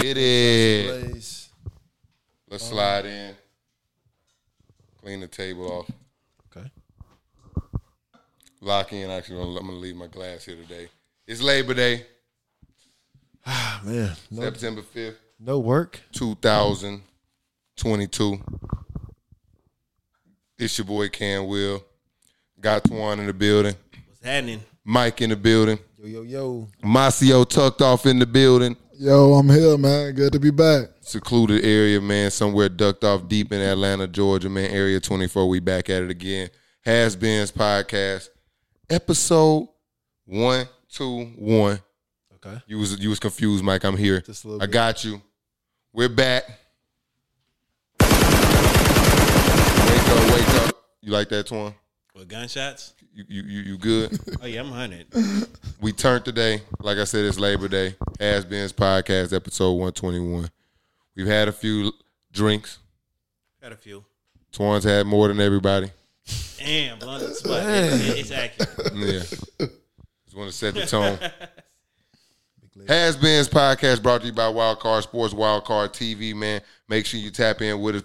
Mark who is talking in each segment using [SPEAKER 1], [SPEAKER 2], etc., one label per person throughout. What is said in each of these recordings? [SPEAKER 1] Get it.
[SPEAKER 2] Blaze.
[SPEAKER 1] Let's slide in. Clean the table off.
[SPEAKER 2] Okay.
[SPEAKER 1] Lock in. Actually, I'm gonna leave my glass here today. It's Labor Day,
[SPEAKER 2] Ah, man. No,
[SPEAKER 1] September fifth,
[SPEAKER 2] no work.
[SPEAKER 1] two thousand twenty-two. It's your boy Cam Will. Got Twan in the building.
[SPEAKER 3] What's happening?
[SPEAKER 1] Mike in the building.
[SPEAKER 2] Yo, yo, yo.
[SPEAKER 1] Masio tucked off in the building.
[SPEAKER 4] Yo, I'm here, man. Good to be back.
[SPEAKER 1] secluded area, man, somewhere ducked off deep in Atlanta, Georgia, man. Area 24, we back at it again. Has Been's podcast, episode 121.
[SPEAKER 2] Okay.
[SPEAKER 1] You was you was confused, Mike. I'm here.
[SPEAKER 2] Just a little
[SPEAKER 1] I
[SPEAKER 2] bit.
[SPEAKER 1] got you. We're back. Wake up, wake up. You like that, Twan?
[SPEAKER 3] What gunshots?
[SPEAKER 1] You you you, you good?
[SPEAKER 3] Oh yeah, I'm hundred.
[SPEAKER 1] we turned today. Like I said, it's Labor Day. Has Been's podcast, episode 121. We've had a few drinks.
[SPEAKER 3] Got a few.
[SPEAKER 1] Twan's had more than everybody.
[SPEAKER 3] Damn, blunt as fuck. It- it- it's accurate.
[SPEAKER 1] Yeah. Just want to set the tone. Has Been's podcast brought to you by Wildcard Sports, Wildcard TV, man. Make sure you tap in with us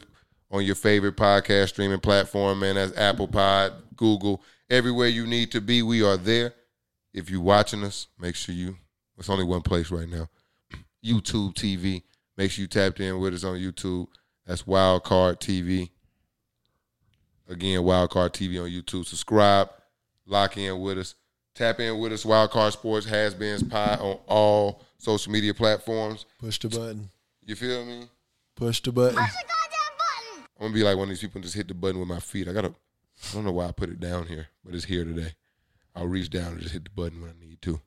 [SPEAKER 1] on your favorite podcast streaming platform, man. That's Apple Pod, Google, everywhere you need to be. We are there. If you're watching us, make sure you, it's only one place right now YouTube TV. Make sure you tapped in with us on YouTube. That's Wildcard TV. Again, Wildcard TV on YouTube. Subscribe, lock in with us, tap in with us. Wildcard Sports has been's pie on all social media platforms.
[SPEAKER 2] Push the button.
[SPEAKER 1] You feel me? I'm
[SPEAKER 2] Push the button.
[SPEAKER 1] gonna be like one of these people and just hit the button with my feet. I gotta. I don't know why I put it down here, but it's here today. I'll reach down and just hit the button when I need to.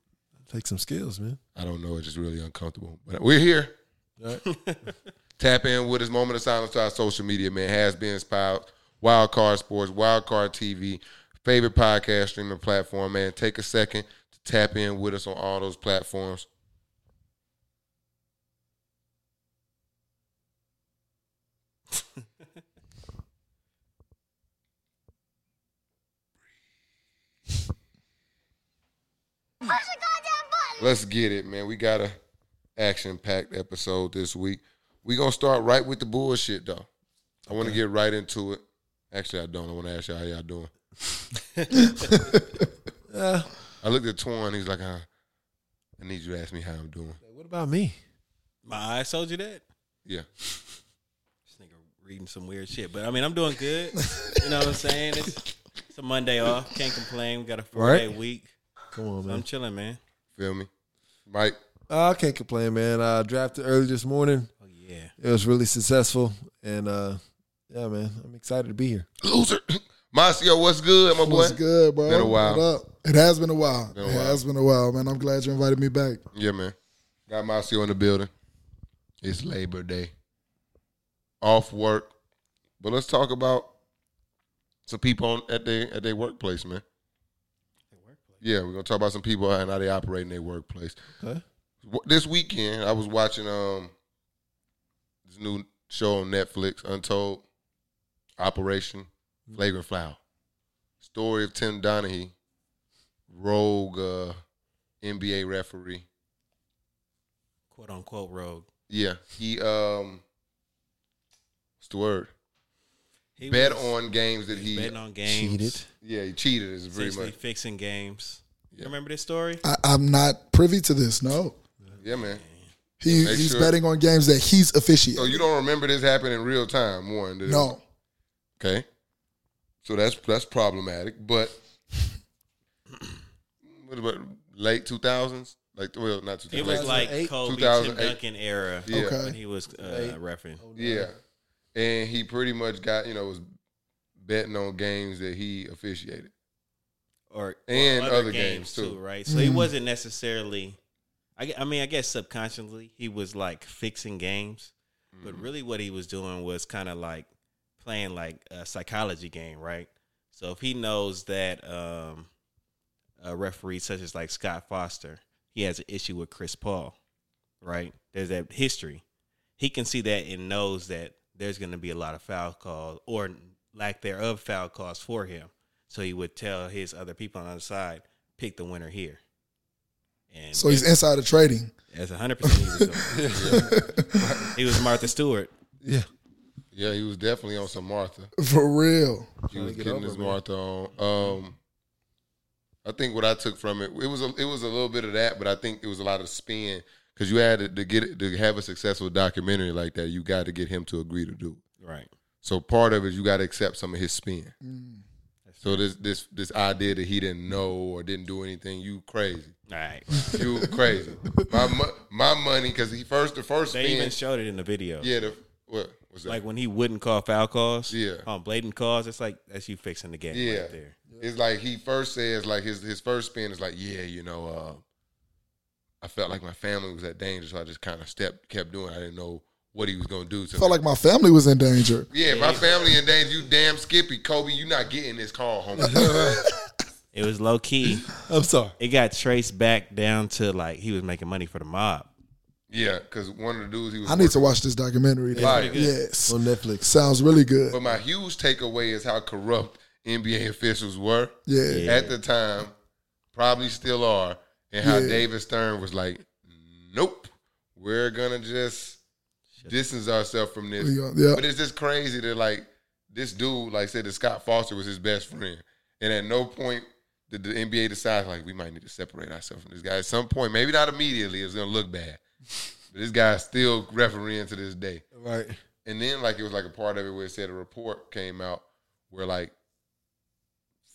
[SPEAKER 2] Take some skills, man.
[SPEAKER 1] I don't know. It's just really uncomfortable. But we're here.
[SPEAKER 2] All right.
[SPEAKER 1] Tap in with us. Moment of silence to our social media, man. Has been Wild Wildcard Sports, Wildcard TV, favorite podcast streaming platform, man. Take a second to tap in with us on all those platforms. Let's get it, man. We got a action packed episode this week. We gonna start right with the bullshit though. I want to get right into it. Actually, I don't. I want to ask y'all how y'all doing.
[SPEAKER 2] Uh,
[SPEAKER 1] I looked at Torn. He's like, uh, I need you to ask me how I'm doing.
[SPEAKER 2] what about me?
[SPEAKER 3] My eyes told you that.
[SPEAKER 1] Yeah.
[SPEAKER 3] This nigga reading some weird shit, but I mean, I'm doing good. You know what I'm saying? It's, it's a Monday off. Can't complain. We got a four day
[SPEAKER 2] Right.
[SPEAKER 3] week.
[SPEAKER 2] Come on,
[SPEAKER 3] I'm
[SPEAKER 2] man.
[SPEAKER 3] chilling, man.
[SPEAKER 1] Feel me? Mike,
[SPEAKER 2] Uh, I can't complain, man. I drafted early this morning.
[SPEAKER 3] Oh yeah.
[SPEAKER 2] It was really successful, and uh, yeah, man, I'm excited to be here.
[SPEAKER 1] loser. Masio, what's good, my boy?
[SPEAKER 4] What's good, bro?
[SPEAKER 1] Been a while.
[SPEAKER 4] What up? It has been a while.
[SPEAKER 1] Been a
[SPEAKER 4] it
[SPEAKER 1] while.
[SPEAKER 4] has been a while, man. I'm glad you invited me back.
[SPEAKER 1] Yeah, man. Got Masio in the building. It's Labor Day. Off work. But let's talk about some people on, at their at their workplace, man. Yeah, we're gonna talk about some people and how they operate in their workplace.
[SPEAKER 2] Okay.
[SPEAKER 1] W- This weekend, I was watching um this new show on Netflix, Untold Operation
[SPEAKER 3] Mm-hmm.
[SPEAKER 1] Flagrant Flower. Story of Tim Donahue, rogue uh, NBA referee.
[SPEAKER 3] Quote unquote rogue.
[SPEAKER 1] Yeah, he um, what's the word?
[SPEAKER 3] He
[SPEAKER 1] bet
[SPEAKER 3] was
[SPEAKER 1] on games that he
[SPEAKER 3] betting on games.
[SPEAKER 2] Cheated.
[SPEAKER 1] yeah he cheated is pretty
[SPEAKER 3] Essentially
[SPEAKER 1] much
[SPEAKER 3] fixing games.
[SPEAKER 1] Yeah.
[SPEAKER 3] You remember this story?
[SPEAKER 4] I, I'm not privy to this. No,
[SPEAKER 1] yeah man.
[SPEAKER 4] he,
[SPEAKER 1] Make
[SPEAKER 4] he's
[SPEAKER 1] sure-
[SPEAKER 4] betting on games that he's
[SPEAKER 1] So
[SPEAKER 4] officiating.
[SPEAKER 1] Oh, you don't remember this happened in real time, one? did it?
[SPEAKER 4] no,
[SPEAKER 1] Okay. So that's that's problematic, but what about late two thousands? Like well, not two
[SPEAKER 3] It
[SPEAKER 1] thousands.
[SPEAKER 3] was like
[SPEAKER 2] 2008?
[SPEAKER 3] Kobe, Tim
[SPEAKER 1] 2008.
[SPEAKER 3] Duncan era
[SPEAKER 1] yeah,
[SPEAKER 4] Okay.
[SPEAKER 3] when he was uh, refing.
[SPEAKER 1] yeah, and he pretty much got you know was betting on games that he officiated.
[SPEAKER 3] or
[SPEAKER 1] And
[SPEAKER 3] or
[SPEAKER 1] other games, too.
[SPEAKER 3] right? So he wasn't necessarily. I, gue- I mean, I guess subconsciously he was like fixing games,
[SPEAKER 1] Mm-hmm.
[SPEAKER 3] but really what he was doing was kind of like playing like a psychology game, right? So if he knows that um, a referee such as like Scott Foster, he has an issue with Chris Paul, right? There's that history. He can see that and knows that there's going to be a lot of foul calls or lack thereof foul calls for him. So he would tell his other people on the other side, pick the winner here. And
[SPEAKER 4] So he's insider trading.
[SPEAKER 3] that's hundred percent. He was doing. He was Martha Stewart.
[SPEAKER 2] Yeah.
[SPEAKER 1] Yeah, he was definitely on some Martha.
[SPEAKER 4] For real.
[SPEAKER 1] He
[SPEAKER 2] Trying
[SPEAKER 1] was
[SPEAKER 2] to get
[SPEAKER 1] getting
[SPEAKER 2] over,
[SPEAKER 1] his
[SPEAKER 2] man.
[SPEAKER 1] Martha on. Um, I think what I took from it, it was a, it was a little bit of that, but I think it was a lot of spin because you had to, to get it, to have a successful documentary like that, you got to get him to agree to do it.
[SPEAKER 3] Right.
[SPEAKER 1] So part of it, you got to accept some of his spin.
[SPEAKER 4] Mm.
[SPEAKER 1] So this this this idea that he didn't know or didn't do anything, you crazy,
[SPEAKER 3] All right.
[SPEAKER 1] you crazy. My mo- my money because he first the first
[SPEAKER 3] They even
[SPEAKER 1] spin,
[SPEAKER 3] showed it in the video.
[SPEAKER 1] yeah. The, what was that?
[SPEAKER 3] Like when he wouldn't call foul calls.
[SPEAKER 1] Yeah.
[SPEAKER 3] On blatant calls, it's like that's you fixing the game
[SPEAKER 1] Yeah.
[SPEAKER 3] right there.
[SPEAKER 1] It's like he first says like his his first spin is like, yeah, you know, uh, I felt like my family was at danger, so I just kind of stepped kept doing. it. I didn't know what he was gonna do to
[SPEAKER 4] Felt
[SPEAKER 1] me.
[SPEAKER 4] like my family was in danger.
[SPEAKER 1] yeah, my family in danger. You damn Skippy, Kobe, you not getting this call, homie.
[SPEAKER 3] It was low key.
[SPEAKER 2] I'm sorry.
[SPEAKER 3] It got traced back down to like he was making money for the mob.
[SPEAKER 1] yeah, because one of the dudes he was.
[SPEAKER 4] I need to watch this documentary.
[SPEAKER 1] Fire. pretty
[SPEAKER 3] good.
[SPEAKER 4] Yes.
[SPEAKER 2] On Netflix.
[SPEAKER 4] Sounds really good.
[SPEAKER 1] But my huge takeaway is how corrupt NBA officials were
[SPEAKER 4] Yeah.
[SPEAKER 3] Yeah.
[SPEAKER 1] at the time, probably still are, and how
[SPEAKER 4] Yeah.
[SPEAKER 1] David Stern was like, nope, we're gonna just distance ourselves from this.
[SPEAKER 4] We gonna- yeah.
[SPEAKER 1] But it's just crazy that like this dude, like said that Scott Foster was his best friend, and at no point did the NBA decide like we might need to separate ourselves from this guy. At some point, maybe not immediately, it's gonna look bad. But this guy's still refereeing to this day.
[SPEAKER 2] Right.
[SPEAKER 1] And then like it was like a part of it where it said a report came out where like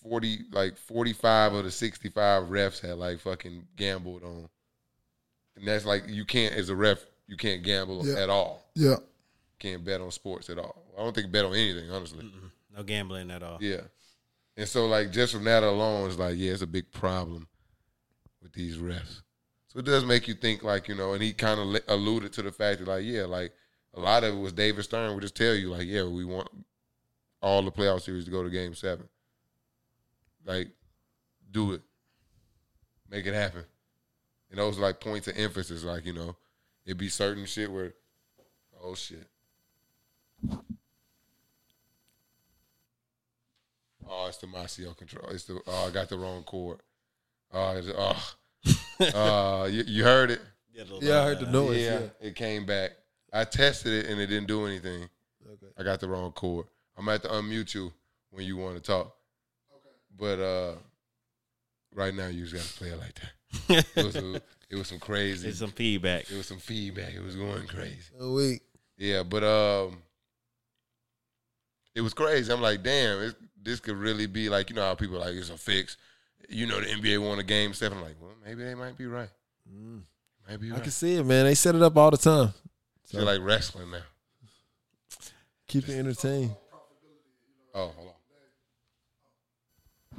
[SPEAKER 1] forty like forty five of the sixty five refs had like fucking gambled on. And that's like you can't as a ref, you can't gamble
[SPEAKER 4] Yeah.
[SPEAKER 1] at all.
[SPEAKER 4] Yeah.
[SPEAKER 1] Can't bet on sports at all. I don't think bet on anything, honestly.
[SPEAKER 3] Mm-mm. No gambling at all.
[SPEAKER 1] Yeah. And so like just from that alone, it's like, yeah, it's a big problem with these refs. So it does make you think like, you know, and he kind of alluded to the fact that like, yeah, like a lot of it was David Stern would just tell you like, yeah, we want all the playoff series to go to game 7. Like do it. Make it happen. And those like points of emphasis like, you know, it'd be certain shit where oh shit. Oh, it's the Masio control. It's the oh, I got the wrong chord. Oh, it's, oh, uh, you, you heard it.
[SPEAKER 2] Yeah, I heard the noise. Yeah.
[SPEAKER 1] it came back. I tested it and it didn't do anything.
[SPEAKER 2] Okay.
[SPEAKER 1] I got the wrong chord. I'm gonna have to unmute you when you want to talk. But uh, right now, you just gotta play it like that. it was a, it was some crazy.
[SPEAKER 3] It's some feedback.
[SPEAKER 1] it was some feedback. It was going crazy.
[SPEAKER 2] A week.
[SPEAKER 1] Yeah, but um, it was crazy. I'm like, damn, it, this could really be like you know how people are like it's a fix. You know the NBA won a game seven. I'm like, well, maybe they might be right.
[SPEAKER 2] Mm.
[SPEAKER 1] Might be
[SPEAKER 2] I can
[SPEAKER 1] right.
[SPEAKER 2] see it, man. They set it up all the time.
[SPEAKER 1] They're like wrestling now.
[SPEAKER 2] Keep it entertained.
[SPEAKER 1] Oh, hold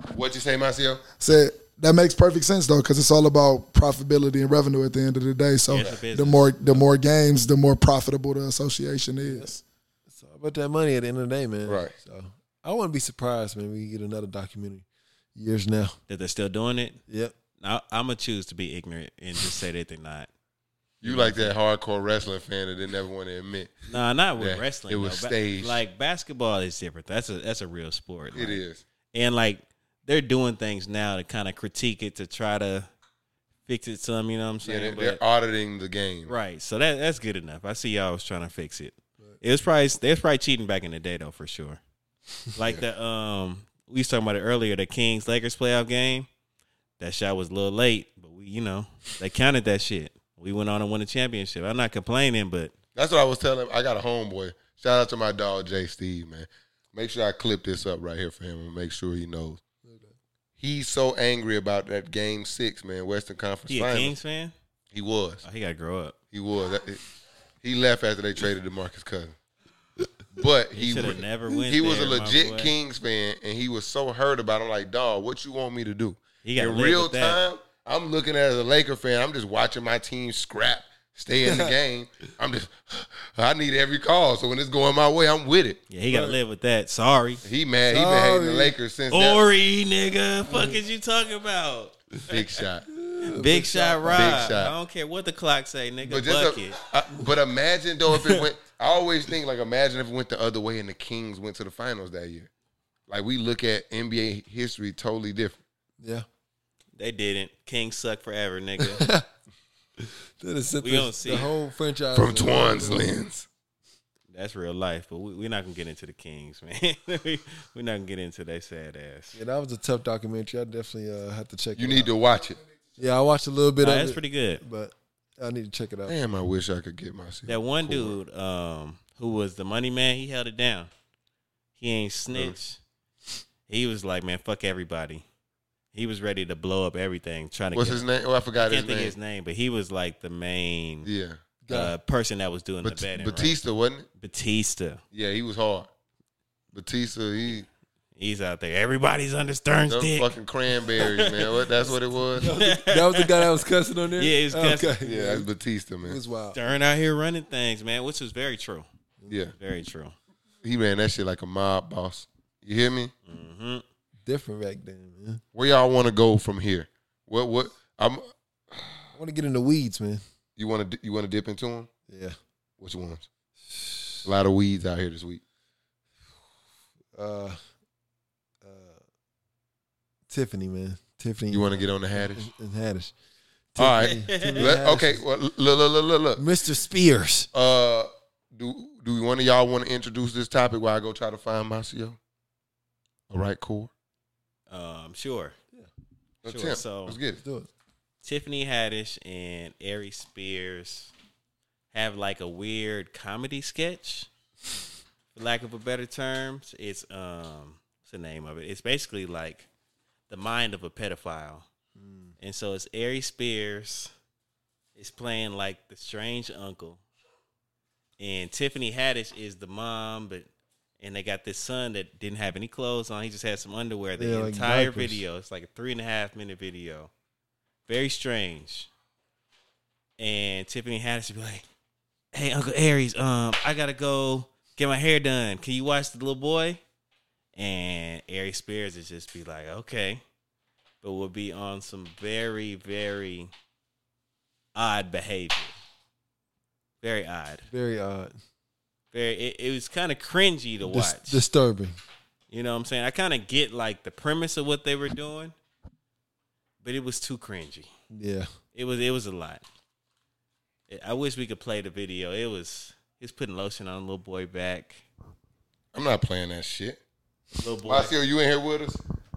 [SPEAKER 1] on. What'd you say, Macio?
[SPEAKER 4] Said that makes perfect sense though, because it's all about profitability and revenue at the end of the day. So
[SPEAKER 3] Yeah, it's a business.
[SPEAKER 4] the more the more games, the more profitable the association is.
[SPEAKER 2] It's all about that money at the end of the day, man.
[SPEAKER 1] Right.
[SPEAKER 2] So I wouldn't be surprised, man. We get another documentary years now.
[SPEAKER 3] That they're still doing it.
[SPEAKER 2] Yep.
[SPEAKER 3] I, I'm gonna choose to be ignorant and just say that they're not.
[SPEAKER 1] You like that hardcore wrestling fan that they never want to admit
[SPEAKER 3] No, not with
[SPEAKER 1] Yeah,
[SPEAKER 3] wrestling.
[SPEAKER 1] it was
[SPEAKER 3] though. Ba-
[SPEAKER 1] staged.
[SPEAKER 3] like basketball is different. That's a that's a real sport.
[SPEAKER 1] it
[SPEAKER 3] Like,
[SPEAKER 1] is.
[SPEAKER 3] and like they're doing things now to kind of critique it to try to fix it some. You know what I'm
[SPEAKER 1] Yeah,
[SPEAKER 3] saying?
[SPEAKER 1] they-
[SPEAKER 3] But-
[SPEAKER 1] they're auditing the game.
[SPEAKER 3] right. So that that's good enough. I see y'all was trying to fix it. It was probably they was probably cheating back in the day though for sure. Like the um we was talking about it earlier the Kings Lakers playoff game. That shot was a little late, but we you know they counted that shit. We went on and won the championship. I'm not complaining, but
[SPEAKER 1] That's what I was telling. I got a homeboy. Shout out to my dog Jay Steve, man. Make sure I clip this up right here for him and make sure he knows. He's so angry about that game six, man. Western Conference
[SPEAKER 3] he a
[SPEAKER 1] Finals.
[SPEAKER 3] Kings fan.
[SPEAKER 1] He was.
[SPEAKER 3] Oh, he got to grow up.
[SPEAKER 1] He was. That- He left after they traded DeMarcus Cousins. But he
[SPEAKER 3] He should have
[SPEAKER 1] wa-
[SPEAKER 3] never went.
[SPEAKER 1] he was a
[SPEAKER 3] there, my
[SPEAKER 1] legit
[SPEAKER 3] boy.
[SPEAKER 1] Kings fan, and he was so hurt about. It. I'm like, dog, what you want me to do?
[SPEAKER 3] He gotta
[SPEAKER 1] in
[SPEAKER 3] live
[SPEAKER 1] real
[SPEAKER 3] with that.
[SPEAKER 1] time, I'm looking at it as a Laker fan. I'm just watching my team scrap, stay in the game. I'm just, I need every call. So when it's going my way, I'm with it.
[SPEAKER 3] Yeah, he got to live with that. Sorry,
[SPEAKER 1] He mad. He been hating the
[SPEAKER 2] Sorry.
[SPEAKER 1] Lakers since that
[SPEAKER 3] Ori, nigga. Fuck is you talking about?
[SPEAKER 1] big shot.
[SPEAKER 3] Big, shot, Rob.
[SPEAKER 1] Big shot.
[SPEAKER 3] I don't care what the clock say, nigga.
[SPEAKER 1] But just,
[SPEAKER 3] Bucket.
[SPEAKER 1] a, I, but imagine though if it went. I always think like, imagine if it went the other way and the Kings went to the finals that year. Like we look at NBA history totally different.
[SPEAKER 2] Yeah.
[SPEAKER 3] They didn't. Kings suck forever, nigga.
[SPEAKER 2] They done sent
[SPEAKER 3] We
[SPEAKER 2] this-
[SPEAKER 3] gonna see.
[SPEAKER 2] the whole franchise
[SPEAKER 1] From Twan's lens.
[SPEAKER 3] That's real life, but we, we're not gonna get into the Kings, man. we, we're not gonna get into that sad ass.
[SPEAKER 2] Yeah, that was a tough documentary. I definitely uh, have to check.
[SPEAKER 1] You
[SPEAKER 2] it
[SPEAKER 1] need
[SPEAKER 2] out.
[SPEAKER 1] to watch it.
[SPEAKER 2] Yeah, I watched a little bit
[SPEAKER 3] Nah,
[SPEAKER 2] of
[SPEAKER 3] that's
[SPEAKER 2] it,
[SPEAKER 3] pretty good.
[SPEAKER 2] but I need to check it out.
[SPEAKER 1] Damn, I wish I could get my seat.
[SPEAKER 3] That one dude, um, who was the money man, he held it down. He ain't snitch. He was like, man, fuck everybody. He was ready to blow up everything, trying to.
[SPEAKER 1] What's
[SPEAKER 3] get,
[SPEAKER 1] his name? Oh, I
[SPEAKER 3] I
[SPEAKER 1] forgot
[SPEAKER 3] can't
[SPEAKER 1] his
[SPEAKER 3] think
[SPEAKER 1] name.
[SPEAKER 3] of his name, but he was like the main
[SPEAKER 1] Yeah.
[SPEAKER 3] uh, person that was doing
[SPEAKER 1] Bat-
[SPEAKER 3] the betting. right?
[SPEAKER 1] Batista, wasn't it?
[SPEAKER 3] Batista.
[SPEAKER 1] Yeah, he was hard. Batista, he
[SPEAKER 3] He's out there. Everybody's under Stern's
[SPEAKER 1] them
[SPEAKER 3] dick.
[SPEAKER 1] fucking cranberries, man. What, that's what it was.
[SPEAKER 2] That was the guy that was cussing on there.
[SPEAKER 3] Yeah, he was cussing.
[SPEAKER 2] Okay.
[SPEAKER 1] Yeah, that's Batista,
[SPEAKER 2] it
[SPEAKER 1] man.
[SPEAKER 2] was wild.
[SPEAKER 3] Stern out here running things, man, which was very true.
[SPEAKER 1] Yeah,
[SPEAKER 3] Very true.
[SPEAKER 1] he ran that shit like a mob boss. You hear me?
[SPEAKER 3] hmm
[SPEAKER 2] Different back then, man.
[SPEAKER 1] Where y'all want to go from here? What what? I'm.
[SPEAKER 2] I want to get in the weeds, man.
[SPEAKER 1] You want to you want to dip into them?
[SPEAKER 2] Yeah.
[SPEAKER 1] Which ones? A lot of weeds out here this week.
[SPEAKER 2] Uh, uh, Tiffany, man. Tiffany.
[SPEAKER 1] You want to get on the Haddish?
[SPEAKER 2] and Haddish.
[SPEAKER 1] All right.
[SPEAKER 2] Tiffany- Tiffany
[SPEAKER 1] Let-
[SPEAKER 2] Haddish.
[SPEAKER 1] okay. Well, look look look look. look.
[SPEAKER 2] Mr. Spears.
[SPEAKER 1] Uh, do do one of y'all want to introduce this topic while I go try to find Macio? All right, cool.
[SPEAKER 3] Um, sure. Sure,
[SPEAKER 1] Attempt.
[SPEAKER 3] so-
[SPEAKER 1] Let's get it.
[SPEAKER 2] Let's do it.
[SPEAKER 3] Tiffany Haddish and Ari Spears have like a weird comedy sketch, for lack of a better term. It's um, what's the name of it? It's basically like the mind of a pedophile,
[SPEAKER 2] Mm.
[SPEAKER 3] and so it's Ari Spears is playing like the strange uncle, and Tiffany Haddish is the mom, but. And they got this son that didn't have any clothes on. He just had some underwear. The
[SPEAKER 2] Yeah, like
[SPEAKER 3] entire
[SPEAKER 2] diapers.
[SPEAKER 3] video. It's like a three and a half minute video. Very strange. And Tiffany Haddish would be like, "Hey, Uncle Aries, um, I gotta go get my hair done. Can you watch the little boy?" And Aries Spears would just be like, "Okay," but will be on some very, very odd behavior. Very odd.
[SPEAKER 2] Very uh, odd.
[SPEAKER 3] Very. It, it was kind of cringy to
[SPEAKER 2] Dis-
[SPEAKER 3] watch.
[SPEAKER 2] disturbing.
[SPEAKER 3] you know what I'm saying? I kind of get like the premise of what they were doing, but it was too cringy.
[SPEAKER 2] Yeah.
[SPEAKER 3] It was it was a lot. It- I wish we could play the video. It was he's putting lotion on little boy back.
[SPEAKER 1] I'm not playing that shit.
[SPEAKER 3] Little boy,
[SPEAKER 1] Macio, you in here with us?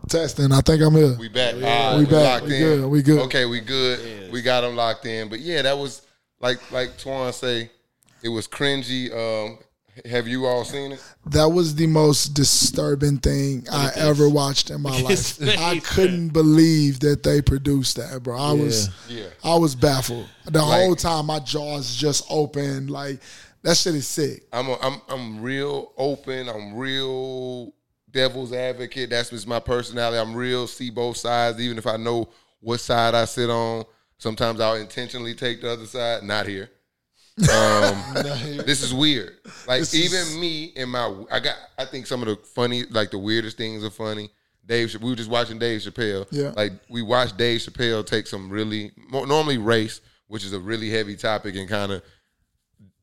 [SPEAKER 4] Testing. I think I'm here.
[SPEAKER 1] We back. Ah,
[SPEAKER 4] We back.
[SPEAKER 1] Locked
[SPEAKER 4] We
[SPEAKER 1] in.
[SPEAKER 4] good. We good.
[SPEAKER 1] Okay, we good.
[SPEAKER 3] Yes.
[SPEAKER 1] We got them locked in. But yeah, that was like like Twan say, it was cringy. Um, have you all seen it?
[SPEAKER 4] That was the most disturbing thing I ever watched in my
[SPEAKER 3] His
[SPEAKER 4] life. I
[SPEAKER 3] face.
[SPEAKER 4] couldn't believe that they produced that, bro. I was
[SPEAKER 1] Yeah.
[SPEAKER 4] I was baffled. The whole
[SPEAKER 1] Like-
[SPEAKER 4] time my jaws just open. Like that shit is sick.
[SPEAKER 1] I'm a, I'm I'm real open. I'm real devil's advocate. That's just my personality. I'm real see both sides, even if I know what side I sit on. Sometimes I'll intentionally take the other side. Not here. Um, this is weird. Like even me and my, I got. I think some of the funny, like the weirdest things are funny. Dave, Chap- we were just watching Dave Chappelle.
[SPEAKER 4] Yeah.
[SPEAKER 1] Like we watched Dave Chappelle take some really mo- normally race, which is a really heavy topic, and kind of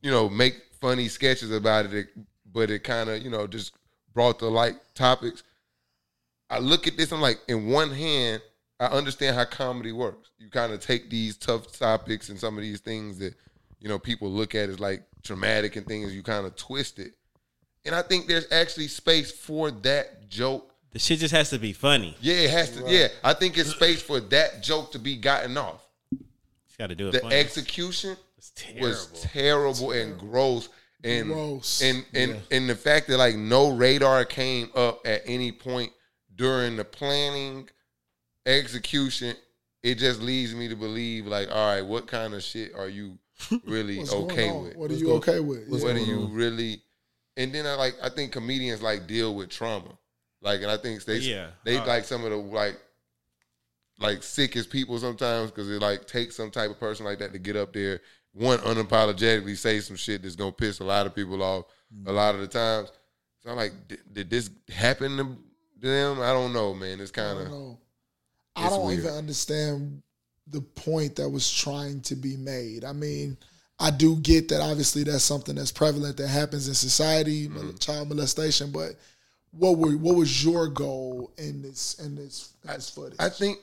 [SPEAKER 1] you know, make funny sketches about it, but it kind of, you know, just brought to light topics. I look at this, I'm like, in one hand, I understand how comedy works. You kind of take these tough topics and some of these things that, you know, people look at as like traumatic and things, you kind of twist it. And I think there's actually space for that joke
[SPEAKER 3] the shit just has to be funny.
[SPEAKER 1] yeah, it has to. Yeah, I think it's space for that joke to be gotten off.
[SPEAKER 3] He's got to do it.
[SPEAKER 1] The
[SPEAKER 3] funny.
[SPEAKER 1] execution
[SPEAKER 3] it's terrible.
[SPEAKER 1] was terrible and gross and
[SPEAKER 4] Gross.
[SPEAKER 1] and and and the fact that like no radar came up at any point during the planning execution. It just leads me to believe, like, all right, what kind of shit are you really
[SPEAKER 4] What's
[SPEAKER 1] okay
[SPEAKER 4] going on?
[SPEAKER 1] with?
[SPEAKER 4] What are
[SPEAKER 2] What's
[SPEAKER 4] you
[SPEAKER 2] going-
[SPEAKER 4] okay with?
[SPEAKER 2] what's
[SPEAKER 4] Yeah.
[SPEAKER 1] what do
[SPEAKER 2] going
[SPEAKER 1] you
[SPEAKER 2] on?
[SPEAKER 1] really? And then I like, I think comedians like deal with trauma, like, and I think they,
[SPEAKER 3] Yeah.
[SPEAKER 1] they
[SPEAKER 3] Uh,
[SPEAKER 1] like some of the like, like sickest people sometimes because it like takes some type of person like that to get up there, one unapologetically say some shit that's gonna piss a lot of people off
[SPEAKER 2] Mm.
[SPEAKER 1] a lot of the times. So I'm like, did, did this happen to them? I don't know, man. It's
[SPEAKER 4] I
[SPEAKER 1] kind
[SPEAKER 4] don't
[SPEAKER 1] of
[SPEAKER 4] know. I
[SPEAKER 1] it's
[SPEAKER 4] don't
[SPEAKER 1] weird.
[SPEAKER 4] even understand the point that was trying to be made. I mean, I do get that obviously that's something that's prevalent that happens in society,
[SPEAKER 1] Mm-hmm.
[SPEAKER 4] mol- child molestation, but what were what was your goal in this in this, in this footage?
[SPEAKER 1] I think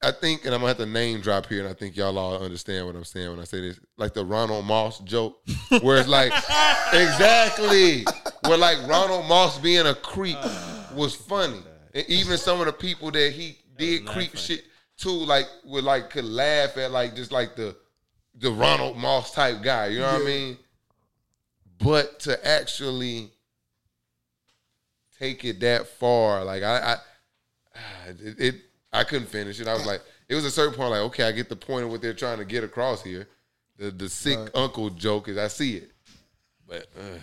[SPEAKER 1] I think, and I'm gonna have to name drop here, and I think y'all all understand what I'm saying when I say this. Like the Ronald Moss joke, where it's like exactly where like Ronald Moss being a creep was funny, and even some of the people that he did
[SPEAKER 3] not
[SPEAKER 1] creep
[SPEAKER 3] funny.
[SPEAKER 1] shit to, like would like could laugh at like just like the the Ronald Moss type guy. You know what I mean? But to actually take it that far, like I, I it, it I couldn't finish it. I was like, it was a certain point, like, okay, I get the point of what they're trying to get across here. The the sick uncle joke is I see it, but uh,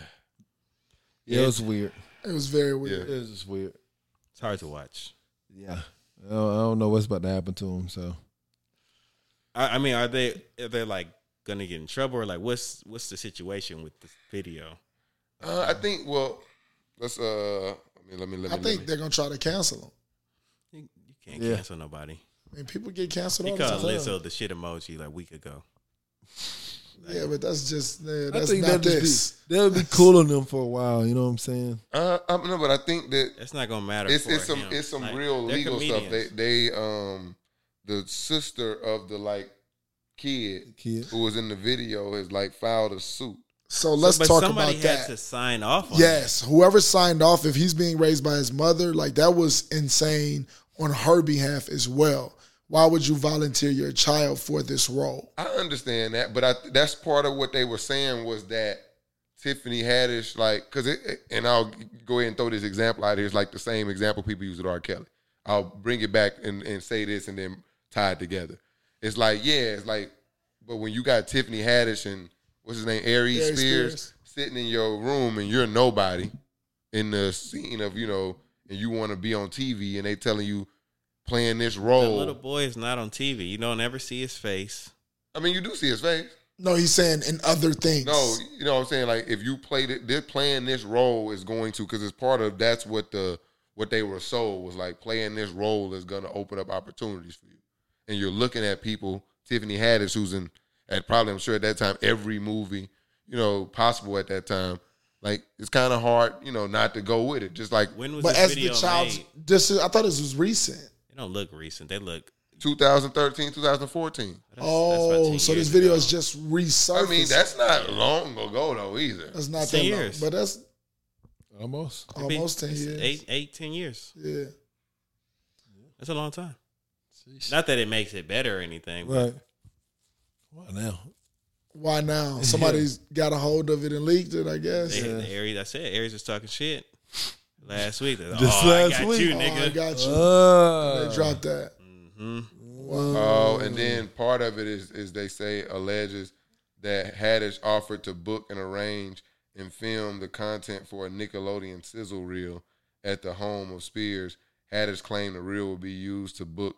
[SPEAKER 2] Yeah, it was weird.
[SPEAKER 4] It was very weird.
[SPEAKER 2] It was just weird.
[SPEAKER 3] It's hard to watch.
[SPEAKER 2] Yeah. I don't, I don't know what's about to happen to him. So
[SPEAKER 3] I, I mean, are they are they like gonna get in trouble or like what's what's the situation with this video?
[SPEAKER 1] uh, I think well, let's uh, let me let me let me.
[SPEAKER 4] I think
[SPEAKER 1] let me.
[SPEAKER 4] they're gonna try to cancel him.
[SPEAKER 3] You, you can't
[SPEAKER 2] Yeah.
[SPEAKER 3] cancel nobody.
[SPEAKER 4] I mean, people get canceled
[SPEAKER 3] He
[SPEAKER 4] all the time.
[SPEAKER 3] called Lizzo the shit emoji like a week ago.
[SPEAKER 4] Yeah, but that's just yeah,
[SPEAKER 2] I
[SPEAKER 4] that's
[SPEAKER 2] think that'll
[SPEAKER 4] not this.
[SPEAKER 2] just be, that'll be cool on them for a while. You know what I'm saying?
[SPEAKER 1] uh, I don't know, but I think that
[SPEAKER 3] That's not gonna matter.
[SPEAKER 1] it's
[SPEAKER 3] for
[SPEAKER 1] it's some
[SPEAKER 3] him.
[SPEAKER 1] it's some
[SPEAKER 3] Like,
[SPEAKER 1] real
[SPEAKER 3] they're
[SPEAKER 1] legal stuff. They
[SPEAKER 3] comedians.
[SPEAKER 1] they um the sister of the like kid
[SPEAKER 2] Kid.
[SPEAKER 1] who was in the video has like filed a suit.
[SPEAKER 4] So
[SPEAKER 3] So-
[SPEAKER 4] let's
[SPEAKER 3] but
[SPEAKER 4] talk
[SPEAKER 3] somebody
[SPEAKER 4] about
[SPEAKER 3] had
[SPEAKER 4] that.
[SPEAKER 3] to sign off. on it.
[SPEAKER 4] Yes, whoever signed off, if he's being raised by his mother, like that was insane on her behalf as well. Why would you volunteer your child for this role?
[SPEAKER 1] I understand that, but I that's part of what they were saying was that Tiffany Haddish, like, because it, and I'll go ahead and throw this example out here. It's like the same example people use with R. Kelly. I'll bring it back and, and say this and then tie it together. It's like, yeah, it's like, but when you got Tiffany Haddish and what's his name, Aries,
[SPEAKER 4] Aries
[SPEAKER 1] Spears,
[SPEAKER 4] Spears.
[SPEAKER 1] sitting in your room and you're nobody in the scene of, you know, and you want to be on TV and they telling you playing this
[SPEAKER 3] The little
[SPEAKER 1] role.
[SPEAKER 3] boy is not on TV. You don't ever see his face.
[SPEAKER 1] I mean, you do see his face.
[SPEAKER 4] No, he's saying in other things.
[SPEAKER 1] No, you know what I'm saying. Like if you played it, they're playing this role is going to because it's part of that's what the what they were sold was like playing this role is going to open up opportunities for you, and you're looking at people. Tiffany Haddish, who's in at probably I'm sure at that time every movie you know possible at that time. Like it's kind of hard, you know, not to go with it. Just like
[SPEAKER 3] When was
[SPEAKER 4] but
[SPEAKER 3] this
[SPEAKER 4] as the
[SPEAKER 3] video
[SPEAKER 4] child's,
[SPEAKER 3] made?
[SPEAKER 4] this is, I thought this was recent.
[SPEAKER 3] They don't look recent. They look.
[SPEAKER 1] 2013, 2014.
[SPEAKER 3] that's- that's about
[SPEAKER 4] Oh,
[SPEAKER 3] 10
[SPEAKER 4] so this
[SPEAKER 3] years
[SPEAKER 4] video
[SPEAKER 3] ago.
[SPEAKER 4] is just resurfaced.
[SPEAKER 1] I mean, that's not long ago though either.
[SPEAKER 4] That's not
[SPEAKER 3] Ten
[SPEAKER 4] that long,
[SPEAKER 3] years.
[SPEAKER 4] but that's
[SPEAKER 2] Almost.
[SPEAKER 3] I mean,
[SPEAKER 4] almost ten
[SPEAKER 3] it's
[SPEAKER 4] years.
[SPEAKER 3] Eight, eight, ten years.
[SPEAKER 4] Yeah,
[SPEAKER 3] That's a long time. Not that it makes it better or anything.
[SPEAKER 2] Right.
[SPEAKER 3] But
[SPEAKER 2] Well, now.
[SPEAKER 4] why now? Somebody's got a hold of it and leaked it, I guess.
[SPEAKER 3] they,
[SPEAKER 2] Yeah.
[SPEAKER 3] the Aries, I said Aries was talking shit last week. They're like,
[SPEAKER 2] Just
[SPEAKER 3] oh,
[SPEAKER 2] last
[SPEAKER 3] I got
[SPEAKER 2] week.
[SPEAKER 3] you,
[SPEAKER 4] Oh,
[SPEAKER 3] nigga. Uh.
[SPEAKER 4] I got you.
[SPEAKER 2] Oh.
[SPEAKER 4] they dropped that.
[SPEAKER 3] hmm
[SPEAKER 1] Oh, and then part of it is is they say alleges that Haddish offered to book and arrange and film the content for a Nickelodeon sizzle reel at the home of Spears. Haddish claimed the reel will be used to book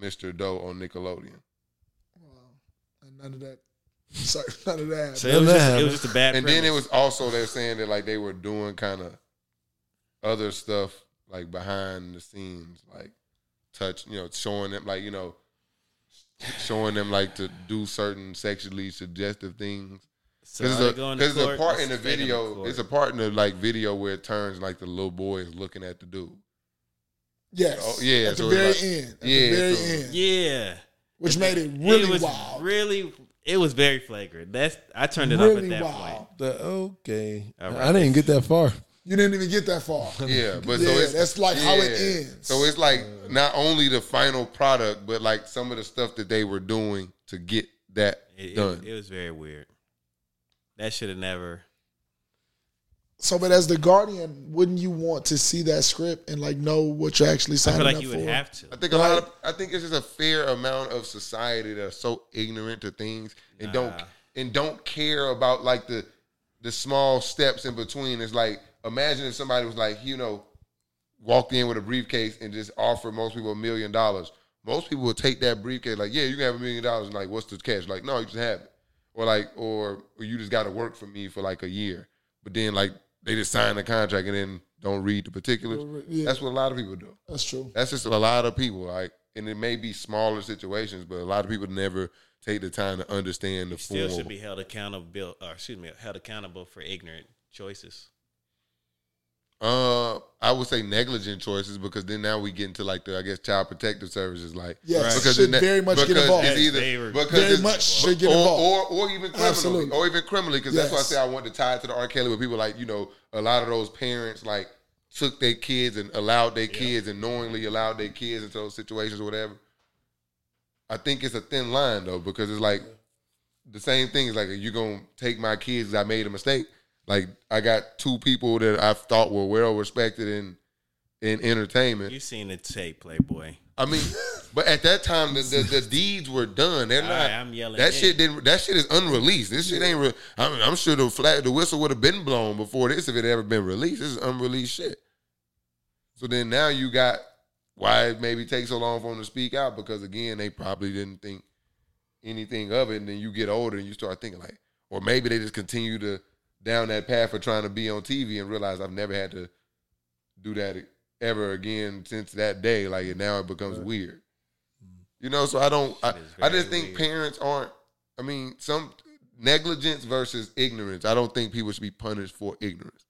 [SPEAKER 1] Mr. Doe on Nickelodeon.
[SPEAKER 4] And none of that. Sorry, none of that.
[SPEAKER 3] So it was,
[SPEAKER 2] that
[SPEAKER 3] just, it
[SPEAKER 2] happened.
[SPEAKER 3] was just a bad.
[SPEAKER 1] And then it
[SPEAKER 3] premise.
[SPEAKER 1] was also they're saying that like they were doing kind of other stuff like behind the scenes, like touch, you know, showing them like you know, showing them like to do certain sexually suggestive things.
[SPEAKER 3] So
[SPEAKER 1] Because
[SPEAKER 3] are they
[SPEAKER 1] it's, a-
[SPEAKER 3] going to
[SPEAKER 1] 'cause it's a
[SPEAKER 3] court?
[SPEAKER 1] part
[SPEAKER 3] Let's
[SPEAKER 1] in the
[SPEAKER 3] take them to
[SPEAKER 1] video.
[SPEAKER 3] court.
[SPEAKER 1] It's a part in the like video where it turns like the little boy is looking at the dude.
[SPEAKER 4] Yes.
[SPEAKER 1] Oh, yeah,
[SPEAKER 4] At
[SPEAKER 1] so
[SPEAKER 4] the
[SPEAKER 1] it's
[SPEAKER 4] very
[SPEAKER 1] like-
[SPEAKER 4] end. At
[SPEAKER 1] yeah,
[SPEAKER 4] the very
[SPEAKER 1] so-
[SPEAKER 4] end.
[SPEAKER 3] yeah.
[SPEAKER 4] Which made it really
[SPEAKER 3] it was
[SPEAKER 4] wild.
[SPEAKER 3] Really, it was very flagrant. That's I turned it off
[SPEAKER 4] really
[SPEAKER 3] at that
[SPEAKER 4] wild.
[SPEAKER 3] point.
[SPEAKER 2] The, okay.
[SPEAKER 3] All right.
[SPEAKER 2] I didn't get that far.
[SPEAKER 4] You didn't even get that far.
[SPEAKER 1] Yeah, but
[SPEAKER 4] Yeah,
[SPEAKER 1] so it's,
[SPEAKER 4] that's like how it ends.
[SPEAKER 1] So it's like not only the final product, but like some of the stuff that they were doing to get that
[SPEAKER 3] It,
[SPEAKER 1] done.
[SPEAKER 3] it, it was very weird. That should have never.
[SPEAKER 4] So, but as the guardian, wouldn't you want to see that script and like know what you're actually
[SPEAKER 3] I
[SPEAKER 4] signing
[SPEAKER 3] feel like
[SPEAKER 4] up
[SPEAKER 3] you
[SPEAKER 4] for?
[SPEAKER 3] would have to.
[SPEAKER 1] I think a lot of I think it's just a fair amount of society that are so ignorant to things and don't
[SPEAKER 3] Nah.
[SPEAKER 1] and don't care about like the the small steps in between. It's like imagine if somebody was like, you know, walked in with a briefcase and just offered most people a million dollars. Most people would take that briefcase like, yeah, you can have a million dollars and like, what's the cash? Like, no, you just have it. Or like, or, or you just gotta work for me for like a year. But then like they just sign the contract and then don't read the particulars.
[SPEAKER 4] Yeah,
[SPEAKER 1] That's what a lot of people do
[SPEAKER 4] that's true.
[SPEAKER 1] that's just a lot of people like and it may be smaller situations but a lot of people never take the time to understand the
[SPEAKER 3] You still
[SPEAKER 1] form
[SPEAKER 3] should be held accountable. Or excuse me, held accountable for ignorant choices.
[SPEAKER 1] Uh, I would say negligent choices because then now we get into like the I guess child protective services like
[SPEAKER 4] Yes,
[SPEAKER 1] right.
[SPEAKER 4] Right.
[SPEAKER 1] because
[SPEAKER 4] should
[SPEAKER 1] then
[SPEAKER 4] very much get
[SPEAKER 1] because
[SPEAKER 4] involved.
[SPEAKER 1] it's either
[SPEAKER 3] They were-
[SPEAKER 1] because
[SPEAKER 4] Very
[SPEAKER 1] it's-
[SPEAKER 4] much should get
[SPEAKER 1] or,
[SPEAKER 4] involved.
[SPEAKER 1] or or even criminally
[SPEAKER 4] Absolutely.
[SPEAKER 1] or even criminally because that's why I
[SPEAKER 4] Yes.
[SPEAKER 1] say I wanted to tie it to the R Kelly with people like you know a lot of those parents like took their kids and allowed their kids and knowingly allowed their kids into those situations or whatever. I think it's a thin line though because it's like the same thing is like you gonna take my kids 'cause I made a mistake. Like I got two people that I thought were well respected in in entertainment.
[SPEAKER 3] You seen the tape, Playboy?
[SPEAKER 1] I mean, but at that time the, the, the deeds were done. They're
[SPEAKER 3] All
[SPEAKER 1] not.
[SPEAKER 3] right, I'm yelling.
[SPEAKER 1] that
[SPEAKER 3] in.
[SPEAKER 1] shit didn't. That shit is unreleased. This shit ain't. Re- I mean, I'm sure the flat the whistle would have been blown before this if it had ever been released. This is unreleased shit. So then now you got why it maybe takes so long for them to speak out because again they probably didn't think anything of it. And then you get older and you start thinking like, or maybe they just continue to down that path of trying to be on TV and realize I've never had to do that ever again since that day. Like and now it becomes weird. You know, so I don't. I,
[SPEAKER 3] Shit is
[SPEAKER 1] I just
[SPEAKER 3] very
[SPEAKER 1] think
[SPEAKER 3] weird.
[SPEAKER 1] parents aren't. I mean, some negligence versus ignorance. I don't think people should be punished for ignorance.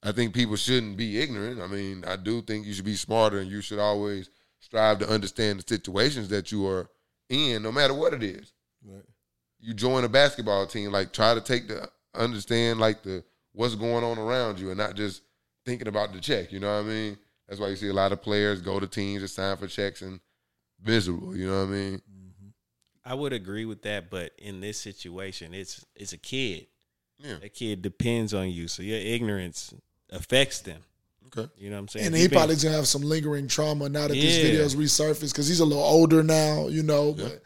[SPEAKER 1] I think people shouldn't be ignorant. I mean, I do think you should be smarter, and you should always strive to understand the situations that you are in, no matter what it is
[SPEAKER 2] Right.
[SPEAKER 1] you join a basketball team, like try to take the understand like the what's going on around you and not just thinking about the check. You know what I mean? That's why you see a lot of players go to teams and sign for checks and miserable. You know what I mean?
[SPEAKER 2] Mm-hmm.
[SPEAKER 3] I would agree with that, but in this situation, it's it's a kid.
[SPEAKER 1] Yeah.
[SPEAKER 3] That kid depends on you, so your ignorance affects them.
[SPEAKER 1] Okay.
[SPEAKER 3] You know what I'm saying?
[SPEAKER 4] And
[SPEAKER 3] You
[SPEAKER 4] he
[SPEAKER 3] been-
[SPEAKER 4] probably gonna have some lingering trauma now that these
[SPEAKER 3] Yeah.
[SPEAKER 4] videos resurface because he's a little older now, you know. But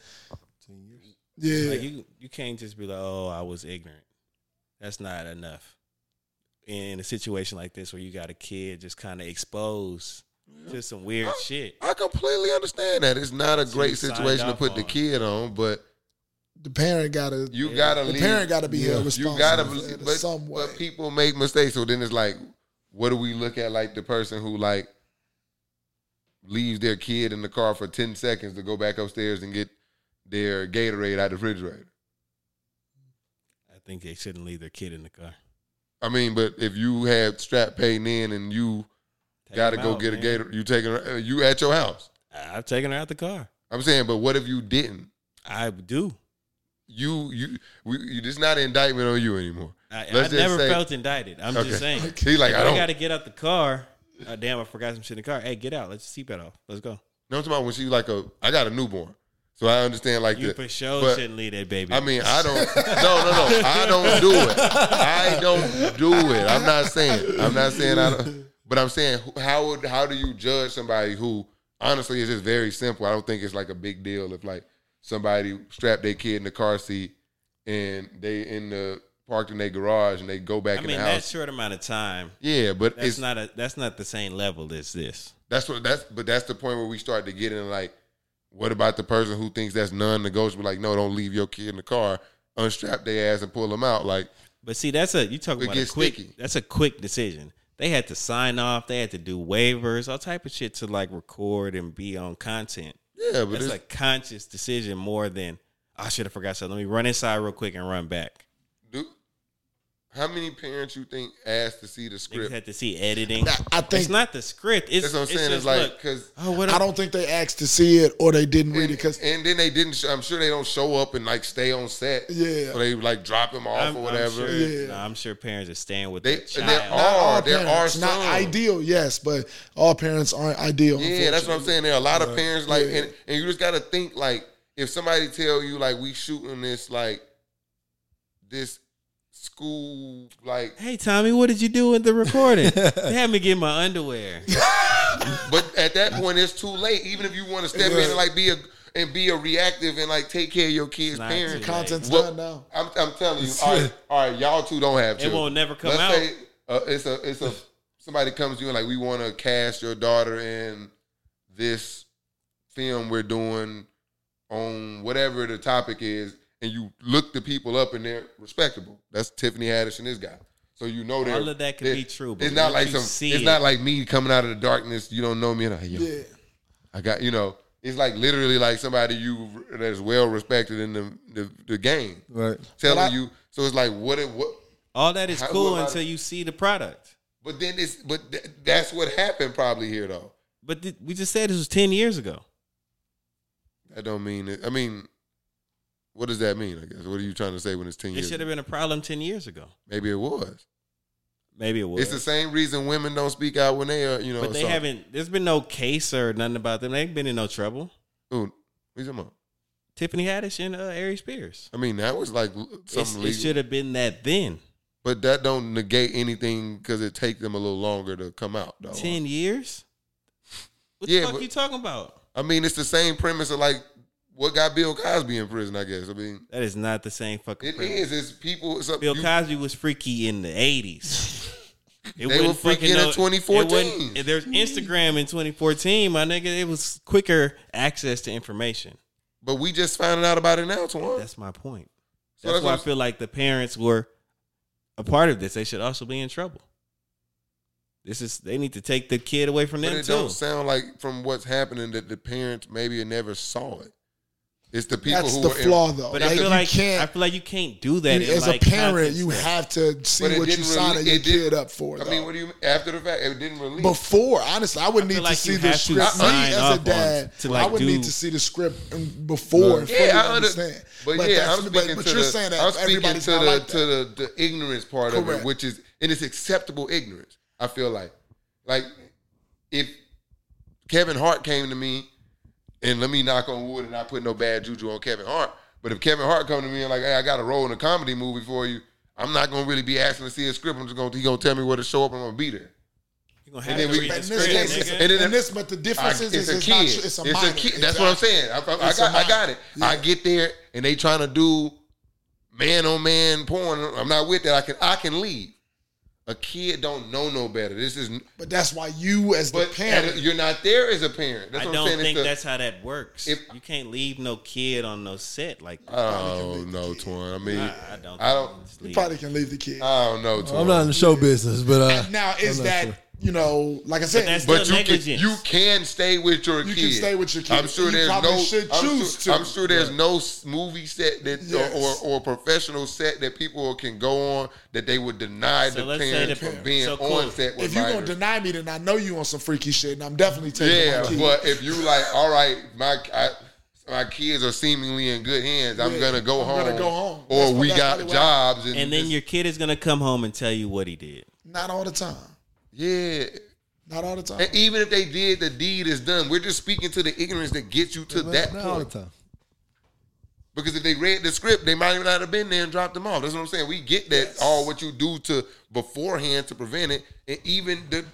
[SPEAKER 2] Ten years.
[SPEAKER 4] yeah,
[SPEAKER 3] like, you you can't just be like, oh, I was ignorant. That's not enough. In a situation like this, where you got a kid just kind of exposed to some weird
[SPEAKER 1] I-
[SPEAKER 3] shit,
[SPEAKER 1] I completely understand that. It's not a
[SPEAKER 3] So
[SPEAKER 1] great
[SPEAKER 3] you signed
[SPEAKER 1] situation to
[SPEAKER 3] off
[SPEAKER 1] put the
[SPEAKER 3] on.
[SPEAKER 1] kid on, but
[SPEAKER 4] the parent gotta
[SPEAKER 1] you
[SPEAKER 3] Yeah.
[SPEAKER 1] gotta
[SPEAKER 4] the
[SPEAKER 1] leave.
[SPEAKER 4] parent gotta be held responsible
[SPEAKER 1] you gotta,
[SPEAKER 4] in
[SPEAKER 1] but,
[SPEAKER 4] some way.
[SPEAKER 1] but people make mistakes. So then it's like, what do we look at like the person who like leaves their kid in the car for ten seconds to go back upstairs and get their Gatorade out of the refrigerator?
[SPEAKER 3] I think they shouldn't leave their kid in the car.
[SPEAKER 1] I mean, but if you had strap pain in and you
[SPEAKER 3] Take
[SPEAKER 1] got to
[SPEAKER 3] them
[SPEAKER 1] go
[SPEAKER 3] out,
[SPEAKER 1] get
[SPEAKER 3] man.
[SPEAKER 1] a Gatorade, you taking her- uh, you at your house.
[SPEAKER 3] I- I've taken her out the car.
[SPEAKER 1] I'm saying, but what if you didn't?
[SPEAKER 3] I do.
[SPEAKER 1] You you we, you. This not an indictment on you anymore.
[SPEAKER 3] I, I
[SPEAKER 1] Let's just
[SPEAKER 3] never
[SPEAKER 1] say-
[SPEAKER 3] felt indicted. I'm just saying.
[SPEAKER 1] He's like, I
[SPEAKER 3] I,
[SPEAKER 1] don't.
[SPEAKER 3] got to get out the car. Oh, damn, I forgot some shit in the car. Hey, get out. Let's seatbelt off. Let's go.
[SPEAKER 1] No, I'm talking about when she's like a. I got a newborn, so I understand like
[SPEAKER 3] You
[SPEAKER 1] the,
[SPEAKER 3] for sure
[SPEAKER 1] but-
[SPEAKER 3] shouldn't leave that baby.
[SPEAKER 1] I mean, I don't. No, no, no. I don't do it. I don't do it. I'm not saying. I'm not saying. I don't. But I'm saying, who- how would how do you judge somebody who honestly is just very simple? I don't think it's like a big deal if like somebody strapped their kid in the car seat and they in the parked in their garage and they go back
[SPEAKER 3] I
[SPEAKER 1] in
[SPEAKER 3] mean
[SPEAKER 1] the
[SPEAKER 3] that
[SPEAKER 1] house.
[SPEAKER 3] short amount of time.
[SPEAKER 1] Yeah, but
[SPEAKER 3] That's
[SPEAKER 1] it's
[SPEAKER 3] not a. That's not the same level as this.
[SPEAKER 1] that's what that's but that's the point where we start to get in like, what about the person who thinks that's non-negotiable? Like, no, don't leave your kid in the car. Unstrap their ass and pull them out. Like,
[SPEAKER 3] But see, that's a. You talking
[SPEAKER 1] It
[SPEAKER 3] about a
[SPEAKER 1] gets
[SPEAKER 3] quick.
[SPEAKER 1] sticky.
[SPEAKER 3] That's a quick decision. They had to sign off. They had to do waivers, all type of shit to like record and be on content.
[SPEAKER 1] yeah, but
[SPEAKER 3] That's
[SPEAKER 1] it's
[SPEAKER 3] a conscious decision more than "Oh, I should have forgot something. Let me run inside real quick and run back.
[SPEAKER 1] Do how many parents you think asked to see the
[SPEAKER 3] Niggas
[SPEAKER 1] script?
[SPEAKER 3] had to see editing.
[SPEAKER 4] I- I think
[SPEAKER 3] it's not the script. It's,
[SPEAKER 1] That's what I'm
[SPEAKER 3] it's
[SPEAKER 1] saying.
[SPEAKER 3] just
[SPEAKER 1] It's like
[SPEAKER 3] look,
[SPEAKER 1] because
[SPEAKER 3] oh, what
[SPEAKER 4] I don't think they asked to see it or they didn't read it
[SPEAKER 1] and,
[SPEAKER 4] because
[SPEAKER 1] and then they didn't. sh- I'm sure they don't show up and like stay on set.
[SPEAKER 4] Yeah.
[SPEAKER 1] so they like drop them off
[SPEAKER 3] I'm,
[SPEAKER 1] or
[SPEAKER 3] I'm
[SPEAKER 1] whatever.
[SPEAKER 3] sure,
[SPEAKER 4] Yeah.
[SPEAKER 3] no, I'm sure parents are staying with
[SPEAKER 1] They-
[SPEAKER 3] they,
[SPEAKER 1] and they're
[SPEAKER 3] child.
[SPEAKER 1] all- are,
[SPEAKER 4] all
[SPEAKER 1] there are
[SPEAKER 4] parents, not
[SPEAKER 1] some.
[SPEAKER 4] ideal, yes, but all parents aren't ideal.
[SPEAKER 1] Yeah, that's what I'm saying. There are a lot of parents like,
[SPEAKER 4] Yeah.
[SPEAKER 1] and, and you just gotta think like, if somebody tell you like we shooting this like this school like,
[SPEAKER 3] Hey Tommy, what did you do with the recording? they had me get my underwear.
[SPEAKER 1] but at that point it's too late. Even if you want to step in and like be a and be a reactive and like take care of your kids'
[SPEAKER 3] not
[SPEAKER 1] parents.
[SPEAKER 3] too
[SPEAKER 4] Content's
[SPEAKER 1] What-
[SPEAKER 4] done now.
[SPEAKER 1] I'm, I'm telling you. All right, all right, y'all two don't have.
[SPEAKER 3] It
[SPEAKER 1] children.
[SPEAKER 3] won't never come
[SPEAKER 1] Let's
[SPEAKER 3] out.
[SPEAKER 1] Say, uh, it's a it's a somebody comes to you and like we want to cast your daughter in this film we're doing on whatever the topic is, and you look the people up and they're respectable. That's Tiffany Haddish and this guy. So you know they're
[SPEAKER 3] All of that could
[SPEAKER 1] they're-
[SPEAKER 3] be true, but
[SPEAKER 1] It's not
[SPEAKER 3] once
[SPEAKER 1] like
[SPEAKER 3] you
[SPEAKER 1] some.
[SPEAKER 3] see
[SPEAKER 1] It's
[SPEAKER 3] it-
[SPEAKER 1] not like me coming out of the darkness. You don't know me. And I, yo,
[SPEAKER 4] Yeah,
[SPEAKER 1] I got you know. It's like literally like somebody you that's well respected in the the, the game
[SPEAKER 2] Right.
[SPEAKER 1] telling
[SPEAKER 4] But I-
[SPEAKER 1] you. So it's like, what? It, what?
[SPEAKER 3] All that is
[SPEAKER 1] How-
[SPEAKER 3] cool
[SPEAKER 1] what about-
[SPEAKER 3] until you see the product.
[SPEAKER 1] But then it's but th- that's what happened probably here though.
[SPEAKER 3] But th- we just said this was ten years ago.
[SPEAKER 1] That don't mean it. I mean, what does that mean? I guess what are you trying to say when it's ten
[SPEAKER 3] It
[SPEAKER 1] years?
[SPEAKER 3] should have been a problem ten years ago.
[SPEAKER 1] Maybe it was.
[SPEAKER 3] Maybe it was.
[SPEAKER 1] It's the same reason women don't speak out when they are. You know,
[SPEAKER 3] but they
[SPEAKER 1] so-
[SPEAKER 3] haven't. There's been no case or nothing about them. They've been in no trouble.
[SPEAKER 1] Ooh, what you talking about?
[SPEAKER 3] Tiffany Haddish and uh, Aries Spears.
[SPEAKER 1] I mean, that was like l-
[SPEAKER 3] It's-
[SPEAKER 1] something
[SPEAKER 3] It
[SPEAKER 1] legal,
[SPEAKER 3] should have been that then.
[SPEAKER 1] but that don't negate anything because it take them a little longer to come out. Though.
[SPEAKER 3] Ten years. What
[SPEAKER 1] Yeah,
[SPEAKER 3] the fuck
[SPEAKER 1] but-
[SPEAKER 3] you talking about?
[SPEAKER 1] I mean, it's the same premise of like what got Bill Cosby in prison. I guess. I mean,
[SPEAKER 3] That is not the same fucking.
[SPEAKER 1] it is.
[SPEAKER 3] premise.
[SPEAKER 1] It's people. It's up,
[SPEAKER 3] Bill
[SPEAKER 1] you-
[SPEAKER 3] Cosby was freaky in the eighties.
[SPEAKER 1] They
[SPEAKER 3] It wasn't
[SPEAKER 1] were freaky
[SPEAKER 3] fucking
[SPEAKER 1] in
[SPEAKER 3] no-
[SPEAKER 1] 2014.
[SPEAKER 3] it wasn't- if There's Instagram in 2014, my nigga. It was quicker access to information.
[SPEAKER 1] but we just finding out about it now, Twan.
[SPEAKER 3] That's my point.
[SPEAKER 1] So
[SPEAKER 3] That's
[SPEAKER 1] that's
[SPEAKER 3] why I
[SPEAKER 1] what I'm-
[SPEAKER 3] feel like the parents were a part of this. They should also be in trouble. This is they need to take the kid away from
[SPEAKER 1] But
[SPEAKER 3] them
[SPEAKER 1] it
[SPEAKER 3] too.
[SPEAKER 1] don't sound like from what's happening that the parents maybe never saw it. It's the people
[SPEAKER 4] That's
[SPEAKER 1] who
[SPEAKER 4] the
[SPEAKER 1] were in-
[SPEAKER 4] flaw, though.
[SPEAKER 3] But I
[SPEAKER 4] like,
[SPEAKER 3] feel
[SPEAKER 4] you
[SPEAKER 3] like I
[SPEAKER 4] can't.
[SPEAKER 3] feel like you can't do that
[SPEAKER 4] you-
[SPEAKER 3] in,
[SPEAKER 4] as
[SPEAKER 3] like,
[SPEAKER 4] a parent,
[SPEAKER 3] context.
[SPEAKER 4] you have to see
[SPEAKER 1] But it
[SPEAKER 4] what you
[SPEAKER 1] didn't
[SPEAKER 4] signing
[SPEAKER 1] really-
[SPEAKER 4] your
[SPEAKER 1] it didn't-
[SPEAKER 4] kid up for.
[SPEAKER 1] I mean, what do you after the fact? It didn't release.
[SPEAKER 4] before, honestly, I would
[SPEAKER 3] I
[SPEAKER 4] need
[SPEAKER 3] feel
[SPEAKER 4] to
[SPEAKER 3] like
[SPEAKER 4] see
[SPEAKER 3] you
[SPEAKER 4] the
[SPEAKER 3] have to
[SPEAKER 4] script. Me
[SPEAKER 3] sign
[SPEAKER 4] as
[SPEAKER 3] up
[SPEAKER 4] a
[SPEAKER 3] on-
[SPEAKER 4] dad,
[SPEAKER 3] to, like,
[SPEAKER 4] I would
[SPEAKER 3] do-
[SPEAKER 4] need to see the script and before. and fully
[SPEAKER 1] yeah, I under-
[SPEAKER 4] understand.
[SPEAKER 1] But, yeah,
[SPEAKER 4] that's-
[SPEAKER 1] I'm speaking
[SPEAKER 4] but
[SPEAKER 1] to
[SPEAKER 4] you're
[SPEAKER 1] the,
[SPEAKER 4] saying
[SPEAKER 1] I'm
[SPEAKER 4] that
[SPEAKER 1] speaking
[SPEAKER 4] everybody's
[SPEAKER 1] to
[SPEAKER 4] not
[SPEAKER 1] the
[SPEAKER 4] like
[SPEAKER 1] to
[SPEAKER 4] that.
[SPEAKER 1] the, the ignorance part of it,
[SPEAKER 4] Correct.
[SPEAKER 1] which is and it's acceptable ignorance. I feel like, like if Kevin Hart came to me, and let me knock on wood, and I put no bad juju on Kevin Hart. But if Kevin Hart come to me and like, hey, I got a role in a comedy movie for you, I'm not gonna really be asking to see a script. I'm just gonna he gonna tell me where to show up. and I'm gonna be there.
[SPEAKER 3] You're gonna
[SPEAKER 1] and
[SPEAKER 3] have
[SPEAKER 1] then
[SPEAKER 3] to
[SPEAKER 1] we-
[SPEAKER 3] read
[SPEAKER 4] But
[SPEAKER 3] the
[SPEAKER 4] in
[SPEAKER 1] It's
[SPEAKER 4] this
[SPEAKER 3] script,
[SPEAKER 1] crazy.
[SPEAKER 4] case, it's,
[SPEAKER 3] nigga.
[SPEAKER 1] And then
[SPEAKER 4] in this, but the
[SPEAKER 1] I-
[SPEAKER 4] difference
[SPEAKER 1] it's,
[SPEAKER 4] is
[SPEAKER 1] a
[SPEAKER 4] it's,
[SPEAKER 1] kid.
[SPEAKER 4] not, tr- it's a minor.
[SPEAKER 1] kid. That's what I'm
[SPEAKER 4] Exactly.
[SPEAKER 1] saying. I, I, I
[SPEAKER 4] It's a
[SPEAKER 1] got, I got
[SPEAKER 4] minor.
[SPEAKER 1] it. I get there and they trying to do man on man porn. I'm not with that. I can I can leave. A kid don't know no better. This is
[SPEAKER 4] But that's why you, as the
[SPEAKER 1] but
[SPEAKER 4] parent,
[SPEAKER 1] you're not there as a parent. That's
[SPEAKER 3] I
[SPEAKER 1] what
[SPEAKER 3] don't
[SPEAKER 1] I'm saying. It's
[SPEAKER 3] think
[SPEAKER 1] the-
[SPEAKER 3] that's how that works.
[SPEAKER 1] If-
[SPEAKER 3] you can't leave no kid on no set like that.
[SPEAKER 1] Oh no, Twan. I mean,
[SPEAKER 3] I, I don't.
[SPEAKER 1] I don't.
[SPEAKER 3] think
[SPEAKER 4] you
[SPEAKER 3] it's
[SPEAKER 4] probably can leave the kid.
[SPEAKER 1] I don't know, Twan.
[SPEAKER 2] I'm not in the show business, but uh,
[SPEAKER 4] now, is
[SPEAKER 2] I'm not
[SPEAKER 4] that
[SPEAKER 2] sure.
[SPEAKER 4] you know, like I said,
[SPEAKER 3] that's
[SPEAKER 1] But
[SPEAKER 3] Still
[SPEAKER 1] you can,
[SPEAKER 3] negligence.
[SPEAKER 1] you can stay with your
[SPEAKER 4] You
[SPEAKER 1] kid.
[SPEAKER 4] can stay with your kid.
[SPEAKER 1] I'm sure
[SPEAKER 4] You
[SPEAKER 1] there's
[SPEAKER 4] probably
[SPEAKER 1] no.
[SPEAKER 4] should
[SPEAKER 1] I'm
[SPEAKER 4] choose
[SPEAKER 1] sure,
[SPEAKER 4] to.
[SPEAKER 1] I'm sure there's no s- movie set that
[SPEAKER 4] Yes.
[SPEAKER 1] or, or or professional set that people can go on that they would deny
[SPEAKER 3] So
[SPEAKER 1] the
[SPEAKER 3] let's say
[SPEAKER 1] parents
[SPEAKER 3] the
[SPEAKER 1] from
[SPEAKER 3] parents-
[SPEAKER 1] being
[SPEAKER 3] so
[SPEAKER 1] on
[SPEAKER 3] cool.
[SPEAKER 1] set with
[SPEAKER 4] if you're gonna
[SPEAKER 1] minors.
[SPEAKER 4] deny me, then I know you on some freaky shit, and I'm definitely taking
[SPEAKER 1] Yeah,
[SPEAKER 4] my kid.
[SPEAKER 1] but if you like, all right, my I, my kids are seemingly in good hands. I'm
[SPEAKER 4] Yeah,
[SPEAKER 1] gonna go
[SPEAKER 4] I'm
[SPEAKER 1] home.
[SPEAKER 4] gonna go home.
[SPEAKER 1] Or
[SPEAKER 4] That's what-
[SPEAKER 1] we
[SPEAKER 4] that's
[SPEAKER 1] got
[SPEAKER 4] probably what I-
[SPEAKER 1] jobs, and,
[SPEAKER 3] And then
[SPEAKER 1] it's-
[SPEAKER 3] your kid is gonna come home and tell you what he did.
[SPEAKER 4] not all the time.
[SPEAKER 1] yeah.
[SPEAKER 4] Not all the time.
[SPEAKER 1] And even if they did, the deed is done. We're just speaking to the ignorance that gets you to that
[SPEAKER 2] not all the
[SPEAKER 1] point.
[SPEAKER 2] time.
[SPEAKER 1] Because if they read the script, they might not have been there and dropped them off. That's what I'm saying. We get that all what you do to beforehand to prevent it, and even the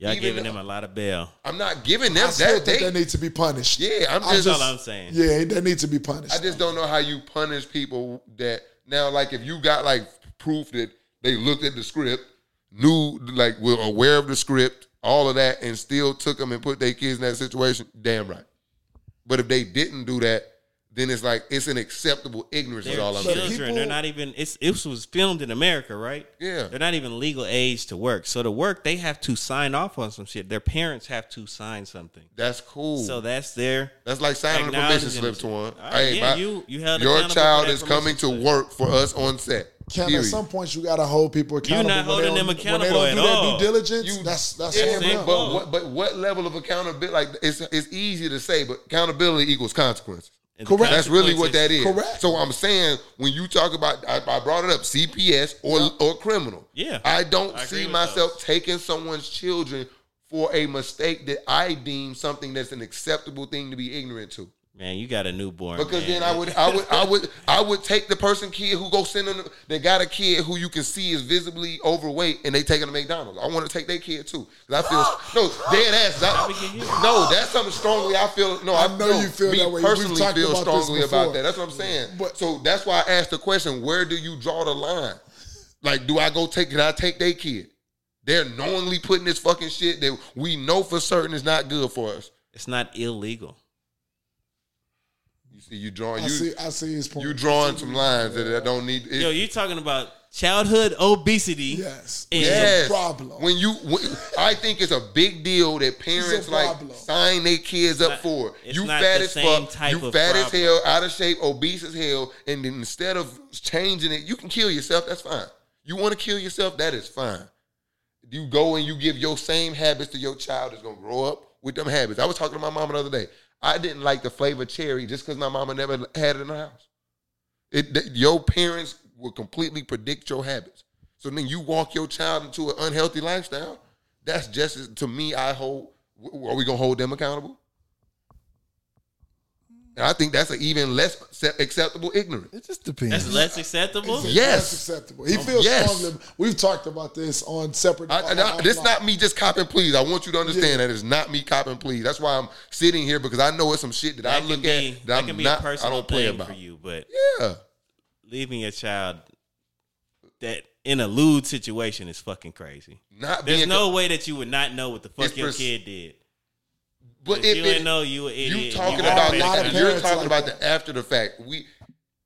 [SPEAKER 3] Y'all
[SPEAKER 1] even
[SPEAKER 3] giving
[SPEAKER 1] the-
[SPEAKER 3] them a lot of bail.
[SPEAKER 1] I'm not giving them
[SPEAKER 4] I still
[SPEAKER 1] that.
[SPEAKER 4] think
[SPEAKER 1] They,
[SPEAKER 4] that needs to be punished.
[SPEAKER 1] yeah, I'm
[SPEAKER 4] I'm
[SPEAKER 1] just,
[SPEAKER 3] That's all I'm saying.
[SPEAKER 4] Yeah, that needs to be punished.
[SPEAKER 1] I just don't know how you punish people that now. Like if you got like proof that they looked at the script, knew like were aware of the script, all of that, and still took them and put their kids in that situation. Damn right. But if they didn't do that, then it's like it's an acceptable ignorance.
[SPEAKER 3] They're
[SPEAKER 1] is all I'm
[SPEAKER 3] children.
[SPEAKER 1] saying.
[SPEAKER 3] they're
[SPEAKER 4] People-
[SPEAKER 3] not even. It's it was filmed in America, right?
[SPEAKER 1] Yeah.
[SPEAKER 3] They're not even legal age to work. So to work, they have to sign off on some shit. Their parents have to sign something.
[SPEAKER 1] That's cool.
[SPEAKER 3] So that's their.
[SPEAKER 1] That's like signing a permission
[SPEAKER 3] Acknowledging
[SPEAKER 1] slip
[SPEAKER 3] it.
[SPEAKER 1] to one.
[SPEAKER 3] All right, yeah, you- you held
[SPEAKER 1] your
[SPEAKER 3] accountable for
[SPEAKER 1] child
[SPEAKER 3] that
[SPEAKER 1] is coming to
[SPEAKER 3] permission slip.
[SPEAKER 1] work for us on set.
[SPEAKER 4] Cam,
[SPEAKER 1] Period.
[SPEAKER 4] at some point you gotta hold people accountable.
[SPEAKER 3] not
[SPEAKER 4] when they
[SPEAKER 3] holding them
[SPEAKER 4] don't- when
[SPEAKER 3] accountable
[SPEAKER 4] they
[SPEAKER 3] at
[SPEAKER 4] don't do their
[SPEAKER 3] all.
[SPEAKER 4] Due diligence.
[SPEAKER 1] You-
[SPEAKER 4] that's that's
[SPEAKER 1] Yeah,
[SPEAKER 3] Yes,
[SPEAKER 4] him
[SPEAKER 3] they
[SPEAKER 4] up.
[SPEAKER 1] but
[SPEAKER 3] both.
[SPEAKER 1] what, but what level of accountability? Like it's it's easy to say, but accountability equals consequences.
[SPEAKER 3] and
[SPEAKER 4] Correct.
[SPEAKER 1] That's really what that
[SPEAKER 3] consequences.
[SPEAKER 1] is.
[SPEAKER 4] Correct.
[SPEAKER 1] So I'm saying when you talk about, I, I brought it up, CPS or or criminal.
[SPEAKER 3] Yeah.
[SPEAKER 1] I don't
[SPEAKER 3] I agree
[SPEAKER 1] see
[SPEAKER 3] with
[SPEAKER 1] myself
[SPEAKER 3] those.
[SPEAKER 1] taking someone's children for a mistake that I deem something that's an acceptable thing to be ignorant to.
[SPEAKER 3] Man, you got a newborn.
[SPEAKER 1] Because
[SPEAKER 3] man.
[SPEAKER 1] then I would, I would, I would, I would take the person kid who go send them that got a kid who you can see is visibly overweight, and they taking to McDonald's. I want to take their kid too. 'Cause I feel no dead ass. I, no, that's something strongly I feel. No, I,
[SPEAKER 4] I know
[SPEAKER 1] no,
[SPEAKER 4] you feel
[SPEAKER 1] me
[SPEAKER 4] that way. We've
[SPEAKER 1] Personally,
[SPEAKER 4] talked
[SPEAKER 1] feel
[SPEAKER 4] about this
[SPEAKER 1] strongly about
[SPEAKER 4] before.
[SPEAKER 1] that. That's what I'm saying.
[SPEAKER 4] But-
[SPEAKER 1] so that's why I asked the question: Where do you draw the line? Like, do I go take? Can I take their kid? They're knowingly putting this fucking shit that we know for certain is not good for us.
[SPEAKER 3] It's not illegal.
[SPEAKER 1] You see, you drawing.
[SPEAKER 4] I
[SPEAKER 1] You,
[SPEAKER 4] see. I see his point.
[SPEAKER 1] You drawing some lines that I don't need. It,
[SPEAKER 3] Yo, you're talking about childhood obesity.
[SPEAKER 4] yes.
[SPEAKER 3] And-
[SPEAKER 1] yes.
[SPEAKER 4] problem.
[SPEAKER 1] When you, when, I think it's a big deal that parents like
[SPEAKER 4] problem.
[SPEAKER 1] sign their kids up for.
[SPEAKER 3] it's
[SPEAKER 1] you
[SPEAKER 3] not
[SPEAKER 1] fat
[SPEAKER 3] the
[SPEAKER 1] as
[SPEAKER 3] same
[SPEAKER 1] fuck.
[SPEAKER 3] type
[SPEAKER 1] You
[SPEAKER 3] of
[SPEAKER 1] fat as
[SPEAKER 3] problem.
[SPEAKER 1] hell, out of shape, obese as hell, and then instead of changing it, you can kill yourself. That's fine. You want to kill yourself? That is fine. you go and you give your same habits to your child that's gonna grow up with them habits. I was talking to my mom the other day. I didn't like the flavor cherry just because my mama never had it in the house. It th- your parents will completely predict your habits. So then you walk your child into an unhealthy lifestyle. That's just as- to me. I hold. w- Are we gonna hold them accountable? And I think that's an even less accept- acceptable ignorance.
[SPEAKER 2] It just depends.
[SPEAKER 3] That's less acceptable.
[SPEAKER 4] That's
[SPEAKER 1] Yes. Oh,
[SPEAKER 4] acceptable. He feels
[SPEAKER 1] yes.
[SPEAKER 4] strongly. We've talked about this on separate.
[SPEAKER 3] Oh,
[SPEAKER 1] I, and I- this not me just copying please. I want you to understand that it's not me copying please. That's why I'm sitting here because I know it's some shit that,
[SPEAKER 3] That
[SPEAKER 1] I
[SPEAKER 3] can
[SPEAKER 1] look
[SPEAKER 3] be,
[SPEAKER 1] at
[SPEAKER 3] that
[SPEAKER 1] that,
[SPEAKER 3] can
[SPEAKER 1] I'm
[SPEAKER 3] be a
[SPEAKER 1] not. I
[SPEAKER 3] personal
[SPEAKER 1] don't play
[SPEAKER 3] thing
[SPEAKER 1] about.
[SPEAKER 3] for you, but
[SPEAKER 1] Yeah,
[SPEAKER 3] leaving your child that in a lewd situation is fucking crazy.
[SPEAKER 1] not
[SPEAKER 3] There's
[SPEAKER 1] being.
[SPEAKER 3] no way that you would not know what the fuck
[SPEAKER 1] It's
[SPEAKER 3] your
[SPEAKER 1] pers-
[SPEAKER 3] kid did.
[SPEAKER 1] but
[SPEAKER 3] If,
[SPEAKER 1] if
[SPEAKER 3] you
[SPEAKER 1] it-
[SPEAKER 3] didn't know, you an idiot.
[SPEAKER 1] you talking
[SPEAKER 3] would've
[SPEAKER 1] about
[SPEAKER 3] been
[SPEAKER 4] lot
[SPEAKER 1] that,
[SPEAKER 4] of
[SPEAKER 3] accountable.
[SPEAKER 1] you're
[SPEAKER 4] parents
[SPEAKER 1] talking
[SPEAKER 4] like
[SPEAKER 1] about
[SPEAKER 4] that.
[SPEAKER 1] the after the fact. We,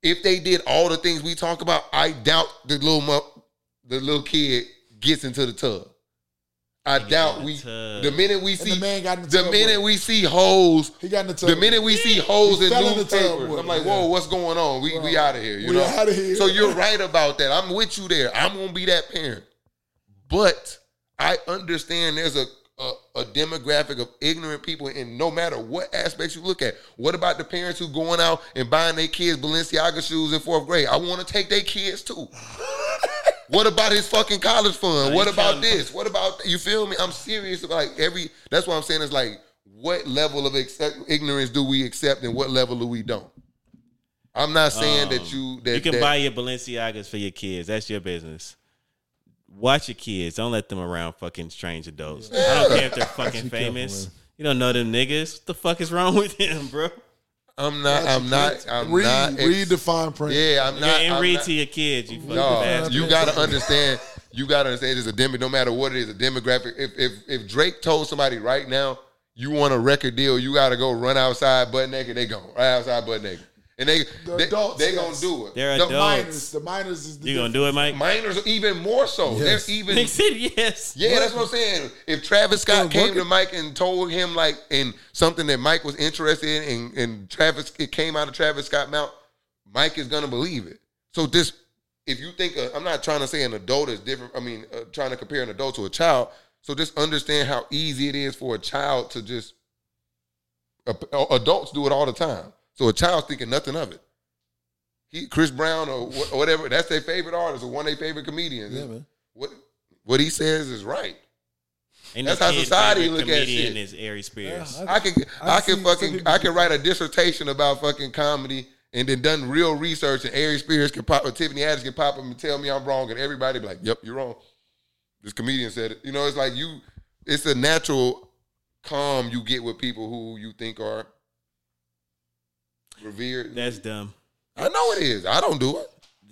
[SPEAKER 1] if they did all the things we talk about, I doubt the little mu- the little kid gets into the tub. I doubt
[SPEAKER 3] in the
[SPEAKER 1] we.
[SPEAKER 3] tub.
[SPEAKER 1] The minute we
[SPEAKER 4] And
[SPEAKER 1] see
[SPEAKER 4] the man got in the
[SPEAKER 1] the
[SPEAKER 4] tub
[SPEAKER 1] minute
[SPEAKER 4] with-
[SPEAKER 1] we see holes
[SPEAKER 4] He got in the tub.
[SPEAKER 1] The minute we see holes
[SPEAKER 4] He
[SPEAKER 1] in
[SPEAKER 4] fell in the tub
[SPEAKER 1] newspapers,
[SPEAKER 4] with
[SPEAKER 1] I'm
[SPEAKER 4] it,
[SPEAKER 1] like,
[SPEAKER 4] yeah.
[SPEAKER 1] whoa, what's going on? We we out of here. You
[SPEAKER 4] We
[SPEAKER 1] know?
[SPEAKER 4] outta here.
[SPEAKER 1] So you're right about that. I'm with you there. I'm gonna be that parent. But I understand there's a a, a demographic of ignorant people, and no matter what aspects you look at, what about the parents who going out and buying their kids Balenciaga shoes in fourth grade? I want to take their kids too. What about his fucking college fund?
[SPEAKER 3] No,
[SPEAKER 1] what
[SPEAKER 3] he's
[SPEAKER 1] about
[SPEAKER 3] trying-
[SPEAKER 1] this? What about you? Feel me? I'm serious about like every. That's what I'm saying is like, what level of accept, ignorance do we accept, and what level do we don't? I'm not saying that you that
[SPEAKER 3] Um, you can
[SPEAKER 1] that-
[SPEAKER 3] buy your Balenciagas for your kids. That's your business. Watch your kids. Don't let them around fucking strange adults. I don't care if they're fucking famous. you don't know them niggas. What the fuck is wrong with them, bro?
[SPEAKER 1] I'm not. I'm not. I'm
[SPEAKER 4] read,
[SPEAKER 1] not. ex-
[SPEAKER 4] read the fine print.
[SPEAKER 1] yeah, I'm not.
[SPEAKER 3] and
[SPEAKER 1] I'm
[SPEAKER 3] read
[SPEAKER 1] not-
[SPEAKER 3] to your kids, you fucking
[SPEAKER 1] No,
[SPEAKER 3] bastard.
[SPEAKER 1] you gotta understand. You gotta understand. It's a demo. No matter what it is, a demographic. If if if Drake told somebody right now, you want a record deal, you gotta go run outside butt naked. They go right outside butt naked, and they
[SPEAKER 4] The
[SPEAKER 1] they,
[SPEAKER 4] adults,
[SPEAKER 1] they gonna
[SPEAKER 4] yes.
[SPEAKER 1] do it.
[SPEAKER 3] They're
[SPEAKER 1] The
[SPEAKER 3] adults.
[SPEAKER 4] Minors. The minors is the
[SPEAKER 3] You gonna do it, Mike?
[SPEAKER 1] Minors are even more so.
[SPEAKER 2] Yes.
[SPEAKER 1] They're even.
[SPEAKER 3] They said yes.
[SPEAKER 1] Yeah, that's what I'm saying. If Travis Scott
[SPEAKER 2] Yeah,
[SPEAKER 1] came to Mike and told him like and something that Mike was interested in, and, and Travis it came out of Travis Scott mouth, Mike is gonna believe it. So this, if you think i I'm not trying to say an adult is different. I mean, uh, trying to compare an adult to a child. So just understand how easy it is for a child to just. a- Adults do it all the time. So a child's thinking nothing of it. He, Chris Brown or wh- whatever, that's their favorite artist or one of their favorite comedians.
[SPEAKER 2] Yeah, man.
[SPEAKER 1] What what he says is right.
[SPEAKER 3] Ain't
[SPEAKER 1] That's
[SPEAKER 3] no
[SPEAKER 1] how
[SPEAKER 3] kid
[SPEAKER 1] society
[SPEAKER 3] favorite
[SPEAKER 1] look at
[SPEAKER 3] comedian
[SPEAKER 1] shit.
[SPEAKER 3] Is Ari Spears?
[SPEAKER 2] Yeah,
[SPEAKER 1] I can I,
[SPEAKER 2] I
[SPEAKER 1] can
[SPEAKER 2] see
[SPEAKER 1] fucking
[SPEAKER 2] some
[SPEAKER 1] I can write a dissertation about fucking comedy and then done real research and Ari Spears can pop or Tiffany Haddish can pop up and tell me I'm wrong and everybody be like, Yep, you're wrong. This comedian said it. You know, it's like you it's a natural calm you get with people who you think are revered.
[SPEAKER 3] That's dumb.
[SPEAKER 1] I know it is. I don't do it.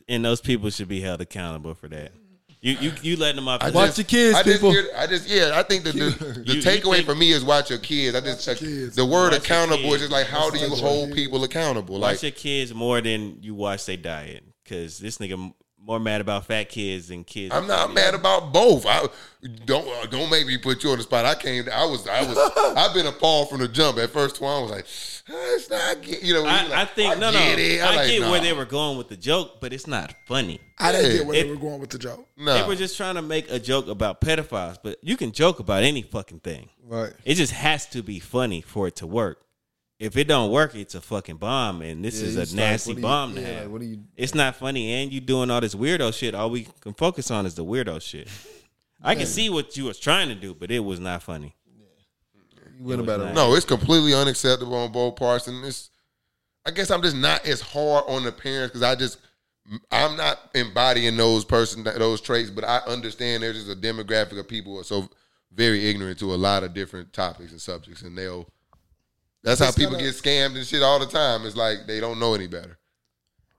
[SPEAKER 3] And those people should be held accountable for that. You you you letting them off
[SPEAKER 1] I
[SPEAKER 3] the
[SPEAKER 2] Watch
[SPEAKER 1] just-
[SPEAKER 2] your kids,
[SPEAKER 1] I just
[SPEAKER 2] people.
[SPEAKER 1] hear- I just yeah. I think the the, the
[SPEAKER 3] You- you
[SPEAKER 1] takeaway
[SPEAKER 3] think-
[SPEAKER 1] for me is watch your kids. I just
[SPEAKER 4] Watch your kids.
[SPEAKER 1] the word
[SPEAKER 3] Watch your
[SPEAKER 1] accountable is
[SPEAKER 3] kids.
[SPEAKER 1] just like how do you
[SPEAKER 4] Watch your
[SPEAKER 1] hold
[SPEAKER 4] kids.
[SPEAKER 1] people accountable?
[SPEAKER 3] Watch
[SPEAKER 1] Like
[SPEAKER 3] your kids more than you watch their diet, because this nigga m- more mad about fat kids than kids.
[SPEAKER 1] I'm not mad about both. I don't uh, don't make me put you on the spot. I came. I was I was I've been appalled from the jump. At first, Twan was like, "Ah, it's not get-" you know. when
[SPEAKER 3] I,
[SPEAKER 1] you like,
[SPEAKER 3] I think no, no.
[SPEAKER 1] get it.
[SPEAKER 3] I
[SPEAKER 1] like,
[SPEAKER 3] get where
[SPEAKER 1] nah,
[SPEAKER 3] they were going with the joke, but it's not funny.
[SPEAKER 4] I didn't get where
[SPEAKER 3] It-
[SPEAKER 4] they were going with the joke.
[SPEAKER 1] nah.
[SPEAKER 3] They were just trying to make a joke about pedophiles, but you can joke about any fucking thing.
[SPEAKER 2] Right.
[SPEAKER 3] It just has to be funny for it to work. If it don't work, it's a fucking bomb, and this
[SPEAKER 2] Yeah, you
[SPEAKER 3] is
[SPEAKER 2] just
[SPEAKER 3] a
[SPEAKER 2] like,
[SPEAKER 3] nasty
[SPEAKER 2] what do you-
[SPEAKER 3] bomb to
[SPEAKER 2] yeah,
[SPEAKER 3] have.
[SPEAKER 2] like, what do you-
[SPEAKER 3] It's not funny, and you doing all this weirdo shit. All we can focus on is the weirdo shit. I can see what you was trying to do, but it was not funny.
[SPEAKER 2] You went about it.
[SPEAKER 1] No, it's completely unacceptable on both parts, and it's. I guess I'm just not as hard on the parents because I just I'm not embodying those person those traits, but I understand there's just a demographic of people who are so very ignorant to a lot of different topics and subjects, and they'll. That's how
[SPEAKER 4] It's
[SPEAKER 1] people
[SPEAKER 4] gotta-
[SPEAKER 1] get scammed and shit all the time. It's like they don't know any better.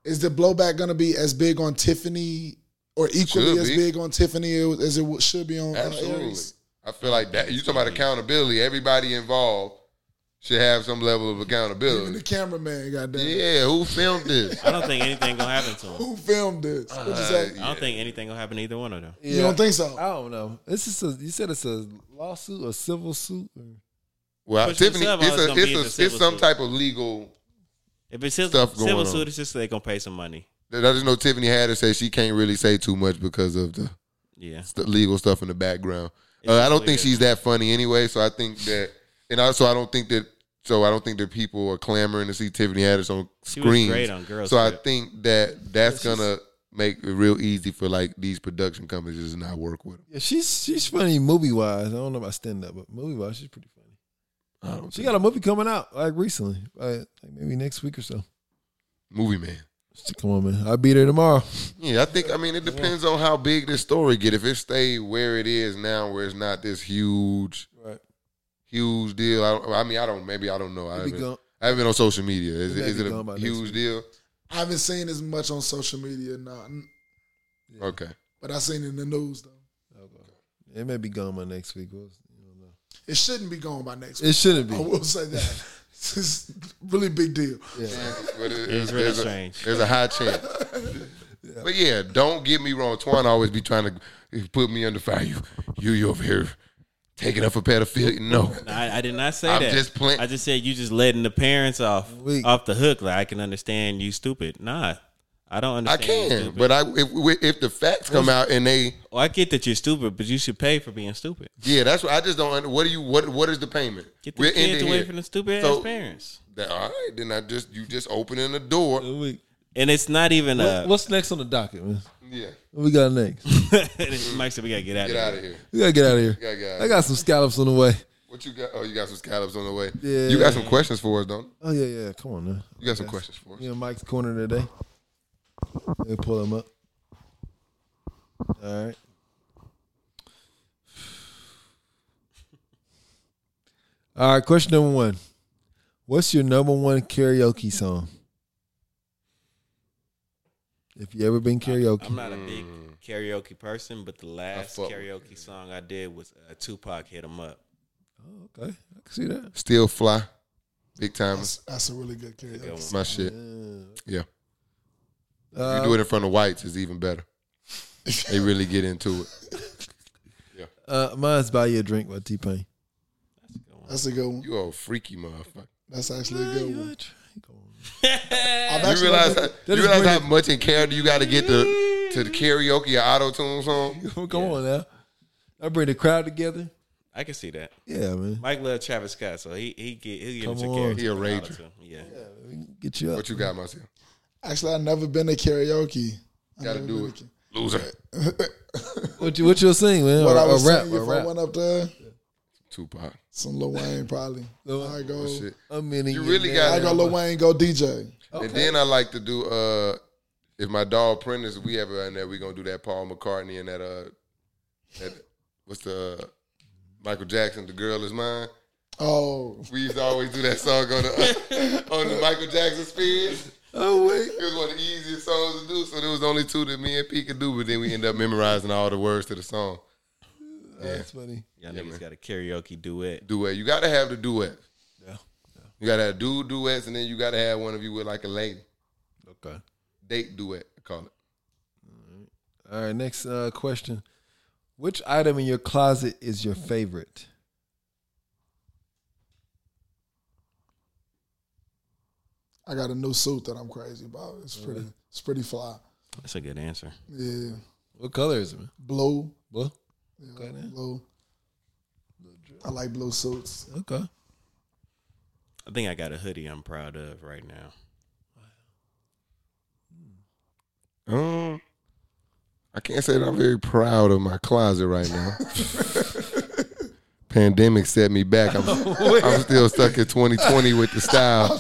[SPEAKER 4] Is the blowback going to be as big on Tiffany or equally
[SPEAKER 1] Should
[SPEAKER 4] as
[SPEAKER 1] be.
[SPEAKER 4] big on Tiffany as it w- should be on uh,
[SPEAKER 1] Absolutely.
[SPEAKER 4] Aries?
[SPEAKER 1] I feel like that. You talking about accountability? Everybody involved should have some level of
[SPEAKER 4] Even the
[SPEAKER 1] accountability.
[SPEAKER 4] cameraman, goddamn. it.
[SPEAKER 1] Yeah, who filmed this?
[SPEAKER 3] I don't think anything gonna happen to him.
[SPEAKER 4] Who filmed this? What'd
[SPEAKER 1] Uh,
[SPEAKER 4] you say?
[SPEAKER 3] I don't think anything gonna happen to either one of them.
[SPEAKER 4] You don't think so?
[SPEAKER 2] I don't know. This is a, you said it's a lawsuit, a civil suit. or-
[SPEAKER 1] Well,
[SPEAKER 3] Push
[SPEAKER 1] Tiffany,
[SPEAKER 3] yourself,
[SPEAKER 1] it's
[SPEAKER 3] I was
[SPEAKER 1] a
[SPEAKER 3] gonna be in the
[SPEAKER 1] it's a
[SPEAKER 3] civil
[SPEAKER 1] it's some
[SPEAKER 3] suit.
[SPEAKER 1] type of legal.
[SPEAKER 3] If it's his
[SPEAKER 1] Stuff going
[SPEAKER 3] civil
[SPEAKER 1] on.
[SPEAKER 3] suit, it's just they gonna pay some money.
[SPEAKER 1] I just know Tiffany Haddish said she can't really say too much because of the
[SPEAKER 3] Yeah.
[SPEAKER 1] st- legal stuff in the background.
[SPEAKER 3] It's
[SPEAKER 1] Uh, I don't
[SPEAKER 3] weird.
[SPEAKER 1] think she's that funny anyway, so I think that, and also I don't think that, so I don't think that people are clamoring to see Tiffany Haddish on
[SPEAKER 3] She
[SPEAKER 1] screen.
[SPEAKER 3] was great on Girls
[SPEAKER 1] So I
[SPEAKER 3] Trip.
[SPEAKER 1] think that that's
[SPEAKER 3] This is-
[SPEAKER 1] gonna make it real easy for like these production companies to just not work with. Them.
[SPEAKER 2] Yeah, she's she's funny movie wise. I don't know about stand up, but movie wise, she's pretty funny.
[SPEAKER 1] I don't
[SPEAKER 2] She got a movie coming out like recently, like, like maybe next week or so.
[SPEAKER 1] movie man.
[SPEAKER 2] She- Come on, man! I'll be there tomorrow.
[SPEAKER 1] Yeah, I think I mean it depends on how big this story get. If it stay where it is now, where it's not this huge,
[SPEAKER 2] Right,
[SPEAKER 1] huge deal. I, don't, I mean, I don't. Maybe I don't know. I
[SPEAKER 2] It'll be
[SPEAKER 1] haven't,
[SPEAKER 2] gone.
[SPEAKER 1] I haven't been on social media. Is
[SPEAKER 2] It
[SPEAKER 1] it,
[SPEAKER 2] may
[SPEAKER 1] is
[SPEAKER 2] be
[SPEAKER 1] it
[SPEAKER 2] gone by
[SPEAKER 1] a
[SPEAKER 2] next
[SPEAKER 1] huge
[SPEAKER 2] week.
[SPEAKER 1] deal?
[SPEAKER 4] I haven't seen as much on social media, no, n-
[SPEAKER 2] Yeah.
[SPEAKER 1] Okay.
[SPEAKER 4] but I seen it in the news though.
[SPEAKER 2] Okay. It may be gone by next week. We'll, I don't know.
[SPEAKER 4] It shouldn't be gone by next
[SPEAKER 2] It
[SPEAKER 4] week.
[SPEAKER 2] shouldn't be.
[SPEAKER 4] I will say that. This is really big deal.
[SPEAKER 2] Yeah.
[SPEAKER 1] But it- there's-
[SPEAKER 3] It's really
[SPEAKER 1] there's a-
[SPEAKER 3] strange.
[SPEAKER 1] There's a high chance. But yeah, don't get me wrong. Twan always be trying to put me under fire. You, you, you over here taking up for pedophilia. No,
[SPEAKER 3] No, I, I did not say
[SPEAKER 1] I'm
[SPEAKER 3] that.
[SPEAKER 1] just playing.
[SPEAKER 3] I just said you just letting the parents off
[SPEAKER 2] Weak.
[SPEAKER 3] off the hook. Like I can understand you stupid. Nah, I don't
[SPEAKER 1] I
[SPEAKER 3] understand. you
[SPEAKER 1] can,
[SPEAKER 3] stupid.
[SPEAKER 1] but I if, we- if the facts come out and they
[SPEAKER 3] Well, I get that you're stupid, but you should pay for being stupid.
[SPEAKER 1] yeah, that's what I just don't. under- What do you what What is the payment?
[SPEAKER 3] Get the
[SPEAKER 1] We're
[SPEAKER 3] kids
[SPEAKER 1] ending
[SPEAKER 3] away
[SPEAKER 1] here.
[SPEAKER 3] from the stupid
[SPEAKER 1] So-
[SPEAKER 3] ass parents.
[SPEAKER 1] That- all right, then I just you just opening the door.
[SPEAKER 3] And it's not even
[SPEAKER 2] What-
[SPEAKER 3] a.
[SPEAKER 2] what's next on the docket, man?
[SPEAKER 1] Yeah,
[SPEAKER 2] What we got next?
[SPEAKER 3] Mike said we gotta get out
[SPEAKER 1] get
[SPEAKER 3] of
[SPEAKER 1] out
[SPEAKER 3] here.
[SPEAKER 1] of here.
[SPEAKER 2] We gotta get out of here.
[SPEAKER 1] Yeah, yeah.
[SPEAKER 2] I got some scallops on the way.
[SPEAKER 1] What you got? Oh, you got some scallops on the way.
[SPEAKER 2] Yeah.
[SPEAKER 1] You got some questions for us, don't? you?
[SPEAKER 2] Oh yeah, yeah. Come on now.
[SPEAKER 1] You got some questions for us.
[SPEAKER 2] You in Mike's corner today? They pull him up. All right. All right. Question number one. What's your number one karaoke song? If you ever been karaoke,
[SPEAKER 3] I'm not a big karaoke person, but the last
[SPEAKER 1] Hmm. fuck with
[SPEAKER 3] karaoke song I did was uh, Tupac "Hit 'Em Up."
[SPEAKER 2] oh, okay, I can see that.
[SPEAKER 1] Still fly, big time.
[SPEAKER 4] That's, that's a really good
[SPEAKER 3] Good
[SPEAKER 4] karaoke.
[SPEAKER 3] one.
[SPEAKER 1] My shit.
[SPEAKER 2] Yeah.
[SPEAKER 1] Yeah.
[SPEAKER 2] Uh,
[SPEAKER 1] you do it in front of whites is even better. they really get into it.
[SPEAKER 2] uh, mine's "Buy You a Drink" by T Pain.
[SPEAKER 3] That's a good one.
[SPEAKER 4] That's a good one.
[SPEAKER 1] You a freaky motherfucker.
[SPEAKER 4] That's actually a good one. I've
[SPEAKER 1] You
[SPEAKER 4] actually
[SPEAKER 1] realize how, you realize
[SPEAKER 2] brilliant.
[SPEAKER 1] how much in character you got to get to to the karaoke or auto tune song.
[SPEAKER 2] Come on now. I bring the crowd together.
[SPEAKER 3] I can see that.
[SPEAKER 2] Yeah, man.
[SPEAKER 3] Mike loves Travis Scott, so he he get he get into
[SPEAKER 2] Come on.
[SPEAKER 3] karaoke.
[SPEAKER 1] He a
[SPEAKER 3] with
[SPEAKER 1] rager.
[SPEAKER 3] auto-tune. Yeah.
[SPEAKER 2] We can Get you up.
[SPEAKER 1] What you got, myself?
[SPEAKER 4] Actually, I've never been to karaoke. I've
[SPEAKER 1] Got to
[SPEAKER 4] never
[SPEAKER 1] do
[SPEAKER 4] been
[SPEAKER 1] it, loser.
[SPEAKER 2] What you what you'll sing, man?
[SPEAKER 4] What
[SPEAKER 2] or,
[SPEAKER 4] I was
[SPEAKER 2] or rap,
[SPEAKER 4] saying,
[SPEAKER 2] or
[SPEAKER 4] if I
[SPEAKER 2] rap.
[SPEAKER 4] went up there,
[SPEAKER 1] Tupac.
[SPEAKER 4] some Lil Wayne probably.
[SPEAKER 2] Lil-
[SPEAKER 4] I go,
[SPEAKER 1] Oh, shit.
[SPEAKER 2] A minute.
[SPEAKER 1] You really
[SPEAKER 2] man.
[SPEAKER 1] got-
[SPEAKER 4] I go Lil Wayne, go DJ.
[SPEAKER 1] And then I like to do uh, if my dog Prentice, if we ever in there, we gonna do that Paul McCartney and that uh, that what's the uh, Michael Jackson, the girl is mine.
[SPEAKER 4] Oh,
[SPEAKER 1] We used to always do that song on the on the Michael Jackson speed.
[SPEAKER 2] Oh wait.
[SPEAKER 1] It was one of the easiest songs to do, so there was only two that me and Pete could do, but then we end up memorizing all the words to the song.
[SPEAKER 2] That's funny.
[SPEAKER 3] Y'all niggas got a karaoke duet.
[SPEAKER 1] Duet. You gotta have the duet.
[SPEAKER 2] Yeah.
[SPEAKER 1] You gotta have dude duets, and then you gotta have one of you with like a lady.
[SPEAKER 2] Okay.
[SPEAKER 1] Date duet, I call it.
[SPEAKER 2] All right. Next uh, question. Which item in your closet is your favorite?
[SPEAKER 4] I got a new suit that I'm crazy about. It's pretty, it's pretty fly.
[SPEAKER 3] That's a good answer.
[SPEAKER 4] Yeah,
[SPEAKER 2] What color is it, man?
[SPEAKER 4] blue,
[SPEAKER 2] Blue.
[SPEAKER 4] yeah,
[SPEAKER 2] Okay, then.
[SPEAKER 4] blue. I like blue suits.
[SPEAKER 2] Okay.
[SPEAKER 3] I think I got a hoodie I'm proud of right now.
[SPEAKER 1] Um, I can't say that I'm very proud of my closet right now. Pandemic set me back. I'm, I'm still stuck in 2020 with the style.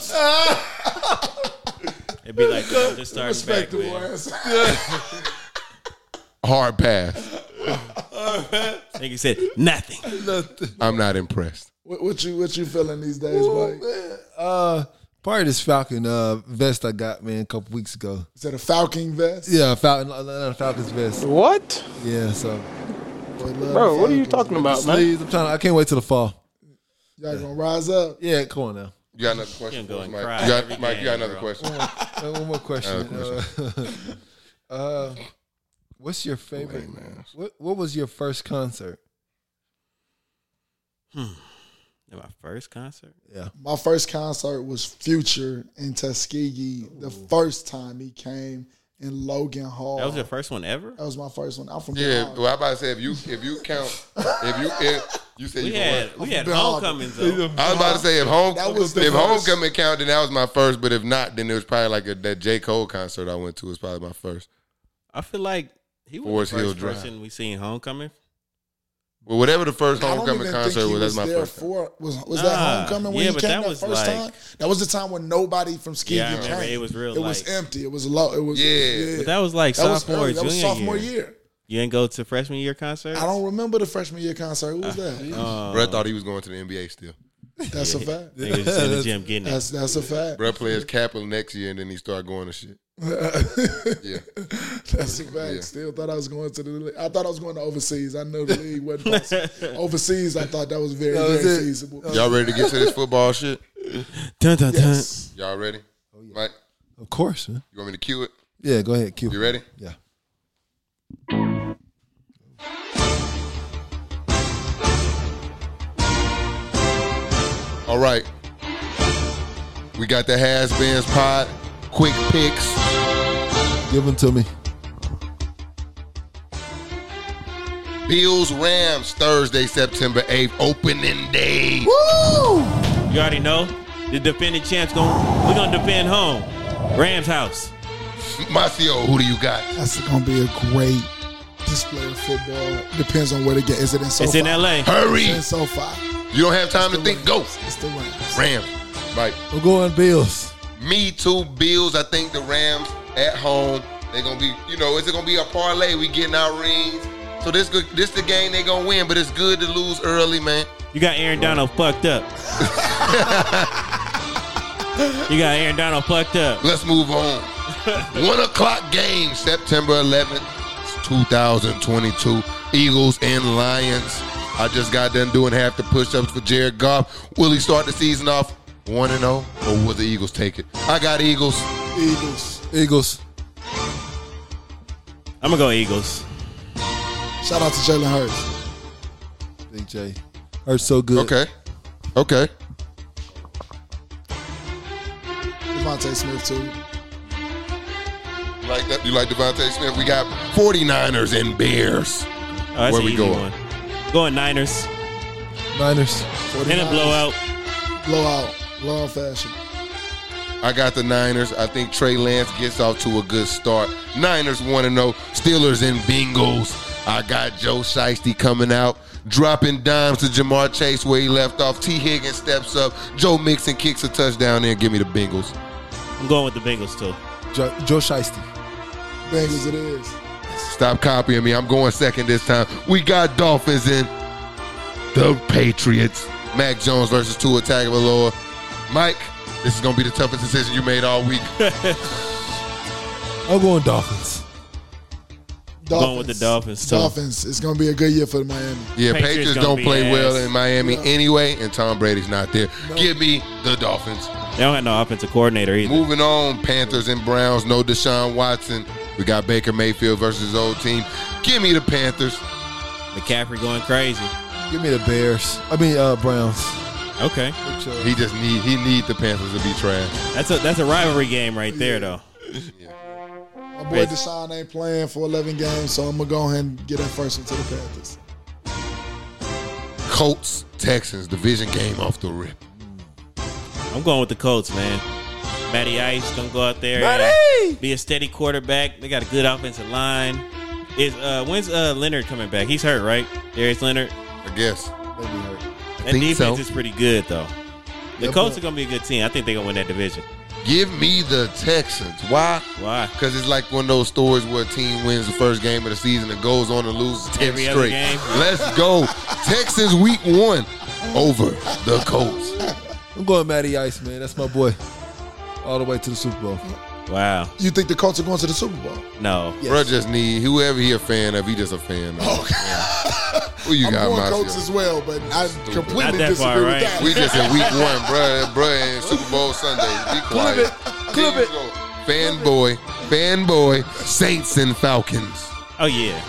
[SPEAKER 3] It'd be like I'm just starting back
[SPEAKER 4] Respectable
[SPEAKER 3] with
[SPEAKER 4] ass.
[SPEAKER 1] Hard pass.
[SPEAKER 3] nigga said nothing.
[SPEAKER 1] I'm not impressed.
[SPEAKER 4] what, what you, what you feeling these days, Mike?
[SPEAKER 2] Uh, part of this Falcon uh vest I got, man, a couple weeks ago.
[SPEAKER 4] Is that a Falcon vest?
[SPEAKER 2] Yeah, Falcon, uh, not a Falcon's vest.
[SPEAKER 5] What?
[SPEAKER 2] Yeah. So
[SPEAKER 5] Bro, what are you talking about, man?
[SPEAKER 2] please, I'm trying. To, I can't wait till the fall.
[SPEAKER 4] Y'all gonna rise up?
[SPEAKER 2] Yeah. Come on now.
[SPEAKER 1] You got another question?
[SPEAKER 3] You gonna
[SPEAKER 1] for
[SPEAKER 3] go
[SPEAKER 1] us, Mike?
[SPEAKER 3] and cry
[SPEAKER 1] You got-
[SPEAKER 3] every
[SPEAKER 1] Mike, you got
[SPEAKER 3] game,
[SPEAKER 1] another
[SPEAKER 3] bro.
[SPEAKER 1] question.
[SPEAKER 2] Uh, one more question. Uh, uh, what's your favorite? What What was your first concert?
[SPEAKER 3] At my first concert.
[SPEAKER 2] Yeah.
[SPEAKER 4] My first concert was Future in Tuskegee. The first time he came and Logan Hall.
[SPEAKER 3] That was your first one ever.
[SPEAKER 4] That was my first one. I'm from
[SPEAKER 1] Yeah,
[SPEAKER 4] Big Harbor.
[SPEAKER 1] well, I about to say if you if you count if you if, you said
[SPEAKER 3] We
[SPEAKER 1] you
[SPEAKER 3] had
[SPEAKER 1] from
[SPEAKER 3] we had
[SPEAKER 4] Big Harbor.
[SPEAKER 3] homecomings though.
[SPEAKER 1] what? I was about to say if home
[SPEAKER 4] That was the
[SPEAKER 1] if
[SPEAKER 4] first.
[SPEAKER 1] homecoming count then that was my first, but if not, then it was probably like a, that J Cole concert I went to was probably my first.
[SPEAKER 3] I feel like he was
[SPEAKER 1] Forest
[SPEAKER 3] the
[SPEAKER 1] Hill
[SPEAKER 3] first
[SPEAKER 1] Drive.
[SPEAKER 3] person we seen homecoming.
[SPEAKER 1] Well, whatever the first
[SPEAKER 4] I don't even
[SPEAKER 1] homecoming
[SPEAKER 4] think
[SPEAKER 1] concert
[SPEAKER 4] he
[SPEAKER 1] was, that's
[SPEAKER 4] was
[SPEAKER 1] my
[SPEAKER 4] there
[SPEAKER 1] first. time.
[SPEAKER 4] for was was
[SPEAKER 3] Nah,
[SPEAKER 4] that homecoming when
[SPEAKER 3] yeah,
[SPEAKER 4] he
[SPEAKER 3] but
[SPEAKER 4] came
[SPEAKER 3] that
[SPEAKER 4] that,
[SPEAKER 3] was
[SPEAKER 4] first
[SPEAKER 3] like-
[SPEAKER 4] time? That was the time when nobody from Skeevy
[SPEAKER 3] Yeah, I remember.
[SPEAKER 4] came.
[SPEAKER 3] It was real,
[SPEAKER 4] It was
[SPEAKER 3] like-
[SPEAKER 4] empty. It was low. It was
[SPEAKER 1] Yeah.
[SPEAKER 3] But that was like
[SPEAKER 4] That was
[SPEAKER 3] sophomore,
[SPEAKER 4] early.
[SPEAKER 3] junior
[SPEAKER 4] That was sophomore
[SPEAKER 3] year.
[SPEAKER 4] year.
[SPEAKER 3] You didn't go to freshman year concert.
[SPEAKER 4] I don't remember the freshman year concert. Who was
[SPEAKER 3] Uh,
[SPEAKER 4] that?
[SPEAKER 1] Brett thought he was going to the NBA still.
[SPEAKER 4] That's a fact.
[SPEAKER 3] They was just in the gym getting it.
[SPEAKER 4] That's that's a fact.
[SPEAKER 1] Brett plays Kaplan next year, and then he started going to shit. yeah,
[SPEAKER 4] That's a fact.
[SPEAKER 1] Yeah.
[SPEAKER 4] Still thought I was going to the. league. I thought I was going to overseas. I know the league wasn't possible. overseas. I thought that was very
[SPEAKER 2] That was
[SPEAKER 4] very
[SPEAKER 2] it.
[SPEAKER 4] feasible.
[SPEAKER 1] y'all ready to get to this football shit?
[SPEAKER 3] Dun, dun, dun.
[SPEAKER 4] Yes.
[SPEAKER 1] Y'all ready?
[SPEAKER 4] Oh,
[SPEAKER 1] Mike,
[SPEAKER 2] Of course, man.
[SPEAKER 1] you want me to cue it?
[SPEAKER 2] Yeah, go ahead, Q.
[SPEAKER 1] You ready?
[SPEAKER 2] Yeah.
[SPEAKER 1] All right. We got the Has Beens pod. Quick picks.
[SPEAKER 2] Give them to me.
[SPEAKER 1] Bills Rams Thursday, September 8th. Opening day.
[SPEAKER 3] You already know the defending champs going. We're gonna defend home. Rams house.
[SPEAKER 1] Macio, who do you got?
[SPEAKER 4] That's gonna be a great display of football. Depends on where they get. Is it in SoFi?
[SPEAKER 3] It's in L.A.
[SPEAKER 1] Hurry.
[SPEAKER 4] It's in SoFi.
[SPEAKER 1] You don't have time to
[SPEAKER 4] The
[SPEAKER 1] think. Go.
[SPEAKER 4] Rams. It's the Rams.
[SPEAKER 1] Rams. Mike.
[SPEAKER 2] I'm going Bills.
[SPEAKER 1] Me too, Bills. I think the Rams at home. They're gonna be, you know, it's gonna be a parlay. We getting our rings. So this good this the game they gonna win, but it's good to lose early, man.
[SPEAKER 3] You got Aaron Donald fucked up. you got Aaron Donald fucked up.
[SPEAKER 1] Let's move on. One o'clock game, September 11th, 2022. Eagles and Lions. I just got done doing half the push-ups for Jared Goff. Will he start the season off 1 and 0 or will the Eagles take it? I got Eagles.
[SPEAKER 4] Eagles.
[SPEAKER 2] Eagles.
[SPEAKER 3] I'm gonna go Eagles.
[SPEAKER 4] Shout out to Jalen Hurts.
[SPEAKER 2] Big J. Hurts so good.
[SPEAKER 1] Okay. Okay.
[SPEAKER 4] Devontae Smith too.
[SPEAKER 1] You like that? You like Devontae Smith? We got 49ers and Bears.
[SPEAKER 3] Oh, that's
[SPEAKER 1] Where
[SPEAKER 3] an
[SPEAKER 1] we
[SPEAKER 3] easy
[SPEAKER 1] going?
[SPEAKER 3] one. Going Niners
[SPEAKER 2] Niners.
[SPEAKER 4] 49ers.
[SPEAKER 3] in a blowout.
[SPEAKER 4] Blowout. Blowout fashion.
[SPEAKER 1] I got the Niners. I think Trey Lance gets off to a good start. Niners 1 0. Steelers and Bengals. I got Joe Shiesty coming out, dropping dimes to Jamar Chase where he left off. T. Higgins steps up. Joe Mixon kicks a touchdown there. Give me the Bengals.
[SPEAKER 3] I'm going with the Bengals too.
[SPEAKER 2] Jo- Joe Shiesty.
[SPEAKER 4] Bengals it is.
[SPEAKER 1] Stop copying me. I'm going second this time. We got Dolphins and the Patriots. Mac Jones versus Tua Tagovailoa. Mike, this is going to be the toughest decision you made all week.
[SPEAKER 2] I'm going Dolphins.
[SPEAKER 4] Dolphins.
[SPEAKER 3] Going with the Dolphins too.
[SPEAKER 4] Dolphins. It's gonna be a good year for the Miami.
[SPEAKER 1] Yeah,
[SPEAKER 3] Patriots
[SPEAKER 1] Patriots,
[SPEAKER 3] gonna
[SPEAKER 1] don't
[SPEAKER 3] be
[SPEAKER 1] play well
[SPEAKER 3] ass.
[SPEAKER 1] in Miami
[SPEAKER 4] Yeah.
[SPEAKER 1] anyway, and Tom Brady's not there. Give me the Dolphins.
[SPEAKER 3] They don't have no offensive coordinator either.
[SPEAKER 1] Moving on, Panthers and Browns. No Deshaun Watson. We got Baker Mayfield versus his old team. Give me the Panthers.
[SPEAKER 3] McCaffrey going crazy.
[SPEAKER 2] Give me the Bears. I mean, uh, Browns.
[SPEAKER 3] Okay,
[SPEAKER 2] Big J.
[SPEAKER 1] He just need he need the Panthers to be trash.
[SPEAKER 3] that's a that's a rivalry game right there though.
[SPEAKER 4] My boy Deshaun ain't playing for 11 games, so I'm gonna go ahead and get that first one to the Panthers.
[SPEAKER 1] Colts Texans division game off the rip.
[SPEAKER 3] I'm going with the Colts, man. Matty Ice gonna go out there and be a steady quarterback. They got a good offensive line. Is uh when's uh Leonard coming back? He's hurt, right? Darius Leonard.
[SPEAKER 1] I guess.
[SPEAKER 2] That'd be hurt.
[SPEAKER 3] That
[SPEAKER 1] think
[SPEAKER 3] defense
[SPEAKER 1] so.
[SPEAKER 3] is pretty good though. The
[SPEAKER 2] Yeah,
[SPEAKER 3] Colts
[SPEAKER 2] but-
[SPEAKER 3] are gonna be a good team. I think they're gonna win that division.
[SPEAKER 1] Give me the Texans. Why?
[SPEAKER 3] Why?
[SPEAKER 1] Because it's like one of those stories where a team wins the first game of the season and goes on and loses 10
[SPEAKER 3] Every other
[SPEAKER 1] straight.
[SPEAKER 3] game.
[SPEAKER 1] Let's go. Texans week one over the Colts.
[SPEAKER 2] I'm going Matty Ice, man. That's my boy. All the way to the Super Bowl.
[SPEAKER 3] Wow.
[SPEAKER 4] You think the Colts are going to the Super Bowl?
[SPEAKER 3] No.
[SPEAKER 1] Bruh just need whoever he a fan of, he just a fan of. Who you
[SPEAKER 4] I'm
[SPEAKER 1] got,
[SPEAKER 4] going Colts as
[SPEAKER 1] Macio?
[SPEAKER 4] well, but I
[SPEAKER 3] Not
[SPEAKER 4] completely
[SPEAKER 3] that
[SPEAKER 4] disagree
[SPEAKER 3] far,
[SPEAKER 4] with
[SPEAKER 3] right?
[SPEAKER 4] that.
[SPEAKER 1] We just in week one, bruh. Bruh, in Super Bowl Sunday. Be quiet.
[SPEAKER 2] it. Clip
[SPEAKER 1] Here you
[SPEAKER 2] it.
[SPEAKER 1] go. Fanboy, fanboy, Saints and Falcons.
[SPEAKER 3] Oh yeah.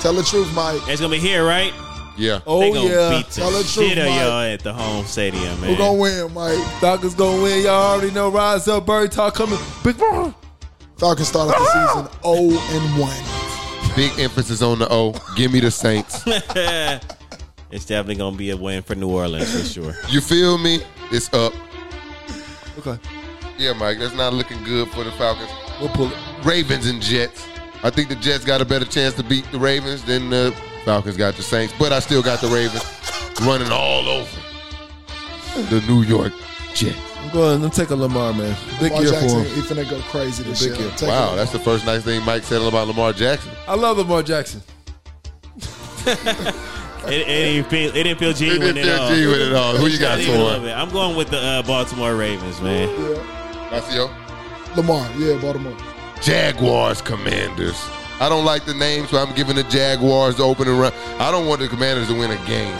[SPEAKER 4] Tell the truth, Mike.
[SPEAKER 3] It's gonna be here, right?
[SPEAKER 1] Yeah.
[SPEAKER 2] Oh,
[SPEAKER 3] they gonna
[SPEAKER 2] yeah.
[SPEAKER 3] beat the
[SPEAKER 4] Tell the truth,
[SPEAKER 3] shit out
[SPEAKER 4] Mike.
[SPEAKER 3] y'all at the home stadium, man.
[SPEAKER 4] Who gonna win, Mike?
[SPEAKER 2] Falcons going to win. Y'all already know. Rise up. Bird talk coming. Big Bro.
[SPEAKER 4] Falcons started the season 0 and 1.
[SPEAKER 1] Big emphasis on the O. Give me the Saints.
[SPEAKER 3] It's definitely gonna be a win for New Orleans for sure.
[SPEAKER 1] You feel me? It's up.
[SPEAKER 2] Okay,
[SPEAKER 1] Yeah, Mike, that's not looking good for the Falcons.
[SPEAKER 2] we'll pull it.
[SPEAKER 1] Ravens and Jets. I think the Jets got a better chance to beat the Ravens than the Falcons got the Saints, but I still got the Ravens running all over the New York Jets.
[SPEAKER 2] I'm going. I'm taking Lamar, man. Big
[SPEAKER 4] Lamar
[SPEAKER 2] year
[SPEAKER 4] Jackson,
[SPEAKER 2] for him.
[SPEAKER 4] he finna go crazy this
[SPEAKER 2] Big
[SPEAKER 4] year.
[SPEAKER 2] year.
[SPEAKER 4] I'm taking
[SPEAKER 1] Wow,
[SPEAKER 4] him.
[SPEAKER 1] that's the first nice thing Mike said about Lamar Jackson.
[SPEAKER 2] I love Lamar Jackson.
[SPEAKER 3] It, it didn't feel it didn't feel
[SPEAKER 1] It uh,
[SPEAKER 3] genuine
[SPEAKER 1] didn't
[SPEAKER 3] at all.
[SPEAKER 1] feel G with it all. Who you got
[SPEAKER 3] Not even a little
[SPEAKER 1] for
[SPEAKER 3] bit. I'm going with the uh, Baltimore Ravens, man.
[SPEAKER 1] Macio?
[SPEAKER 4] Lamar, yeah, Baltimore.
[SPEAKER 1] Jaguars Commanders. I don't like the name, so I'm giving the Jaguars the opening run. I don't want the Commanders to win a game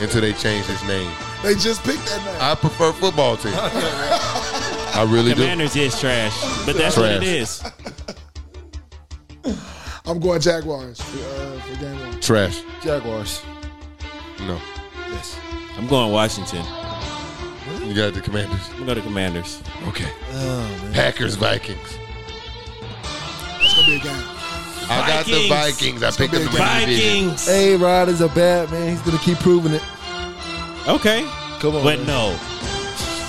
[SPEAKER 1] until they change this name.
[SPEAKER 4] They just picked that man.
[SPEAKER 1] I prefer football team. I really do.
[SPEAKER 3] Commanders is trash, but that's what it is.
[SPEAKER 4] I'm going Jaguars for, uh, for game one.
[SPEAKER 1] Trash.
[SPEAKER 2] Jaguars.
[SPEAKER 1] No.
[SPEAKER 2] Yes.
[SPEAKER 3] I'm going Washington.
[SPEAKER 1] You got the Commanders.
[SPEAKER 3] I'm going to Commanders.
[SPEAKER 1] Okay.
[SPEAKER 4] Oh,
[SPEAKER 1] Packers, Vikings.
[SPEAKER 4] It's gonna be a game.
[SPEAKER 1] I got the
[SPEAKER 3] Vikings.
[SPEAKER 1] Vikings. I picked them to win the division.
[SPEAKER 3] Vikings.
[SPEAKER 2] A Rod is a bad man. He's gonna keep proving it.
[SPEAKER 3] Okay,
[SPEAKER 2] Come on.
[SPEAKER 3] but
[SPEAKER 2] man.
[SPEAKER 3] no,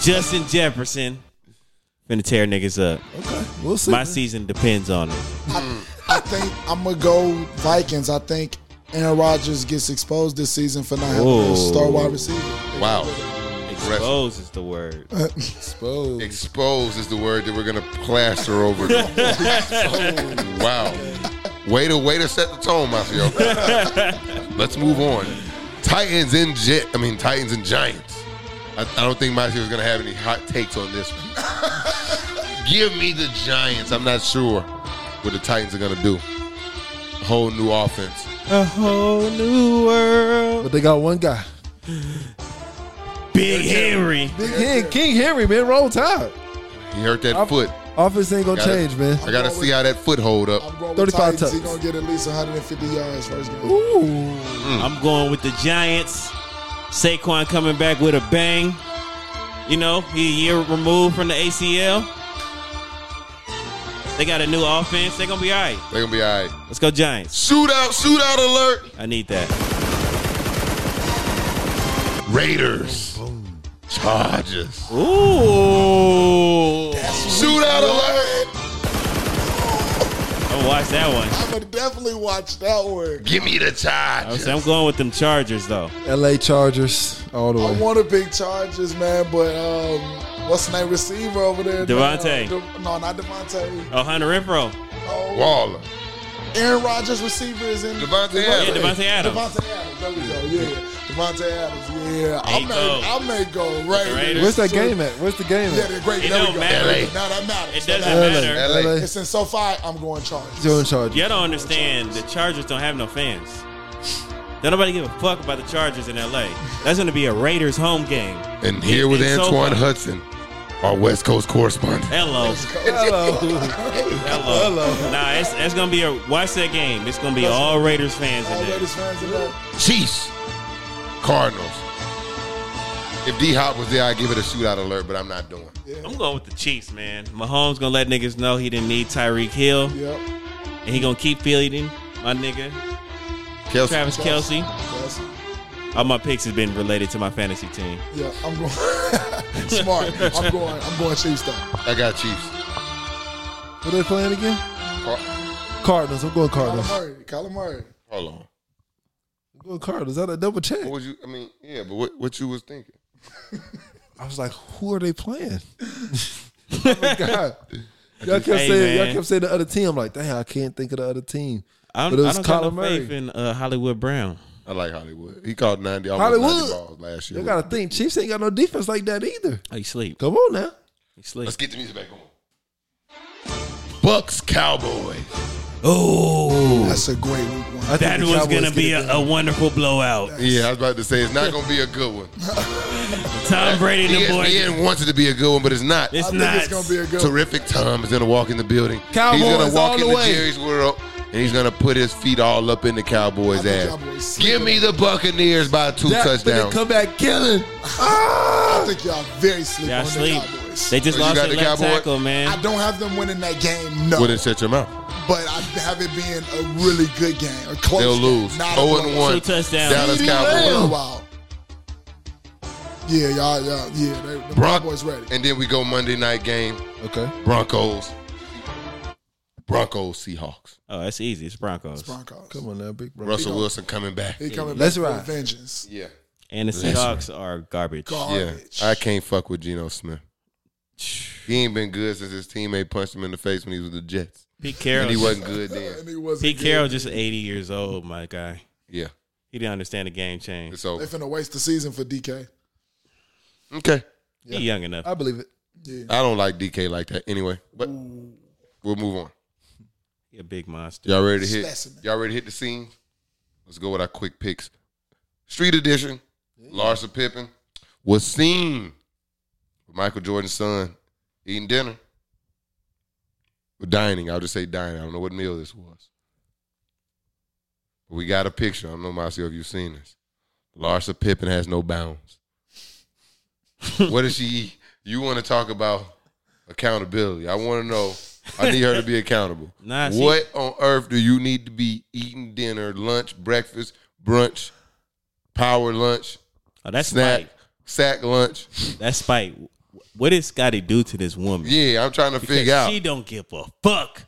[SPEAKER 3] Justin Jefferson. Gonna tear niggas up.
[SPEAKER 2] Okay. We'll see.
[SPEAKER 3] My
[SPEAKER 2] man.
[SPEAKER 3] season depends on it.
[SPEAKER 4] I think I'm gonna go Vikings. I think Aaron Rodgers gets exposed this season for not having
[SPEAKER 3] Whoa.
[SPEAKER 4] a star wide receiver.
[SPEAKER 1] Wow.
[SPEAKER 3] Expose is the word.
[SPEAKER 2] Exposed.
[SPEAKER 1] Exposed is the word that we're gonna plaster over. wow. Way to way to set the tone, Mafio. Let's move on. Titans and Jet. I mean Titans and Giants. I, I don't think Mafio's gonna have any hot takes on this one. Give me the Giants. I'm not sure what the Titans are gonna do. Whole new offense.
[SPEAKER 3] A whole new world.
[SPEAKER 2] But they got one guy.
[SPEAKER 3] Big Henry.
[SPEAKER 2] Big Hen- King Henry, man. Wrong time.
[SPEAKER 1] He hurt that foot.
[SPEAKER 2] Offense ain't gonna
[SPEAKER 1] Gotta-
[SPEAKER 2] change, man.
[SPEAKER 1] I gotta see how that foot hold up.
[SPEAKER 4] I'm going with
[SPEAKER 2] 35
[SPEAKER 4] Titans. He's
[SPEAKER 2] touchdowns.
[SPEAKER 4] gonna get at least 150 yards first game.
[SPEAKER 2] Ooh.
[SPEAKER 3] I'm going with the Giants. Saquon coming back with a bang. You know, he a year removed from the ACL. They got a new offense. They're gonna be all right.
[SPEAKER 1] They're gonna be all right.
[SPEAKER 3] Let's go Giants.
[SPEAKER 1] Shootout, shootout alert.
[SPEAKER 3] I need that.
[SPEAKER 1] Raiders. Chargers.
[SPEAKER 3] Ooh.
[SPEAKER 1] Shootout alert.
[SPEAKER 3] Don't watch that one.
[SPEAKER 4] I'm gonna definitely watch that one.
[SPEAKER 1] Give me the
[SPEAKER 3] I was-
[SPEAKER 1] Chargers.
[SPEAKER 3] I'm going with them Chargers though.
[SPEAKER 2] L.A. Chargers all the
[SPEAKER 4] I
[SPEAKER 2] way.
[SPEAKER 4] want to pick Chargers, man, but um, what's the name receiver over there?
[SPEAKER 3] Devontae.
[SPEAKER 4] No, De- no, not Devontae.
[SPEAKER 3] Oh, Hunter Renfro.
[SPEAKER 4] Oh,
[SPEAKER 1] Waller.
[SPEAKER 4] Aaron Rodgers receiver is in
[SPEAKER 1] Devontae
[SPEAKER 3] Yeah,
[SPEAKER 1] Adams.
[SPEAKER 3] Devontae Adams.
[SPEAKER 4] Devontae Adams. There we go. Yeah, Devontae Adams. Yeah, I
[SPEAKER 3] you
[SPEAKER 4] may,
[SPEAKER 3] go.
[SPEAKER 4] I may go Raiders.
[SPEAKER 3] Raiders.
[SPEAKER 2] Where's that game at? Where's the game
[SPEAKER 4] Yeah,
[SPEAKER 2] at?
[SPEAKER 4] they're great.
[SPEAKER 3] It
[SPEAKER 4] there
[SPEAKER 3] don't
[SPEAKER 4] we go.
[SPEAKER 3] matter.
[SPEAKER 4] No, that matters.
[SPEAKER 3] It
[SPEAKER 4] That
[SPEAKER 3] doesn't
[SPEAKER 4] matters.
[SPEAKER 3] matter.
[SPEAKER 1] LA.
[SPEAKER 4] It's in SoFi. I'm going Chargers.
[SPEAKER 2] Join Chargers.
[SPEAKER 3] Y'all don't understand. The Chargers don't have no fans. Don't nobody give a fuck about the Chargers in LA. That's going to be a Raiders home game.
[SPEAKER 1] And here with
[SPEAKER 3] It's so
[SPEAKER 1] Antoine
[SPEAKER 3] fun.
[SPEAKER 1] Hudson, our West Coast correspondent.
[SPEAKER 3] Hello.
[SPEAKER 2] Hello.
[SPEAKER 3] Hello. Nah, it's, it's going to be a. Watch that game. It's going to be all Raiders fans
[SPEAKER 4] All
[SPEAKER 3] in there.
[SPEAKER 4] Raiders fans in there.
[SPEAKER 1] Chiefs. Cardinals. If D Hop was there, I'd give it a shootout alert, but I'm not doing. it.
[SPEAKER 3] I'm going with the Chiefs, man. Mahomes going to let niggas know he didn't need Tyreek Hill.
[SPEAKER 4] Yep.
[SPEAKER 3] And he going to keep fielding my nigga,
[SPEAKER 1] Kelsey.
[SPEAKER 3] Travis Kelsey.
[SPEAKER 4] Yes.
[SPEAKER 3] All my picks have been related to my fantasy team.
[SPEAKER 4] Yeah, I'm going. Smart. I'm going. I'm going Chiefs though.
[SPEAKER 1] I got Chiefs.
[SPEAKER 2] Who they playing again?
[SPEAKER 1] Car-
[SPEAKER 2] Cardinals. I'm going
[SPEAKER 4] Kyler
[SPEAKER 2] Cardinals.
[SPEAKER 4] Murray. Kyler Murray.
[SPEAKER 1] Hold on.
[SPEAKER 2] I'm going Cardinals. That a double check.
[SPEAKER 1] What was you? I mean, yeah, but what, what you was thinking?
[SPEAKER 2] I was like, who are they playing? oh my god. Y'all kept
[SPEAKER 3] Hey,
[SPEAKER 2] saying y'all
[SPEAKER 3] man.
[SPEAKER 2] kept saying the other team. I'm like, damn, I can't think of the other team.
[SPEAKER 3] I don't,
[SPEAKER 2] But it was
[SPEAKER 3] I don't got
[SPEAKER 2] Kyler
[SPEAKER 3] no
[SPEAKER 2] Murray.
[SPEAKER 3] faith in uh, Hollywood Brown.
[SPEAKER 1] I like Hollywood. He caught 90, almost 90
[SPEAKER 2] Hollywood.
[SPEAKER 1] balls last year.
[SPEAKER 2] You gotta think, Chiefs ain't got no defense like that either.
[SPEAKER 3] Oh, you sleep.
[SPEAKER 2] Come on now.
[SPEAKER 3] You sleep.
[SPEAKER 1] Let's get the music back on. Bucks Cowboys.
[SPEAKER 3] Oh,
[SPEAKER 4] That's a great week one.
[SPEAKER 2] I think
[SPEAKER 3] that
[SPEAKER 2] the
[SPEAKER 3] was
[SPEAKER 2] Cowboys
[SPEAKER 3] going to
[SPEAKER 2] get
[SPEAKER 3] be
[SPEAKER 2] it
[SPEAKER 3] a,
[SPEAKER 2] done.
[SPEAKER 3] a wonderful blowout.
[SPEAKER 1] Yeah, I was about to say it's not going to be a good one.
[SPEAKER 3] Tom Brady and the boys.
[SPEAKER 1] ESPN wants it to be a good one, but it's not.
[SPEAKER 3] It's
[SPEAKER 4] I
[SPEAKER 3] not.
[SPEAKER 4] think it's gonna be a good.
[SPEAKER 1] Terrific Tom is going to walk in the building.
[SPEAKER 2] Cowboys
[SPEAKER 1] he's gonna
[SPEAKER 2] all
[SPEAKER 1] walk
[SPEAKER 2] the
[SPEAKER 1] in the
[SPEAKER 2] way.
[SPEAKER 1] Jerry's world, and he's going to put his feet all up in the
[SPEAKER 4] I
[SPEAKER 1] Cowboys'
[SPEAKER 4] think
[SPEAKER 1] ass.
[SPEAKER 4] Cowboys sleep.
[SPEAKER 1] Give me the Buccaneers by two
[SPEAKER 2] That- but they
[SPEAKER 1] touchdowns.
[SPEAKER 2] come back killing. Ah!
[SPEAKER 4] I think y'all very sleep
[SPEAKER 3] Y'all
[SPEAKER 4] on
[SPEAKER 3] sleep.
[SPEAKER 4] the Cowboys. Cowboys.
[SPEAKER 3] They just
[SPEAKER 1] So you
[SPEAKER 3] lost
[SPEAKER 1] got
[SPEAKER 3] their
[SPEAKER 1] the
[SPEAKER 3] left
[SPEAKER 1] Cowboy?
[SPEAKER 3] tackle, man.
[SPEAKER 4] I don't have them winning that game, no.
[SPEAKER 1] Wouldn't shut your mouth.
[SPEAKER 4] But I have it being a really good game, a close.
[SPEAKER 1] They'll
[SPEAKER 4] game,
[SPEAKER 1] lose.
[SPEAKER 4] Not
[SPEAKER 1] 0
[SPEAKER 4] a
[SPEAKER 1] and
[SPEAKER 4] blowout.
[SPEAKER 3] Two
[SPEAKER 1] 1.
[SPEAKER 3] touchdowns.
[SPEAKER 1] Dallas
[SPEAKER 4] CD
[SPEAKER 1] Cowboys.
[SPEAKER 4] blowout. Yeah, y'all, y'all, yeah. They, the
[SPEAKER 1] Bron-
[SPEAKER 4] Cowboys ready.
[SPEAKER 1] And then we go Monday night game.
[SPEAKER 2] Okay.
[SPEAKER 1] Broncos. Broncos, Seahawks.
[SPEAKER 3] Oh, that's easy. It's Broncos.
[SPEAKER 4] It's Broncos.
[SPEAKER 2] Come on now, big bro.
[SPEAKER 1] Russell Wilson coming back.
[SPEAKER 4] He coming
[SPEAKER 2] Let's
[SPEAKER 4] back
[SPEAKER 2] ride.
[SPEAKER 4] for vengeance.
[SPEAKER 1] Yeah.
[SPEAKER 3] And the Seahawks are garbage.
[SPEAKER 1] Yeah.
[SPEAKER 4] Garbage.
[SPEAKER 1] I can't fuck with Geno Smith. He ain't been good since his teammate punched him in the face when he was with the Jets.
[SPEAKER 3] Pete
[SPEAKER 1] And he
[SPEAKER 3] Carroll.
[SPEAKER 1] wasn't good then.
[SPEAKER 4] And he wasn't
[SPEAKER 3] Pete
[SPEAKER 4] good.
[SPEAKER 3] Carroll just 80 years old, my guy.
[SPEAKER 1] Yeah.
[SPEAKER 3] He didn't understand the game change.
[SPEAKER 1] It's
[SPEAKER 4] They
[SPEAKER 1] over.
[SPEAKER 4] finna waste the season for DK.
[SPEAKER 1] Okay.
[SPEAKER 3] He young enough.
[SPEAKER 2] I believe it.
[SPEAKER 4] Yeah.
[SPEAKER 1] I don't like DK like that anyway. But we'll move on.
[SPEAKER 3] He a big monster.
[SPEAKER 1] Y'all ready to hit?
[SPEAKER 4] Specimen.
[SPEAKER 1] Y'all ready to hit the scene? Let's go with our quick picks. Street Edition, Larsa Pippen was seen with Michael Jordan's son eating dinner. Or dining. I'll just say dining. I don't know what meal this was. But we got a picture. I don't know, Marcio, if you've seen this. Larsa Pippen has no bounds. what does she eat? You want to talk about accountability. I want to know. I need her to be accountable.
[SPEAKER 3] Nah, she-
[SPEAKER 1] what on earth do you need to be eating dinner, lunch, breakfast, brunch, power lunch,
[SPEAKER 3] Oh, that's
[SPEAKER 1] snack,
[SPEAKER 3] spite.
[SPEAKER 1] sack lunch?
[SPEAKER 3] That's spite. What did Scotty do to this woman?
[SPEAKER 1] Yeah, I'm trying to figure out.
[SPEAKER 3] She don't give a fuck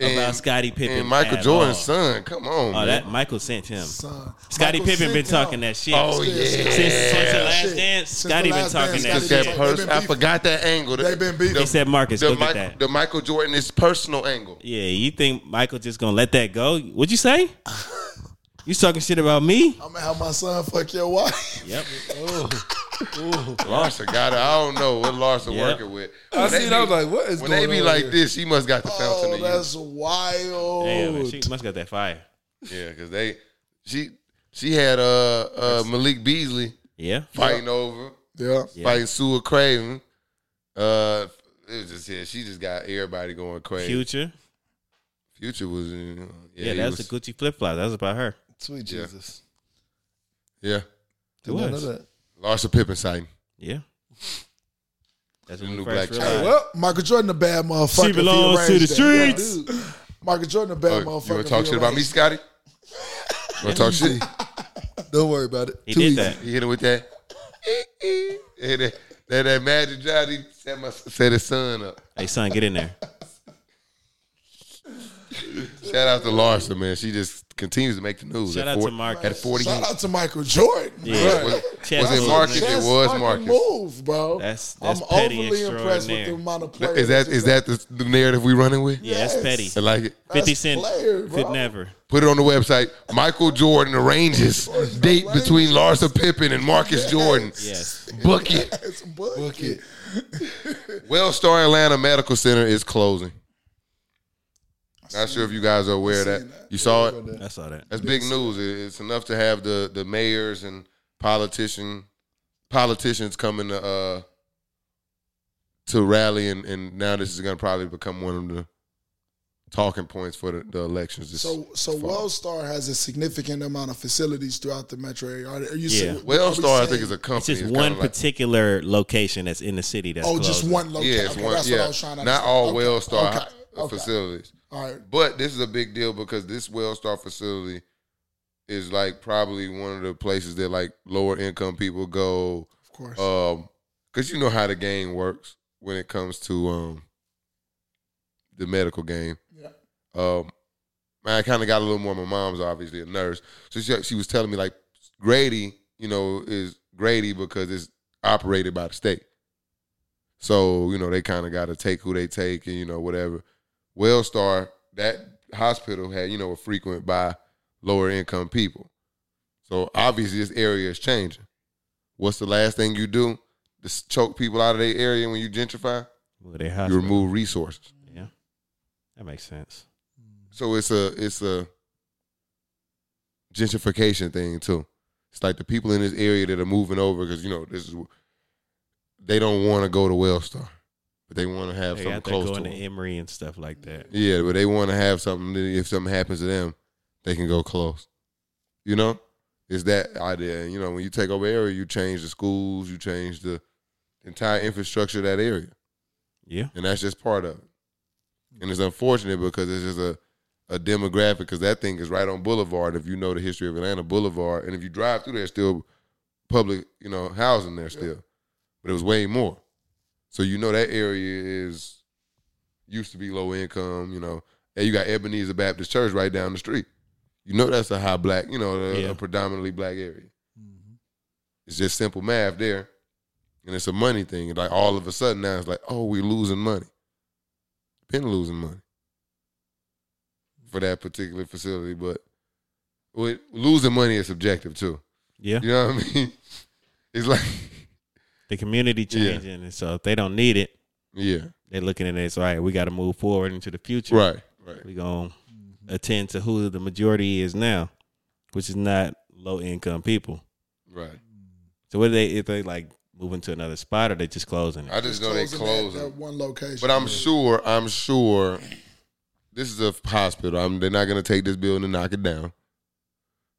[SPEAKER 3] about Scotty Pippen.
[SPEAKER 1] and Michael
[SPEAKER 3] at
[SPEAKER 1] Jordan's
[SPEAKER 3] all.
[SPEAKER 1] son. Come on,
[SPEAKER 3] Oh,
[SPEAKER 1] man.
[SPEAKER 3] that Michael sent him.
[SPEAKER 4] Son.
[SPEAKER 3] Scotty
[SPEAKER 4] Michael
[SPEAKER 3] Pippen been
[SPEAKER 4] Singh,
[SPEAKER 3] talking
[SPEAKER 4] y'all.
[SPEAKER 3] that shit.
[SPEAKER 1] Oh yeah,
[SPEAKER 4] Since-
[SPEAKER 3] Since, since the
[SPEAKER 1] yeah.
[SPEAKER 3] last
[SPEAKER 4] Shit.
[SPEAKER 3] dance,
[SPEAKER 4] Since the
[SPEAKER 3] Scotty been
[SPEAKER 4] last
[SPEAKER 3] talking
[SPEAKER 4] dance,
[SPEAKER 3] that
[SPEAKER 1] Since
[SPEAKER 3] shit.
[SPEAKER 4] Scotty
[SPEAKER 1] that
[SPEAKER 4] They been
[SPEAKER 1] person, I
[SPEAKER 4] beefing.
[SPEAKER 1] forgot that angle.
[SPEAKER 4] They been beefing.
[SPEAKER 1] The,
[SPEAKER 4] He
[SPEAKER 3] He said, Marcus,
[SPEAKER 1] the
[SPEAKER 3] look
[SPEAKER 1] Michael,
[SPEAKER 3] at that.
[SPEAKER 1] the Michael Jordan is personal angle.
[SPEAKER 3] Yeah, you think Michael just gonna let that go? What'd you say? you talking shit about me?
[SPEAKER 4] I'm gonna have my son fuck your wife.
[SPEAKER 3] Yep.
[SPEAKER 1] Larsa got it. I don't know what Larsa
[SPEAKER 3] Yeah.
[SPEAKER 1] working with.
[SPEAKER 2] I
[SPEAKER 1] When they
[SPEAKER 2] seen.
[SPEAKER 1] be-
[SPEAKER 2] I was like, what is
[SPEAKER 1] when
[SPEAKER 2] going
[SPEAKER 1] they be
[SPEAKER 2] on
[SPEAKER 1] like
[SPEAKER 2] here?
[SPEAKER 1] this, she must got the fountain
[SPEAKER 4] Oh,
[SPEAKER 1] of youth.
[SPEAKER 4] that's wild.
[SPEAKER 3] Damn, man, she must got that fire.
[SPEAKER 1] Yeah, because they she she had uh uh Malik Beasley
[SPEAKER 3] Yeah.
[SPEAKER 1] fighting over
[SPEAKER 4] yeah.
[SPEAKER 3] Yeah.
[SPEAKER 1] fighting Sue Craven. Uh, it was just yeah, she just got everybody going crazy.
[SPEAKER 3] Future.
[SPEAKER 1] Future was in, yeah,
[SPEAKER 3] Yeah,
[SPEAKER 1] he
[SPEAKER 3] that was,
[SPEAKER 1] was-
[SPEAKER 3] the Gucci flip flop. That was about her.
[SPEAKER 2] Sweet
[SPEAKER 1] Yeah.
[SPEAKER 2] Jesus.
[SPEAKER 1] yeah.
[SPEAKER 2] Did not know
[SPEAKER 3] was.
[SPEAKER 2] that.
[SPEAKER 1] Larsa Pippen sighting.
[SPEAKER 3] Yeah. That's
[SPEAKER 1] The
[SPEAKER 3] when
[SPEAKER 1] new
[SPEAKER 3] we
[SPEAKER 1] black
[SPEAKER 3] first
[SPEAKER 1] child.
[SPEAKER 3] realized.
[SPEAKER 4] Well, Michael Jordan a bad motherfucker.
[SPEAKER 3] She
[SPEAKER 4] if he
[SPEAKER 3] belongs to the
[SPEAKER 4] arranged that.
[SPEAKER 3] streets.
[SPEAKER 4] Yeah. Michael Jordan a bad
[SPEAKER 1] Oh, you
[SPEAKER 4] motherfucker.
[SPEAKER 1] want to
[SPEAKER 4] if
[SPEAKER 1] talk
[SPEAKER 4] he
[SPEAKER 1] shit about me,
[SPEAKER 4] arranged-
[SPEAKER 1] Scotty? Want to talk shit?
[SPEAKER 2] Don't worry about it.
[SPEAKER 3] He
[SPEAKER 2] Too
[SPEAKER 3] did
[SPEAKER 2] easy.
[SPEAKER 3] that.
[SPEAKER 1] He hit him with that. and that, that, that magic shot, he set, my, set his son up.
[SPEAKER 3] Hey son, get in there.
[SPEAKER 1] Shout out to Larsa, man. She just continues to make the news.
[SPEAKER 3] Shout
[SPEAKER 1] at
[SPEAKER 3] out
[SPEAKER 1] four-
[SPEAKER 3] to Marcus.
[SPEAKER 1] At 40
[SPEAKER 4] Shout out to Michael Jordan.
[SPEAKER 3] Yeah.
[SPEAKER 1] was,
[SPEAKER 3] Chess
[SPEAKER 1] was it
[SPEAKER 3] move,
[SPEAKER 1] Marcus?
[SPEAKER 3] nigga.
[SPEAKER 1] It
[SPEAKER 4] That's
[SPEAKER 1] was
[SPEAKER 4] fucking
[SPEAKER 1] Marcus.
[SPEAKER 4] Move, bro.
[SPEAKER 3] That's- that's
[SPEAKER 4] I'm
[SPEAKER 3] petty
[SPEAKER 4] overly impressed with the
[SPEAKER 3] extraordinaire.
[SPEAKER 4] amount of players.
[SPEAKER 1] Is that is that the, the narrative we running with?
[SPEAKER 3] Yeah, that's petty.
[SPEAKER 1] I like it.
[SPEAKER 3] Fifty
[SPEAKER 4] That's
[SPEAKER 3] Cent
[SPEAKER 4] player,
[SPEAKER 3] could
[SPEAKER 4] bro.
[SPEAKER 3] never.
[SPEAKER 1] Put it on the website. Michael Jordan arranges date between Larsa Pippen and Marcus Jordan.
[SPEAKER 3] Yes.
[SPEAKER 1] Book it.
[SPEAKER 4] That's bucket.
[SPEAKER 2] Book it.
[SPEAKER 1] Wellstar Atlanta Medical Center is closing. Not sure if you guys are aware of that. You saw it.
[SPEAKER 3] I saw that.
[SPEAKER 1] That's big news. It- It's enough to have the the mayors and politician politicians coming to uh to rally and, and now this is gonna probably become one of the talking points for the, the elections. This
[SPEAKER 4] So, so WellStar has a significant amount of facilities throughout the metro area. Are, are
[SPEAKER 3] Yeah.
[SPEAKER 4] you? saying-
[SPEAKER 1] Wellstar, I think,
[SPEAKER 4] are we
[SPEAKER 1] is a
[SPEAKER 4] saying-
[SPEAKER 1] company.
[SPEAKER 3] It's just
[SPEAKER 1] It's
[SPEAKER 3] one
[SPEAKER 1] kinda like-
[SPEAKER 3] particular location that's in the city that's
[SPEAKER 4] Oh,
[SPEAKER 3] closed.
[SPEAKER 4] just one location.
[SPEAKER 1] yeah, it's
[SPEAKER 4] okay,
[SPEAKER 1] one.
[SPEAKER 4] That's
[SPEAKER 1] yeah,
[SPEAKER 4] what I was trying to.
[SPEAKER 1] not
[SPEAKER 4] understand.
[SPEAKER 1] all
[SPEAKER 4] Okay,
[SPEAKER 1] Wellstar
[SPEAKER 4] okay,
[SPEAKER 1] hi-
[SPEAKER 4] okay.
[SPEAKER 1] facilities,
[SPEAKER 4] All right.
[SPEAKER 1] but this is a big deal because this Wellstar facility is like probably one of the places that like lower income people go.
[SPEAKER 4] Of course.
[SPEAKER 1] um because you know how the game works when it comes to um the medical game
[SPEAKER 4] yeah.
[SPEAKER 1] um i kind of got a little more my mom's obviously a nurse so she, she was telling me like grady you know is grady because it's operated by the state so you know they kind of got to take who they take and you know whatever wellstar that hospital had you know were frequent by lower income people so obviously this area is changing what's the last thing you do just choke people out of their area when you gentrify
[SPEAKER 3] Well, they
[SPEAKER 1] you
[SPEAKER 3] hospital.
[SPEAKER 1] remove resources
[SPEAKER 3] Yeah. That makes sense.
[SPEAKER 1] So it's a it's a gentrification thing too. It's like the people in this area that are moving over because you know this is they don't want to go to Wellstar, but they want to have
[SPEAKER 3] They
[SPEAKER 1] something
[SPEAKER 3] got that
[SPEAKER 1] close to
[SPEAKER 3] going to
[SPEAKER 1] them.
[SPEAKER 3] Emory and stuff like that.
[SPEAKER 1] yeah, but they want to have something. That if something happens to them, they can go close. You know, it's that idea. And, you know, when you take over area, you change the schools, you change the entire infrastructure of that area.
[SPEAKER 3] Yeah.
[SPEAKER 1] and that's just part of it. And it's unfortunate because it's just a a demographic because that thing is right on Boulevard. If you know the history of Atlanta Boulevard, and if you drive through there, still public, you know, housing there still, but it was way more. So you know that area is used to be low income. You know, and you got Ebenezer Baptist Church right down the street. You know that's a high black, you know, a,
[SPEAKER 3] Yeah.
[SPEAKER 1] a predominantly black area.
[SPEAKER 2] Mm-hmm.
[SPEAKER 1] It's just simple math there, and it's a money thing. It's Like all of a sudden now, it's like, oh, we're losing money. Been losing money for that particular facility, but with losing money is subjective too.
[SPEAKER 3] Yeah.
[SPEAKER 1] You know what I mean? It's like,
[SPEAKER 3] The community
[SPEAKER 1] Yeah.
[SPEAKER 3] changing. And so if they don't need it,
[SPEAKER 1] yeah,
[SPEAKER 3] they're looking at it as all right, we gotta move forward into the future.
[SPEAKER 1] right, right,
[SPEAKER 3] We're gonna attend to who the majority is now, which is not low income people.
[SPEAKER 1] right.
[SPEAKER 3] So what are they if they like moving to another spot or they just closing it?
[SPEAKER 1] I just know they closing.
[SPEAKER 4] that, that one location.
[SPEAKER 1] But I'm sure, I'm sure this is a hospital. I'm, they're not going to take this building and knock it down.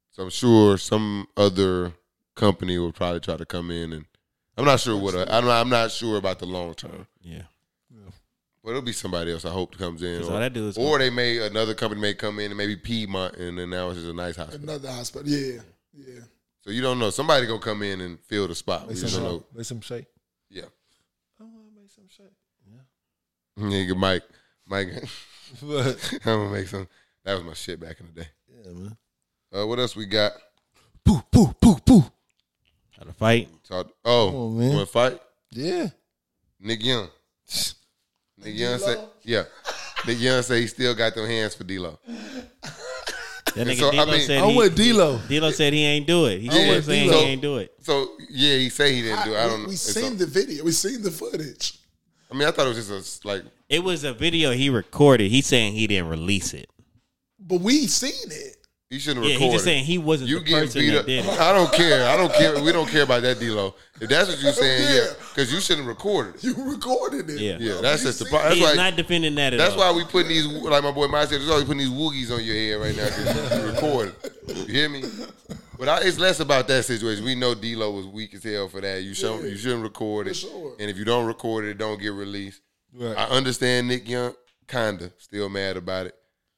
[SPEAKER 1] So I'm sure some other company will probably try to come in and I'm not sure what. I'm not, I'm not sure about the long term.
[SPEAKER 3] Yeah.
[SPEAKER 1] But it'll be somebody else. I hope comes in,
[SPEAKER 3] 'Cause
[SPEAKER 1] or,
[SPEAKER 3] all that do is-
[SPEAKER 1] or they may another company may come in and maybe Piedmont, and then now it's just a nice hospital.
[SPEAKER 4] another hospital. Yeah, yeah.
[SPEAKER 1] So you don't know. Somebody gonna come in and fill the spot.
[SPEAKER 2] Make
[SPEAKER 1] You
[SPEAKER 2] some,
[SPEAKER 1] don't know.
[SPEAKER 2] shake. make some shake.
[SPEAKER 1] Yeah,
[SPEAKER 2] I want to make some shake.
[SPEAKER 1] nigga, Mike, Mike,
[SPEAKER 2] But,
[SPEAKER 1] I'm gonna make some. That was my shit back in the day.
[SPEAKER 2] yeah, man.
[SPEAKER 1] Uh, what else we got?
[SPEAKER 2] Poo, poo, poo, poo.
[SPEAKER 3] How to fight.
[SPEAKER 1] Talk, oh,
[SPEAKER 2] Come on, man.
[SPEAKER 1] want to fight?
[SPEAKER 2] Yeah.
[SPEAKER 1] Nick Young. Nick Young say, yeah. Nick Young say he still got them hands for D-Lo.
[SPEAKER 3] That nigga
[SPEAKER 1] so, I
[SPEAKER 3] D-Lo
[SPEAKER 1] mean-
[SPEAKER 3] said
[SPEAKER 2] I
[SPEAKER 3] he,
[SPEAKER 2] went D-Lo.
[SPEAKER 3] D-Lo said he ain't do it. He still
[SPEAKER 1] went
[SPEAKER 3] saying
[SPEAKER 1] D-Lo.
[SPEAKER 3] he ain't do it.
[SPEAKER 1] So yeah, he say he didn't do. it. I don't.
[SPEAKER 4] We,
[SPEAKER 1] know.
[SPEAKER 4] we
[SPEAKER 1] It's
[SPEAKER 4] seen
[SPEAKER 1] a-
[SPEAKER 4] the video. We seen the footage.
[SPEAKER 1] I mean, I thought it was just a like.
[SPEAKER 3] It was a video he recorded. He's saying he didn't release it.
[SPEAKER 4] But we seen it.
[SPEAKER 1] He shouldn't
[SPEAKER 3] Yeah,
[SPEAKER 1] record.
[SPEAKER 3] he's just
[SPEAKER 1] it.
[SPEAKER 3] saying he wasn't
[SPEAKER 1] You
[SPEAKER 3] the
[SPEAKER 1] getting
[SPEAKER 3] person
[SPEAKER 1] beat
[SPEAKER 3] that
[SPEAKER 1] up?
[SPEAKER 3] did it.
[SPEAKER 1] I don't care. I don't care. We don't care about that, D-Lo. If that's what you're saying, yeah,
[SPEAKER 4] Yeah.
[SPEAKER 1] because you shouldn't record it.
[SPEAKER 4] You recorded it.
[SPEAKER 3] Yeah.
[SPEAKER 1] Yeah, that's
[SPEAKER 4] we
[SPEAKER 1] just the
[SPEAKER 4] seen
[SPEAKER 1] problem. That's
[SPEAKER 3] he
[SPEAKER 1] why.
[SPEAKER 3] is not defending that at
[SPEAKER 1] That's
[SPEAKER 3] all.
[SPEAKER 1] why we putting these like my boy Miles said. There's always putting these woogies on your head right now because you recorded. You hear me? But I, it's less about that situation. We know D'Lo was weak as hell for that. You shouldn't. You shouldn't record it.
[SPEAKER 4] For sure.
[SPEAKER 1] And if you don't record it, it don't get released.
[SPEAKER 2] Right.
[SPEAKER 1] I understand Nick Young kinda still mad about it.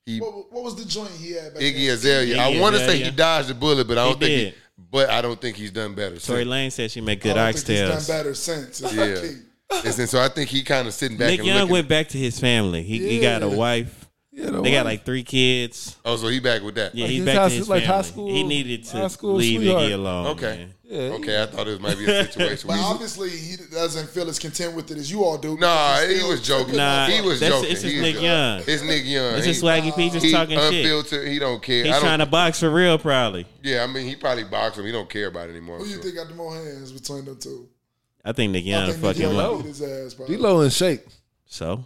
[SPEAKER 1] He
[SPEAKER 4] What, what was the joint he had back
[SPEAKER 1] Iggy
[SPEAKER 4] then?
[SPEAKER 1] Azalea. I
[SPEAKER 3] Iggy
[SPEAKER 1] want to say
[SPEAKER 3] Azalea.
[SPEAKER 1] he dodged a bullet, but I don't
[SPEAKER 3] He
[SPEAKER 1] think.
[SPEAKER 3] did.
[SPEAKER 1] He, but I don't think he's done better.
[SPEAKER 3] Tory
[SPEAKER 1] since.
[SPEAKER 3] Lane said she make
[SPEAKER 4] I
[SPEAKER 3] good
[SPEAKER 4] don't think he's
[SPEAKER 3] oxtails.
[SPEAKER 4] done better since. It's
[SPEAKER 1] Yeah.
[SPEAKER 4] yeah. key.
[SPEAKER 1] It's- and so I think he kind of sitting back
[SPEAKER 3] Nick
[SPEAKER 1] and
[SPEAKER 3] Young
[SPEAKER 1] looking.
[SPEAKER 3] went back to his family. He, he got a
[SPEAKER 2] Yeah.
[SPEAKER 3] wife.
[SPEAKER 2] Yeah, the
[SPEAKER 3] They got
[SPEAKER 2] one-
[SPEAKER 3] like three kids.
[SPEAKER 1] oh, so he back with that.
[SPEAKER 3] Yeah,
[SPEAKER 2] Like
[SPEAKER 3] he's
[SPEAKER 2] his
[SPEAKER 3] back
[SPEAKER 2] high-
[SPEAKER 3] to his
[SPEAKER 2] like high
[SPEAKER 3] family.
[SPEAKER 2] school-
[SPEAKER 3] he needed
[SPEAKER 2] high
[SPEAKER 3] to
[SPEAKER 2] school
[SPEAKER 3] leave
[SPEAKER 2] sweetheart.
[SPEAKER 3] Iggy alone.
[SPEAKER 1] Okay.
[SPEAKER 3] man.
[SPEAKER 2] Yeah,
[SPEAKER 1] Okay, I thought it might be a situation.
[SPEAKER 4] But
[SPEAKER 1] where he's-
[SPEAKER 4] obviously, he doesn't feel as content with it as you all do.
[SPEAKER 1] nah,
[SPEAKER 4] because
[SPEAKER 1] he
[SPEAKER 4] he's
[SPEAKER 1] was
[SPEAKER 4] still-
[SPEAKER 1] joking.
[SPEAKER 3] Nah,
[SPEAKER 1] he was
[SPEAKER 3] that's-
[SPEAKER 1] joking.
[SPEAKER 3] it's just
[SPEAKER 1] He was
[SPEAKER 3] Nick
[SPEAKER 1] joking.
[SPEAKER 3] Young.
[SPEAKER 1] It's Nick Young.
[SPEAKER 3] It's
[SPEAKER 1] He-
[SPEAKER 3] just swaggy P just
[SPEAKER 1] he
[SPEAKER 3] talking shit.
[SPEAKER 1] unfiltered. He don't care. I
[SPEAKER 3] He's
[SPEAKER 1] don't,
[SPEAKER 3] trying to box for real, probably.
[SPEAKER 1] yeah, I mean, he probably boxed him. He don't care about it anymore.
[SPEAKER 4] Who
[SPEAKER 1] I'm
[SPEAKER 4] you
[SPEAKER 1] sure.
[SPEAKER 4] think got the more hands between them two?
[SPEAKER 3] I think Nick
[SPEAKER 4] I
[SPEAKER 3] Young
[SPEAKER 4] think
[SPEAKER 3] fucking
[SPEAKER 4] D-Lo
[SPEAKER 3] won.
[SPEAKER 4] beat his ass, probably.
[SPEAKER 2] D-Lo in shape.
[SPEAKER 3] So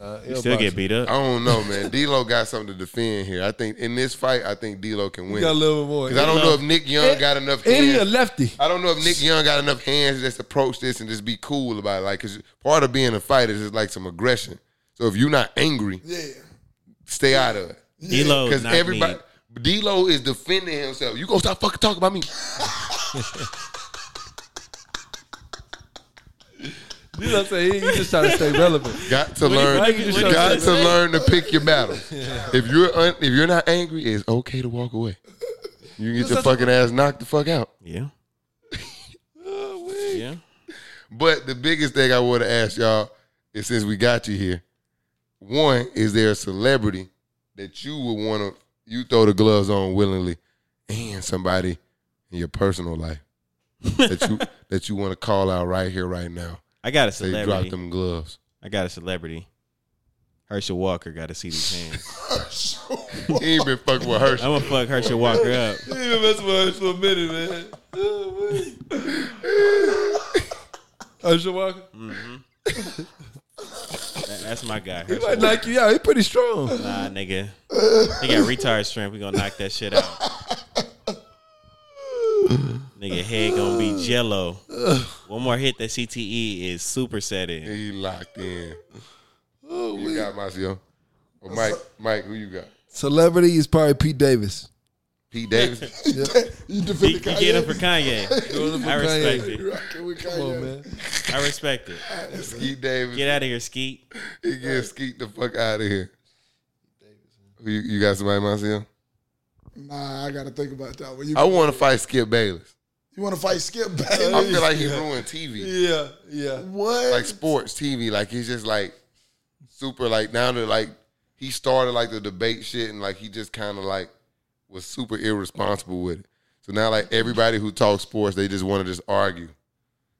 [SPEAKER 1] Uh,
[SPEAKER 2] Nah,
[SPEAKER 3] he still get beat
[SPEAKER 1] I
[SPEAKER 3] up.
[SPEAKER 1] don't know, man. D'Lo got something to defend here. I think in this fight, I think D'Lo can win.
[SPEAKER 2] Got a
[SPEAKER 1] Because
[SPEAKER 2] little bit more.
[SPEAKER 1] I don't
[SPEAKER 2] And
[SPEAKER 1] know if Nick Young got enough.
[SPEAKER 2] he a
[SPEAKER 1] hands.
[SPEAKER 2] lefty.
[SPEAKER 1] I don't know if Nick Young got enough hands to just approach this and just be cool about it. Like, cause part of being a fighter is just like some aggression. So if you're not angry,
[SPEAKER 4] Yeah.
[SPEAKER 1] stay out of it.
[SPEAKER 3] D'Lo
[SPEAKER 1] Because
[SPEAKER 3] Oh, not
[SPEAKER 1] everybody,
[SPEAKER 3] me.
[SPEAKER 1] D'Lo is defending himself. You gonna stop fucking talking about me?
[SPEAKER 2] You know what I'm saying? He, he just trying to stay relevant.
[SPEAKER 1] Got to
[SPEAKER 2] What
[SPEAKER 1] learn.
[SPEAKER 2] do you-
[SPEAKER 1] You
[SPEAKER 2] what do you
[SPEAKER 1] got
[SPEAKER 2] say?
[SPEAKER 1] to learn to pick your battles. If you're un, if you're not angry, it's okay to walk away. You get your fucking ass knocked the fuck out.
[SPEAKER 3] Yeah. Oh, yeah.
[SPEAKER 1] But the biggest thing I want to ask y'all is since we got you here, one is there a celebrity that you would want to you throw the gloves on willingly, and somebody in your personal life that you that you want to call out right here right now.
[SPEAKER 3] I got a
[SPEAKER 1] Say drop
[SPEAKER 3] celebrity.
[SPEAKER 1] them gloves.
[SPEAKER 3] I got a celebrity. Herschel Walker got to see these hands.
[SPEAKER 1] He ain't been fucking with Herschel.
[SPEAKER 3] I'm gonna fuck Herschel Walker up.
[SPEAKER 2] He been messing with Herschel a minute, man. Oh, man. Herschel Walker.
[SPEAKER 3] That- That's my guy.
[SPEAKER 2] He
[SPEAKER 3] Herschel
[SPEAKER 2] might knock you out. He pretty strong.
[SPEAKER 3] Nah, nigga. He got retard strength. We gonna knock that shit out. nigga head gonna be jello. One more hit that CTE is super set in.
[SPEAKER 1] He locked in.
[SPEAKER 2] Oh,
[SPEAKER 1] you got Macio. Well, Mike, Mike, who you got?
[SPEAKER 2] Celebrity is probably Pete Davis.
[SPEAKER 1] Pete Davis.
[SPEAKER 4] you
[SPEAKER 3] He, he
[SPEAKER 4] defended Kanye.
[SPEAKER 3] get him for Kanye.
[SPEAKER 2] Doing it for
[SPEAKER 3] I respect
[SPEAKER 2] Kanye.
[SPEAKER 3] it.
[SPEAKER 4] You rocking with
[SPEAKER 2] Come on,
[SPEAKER 4] Kanye.
[SPEAKER 2] man.
[SPEAKER 3] I respect it.
[SPEAKER 1] Skeet Davis.
[SPEAKER 3] Get out of here, Skeet.
[SPEAKER 1] He gets Skeet the fuck out of here. You, you got somebody in mind, Seal?
[SPEAKER 4] Nah, I gotta think about that one. You,
[SPEAKER 1] I want to fight Skip Bayless.
[SPEAKER 4] you want to fight Skip
[SPEAKER 1] I
[SPEAKER 4] Bayless?
[SPEAKER 1] feel like he ruined TV,
[SPEAKER 2] Yeah, yeah.
[SPEAKER 4] what?
[SPEAKER 1] like sports TV. Like he's just like super. Like now that like he started like the debate shit, and like he just kind of like was super irresponsible with it. So now like everybody who talks sports, they just want to just argue.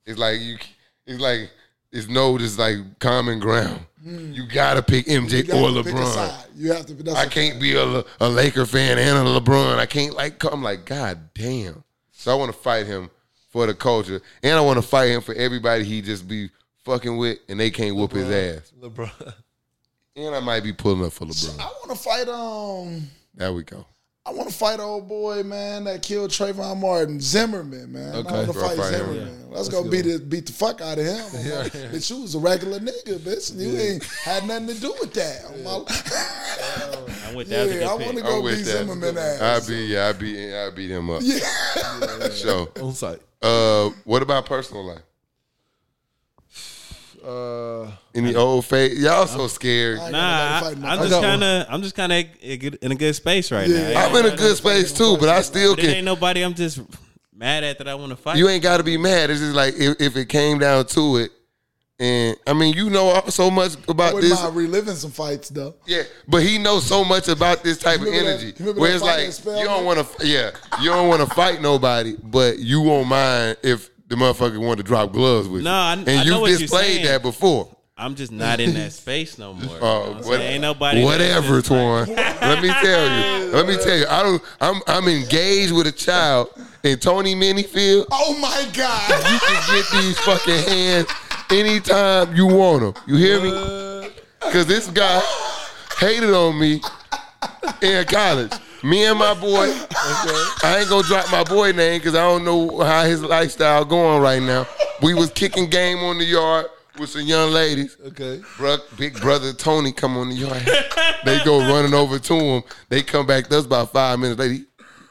[SPEAKER 1] It's like you. It's like it's no just like common ground. You gotta pick MJ
[SPEAKER 4] Hmm. You gotta
[SPEAKER 1] or
[SPEAKER 4] pick a
[SPEAKER 1] LeBron.
[SPEAKER 4] side. You have to. That's
[SPEAKER 1] I
[SPEAKER 4] a-
[SPEAKER 1] can't be a, Le- a Laker fan and a LeBron. I can't like. I'm like, God damn. So I want to fight him for the culture, and I want to fight him for everybody he just be fucking with, and they can't whoop his ass.
[SPEAKER 2] LeBron.
[SPEAKER 1] And I might be pulling up for
[SPEAKER 4] I
[SPEAKER 1] LeBron.
[SPEAKER 4] want to fight. Um,
[SPEAKER 1] There we go.
[SPEAKER 4] I want to fight old boy man that killed Trayvon Martin Zimmerman man.
[SPEAKER 2] Okay.
[SPEAKER 4] I want to
[SPEAKER 1] Bro,
[SPEAKER 4] fight
[SPEAKER 1] fight him.
[SPEAKER 4] Zimmerman. Let's,
[SPEAKER 2] Let's
[SPEAKER 4] go,
[SPEAKER 2] go.
[SPEAKER 4] beat the, beat the fuck out of him. I'm
[SPEAKER 2] Yeah.
[SPEAKER 4] like, bitch, you was a regular nigga, bitch. and You ain't had nothing to do with that. I'm like,
[SPEAKER 3] I'm with that.
[SPEAKER 4] yeah, I
[SPEAKER 3] was a
[SPEAKER 4] want
[SPEAKER 3] good
[SPEAKER 4] to
[SPEAKER 3] pick.
[SPEAKER 1] I'm
[SPEAKER 4] go beat
[SPEAKER 1] with that.
[SPEAKER 4] Zimmerman
[SPEAKER 1] I
[SPEAKER 4] ass.
[SPEAKER 1] be yeah. I beat I beat him up.
[SPEAKER 4] yeah.
[SPEAKER 1] So,
[SPEAKER 2] On site.
[SPEAKER 1] uh, what about personal life?
[SPEAKER 2] Uh,
[SPEAKER 1] Any old face? Y'all so scared.
[SPEAKER 4] I ain't
[SPEAKER 3] Nah,
[SPEAKER 4] got nobody fighting
[SPEAKER 3] I, am
[SPEAKER 4] my-
[SPEAKER 2] I
[SPEAKER 3] just
[SPEAKER 2] got one.
[SPEAKER 3] kind of, I'm just kind of in a good space right now.
[SPEAKER 1] I'm in a good space too, but I still
[SPEAKER 3] There
[SPEAKER 1] can.
[SPEAKER 3] ain't nobody I'm just mad at that I want to fight.
[SPEAKER 1] you ain't got to be mad. It's just like if, if it came down to it, and I mean, you know so much
[SPEAKER 4] I
[SPEAKER 1] about
[SPEAKER 4] wouldn't
[SPEAKER 1] this.
[SPEAKER 4] mind reliving some fights though.
[SPEAKER 1] Yeah, but he knows so much about this type of
[SPEAKER 4] Remember that-
[SPEAKER 1] energy.
[SPEAKER 4] remember
[SPEAKER 1] where
[SPEAKER 4] that
[SPEAKER 1] it's
[SPEAKER 4] fight
[SPEAKER 1] like
[SPEAKER 4] that Spellman-
[SPEAKER 1] you don't want to, yeah, you don't want to fight nobody, but you won't mind if the motherfucker wanted to drop gloves with
[SPEAKER 3] No,
[SPEAKER 1] you.
[SPEAKER 3] I-
[SPEAKER 1] and
[SPEAKER 3] I know
[SPEAKER 1] you've
[SPEAKER 3] what you're
[SPEAKER 1] displayed
[SPEAKER 3] saying.
[SPEAKER 1] that before.
[SPEAKER 3] I'm just not in that space no
[SPEAKER 1] Oh,
[SPEAKER 3] more. You know what I'm
[SPEAKER 1] what-
[SPEAKER 3] saying? ain't nobody.
[SPEAKER 1] Whatever,
[SPEAKER 3] that's just like-
[SPEAKER 1] Twan. Let me tell you. Let me tell you. I don't. I'm I'm engaged with a child in Tony Minifield.
[SPEAKER 4] Oh my god!
[SPEAKER 1] You can get these fucking hands anytime you want them. You hear me? Because this guy hated on me in college. Me and my boy, I ain't gonna drop my boy name because I don't know how his lifestyle going right now. We was kicking game on the yard with some young ladies.
[SPEAKER 2] okay.
[SPEAKER 1] Bruh, big brother Tony come on the yard. they go running over to him. They come back to us about five minutes later. He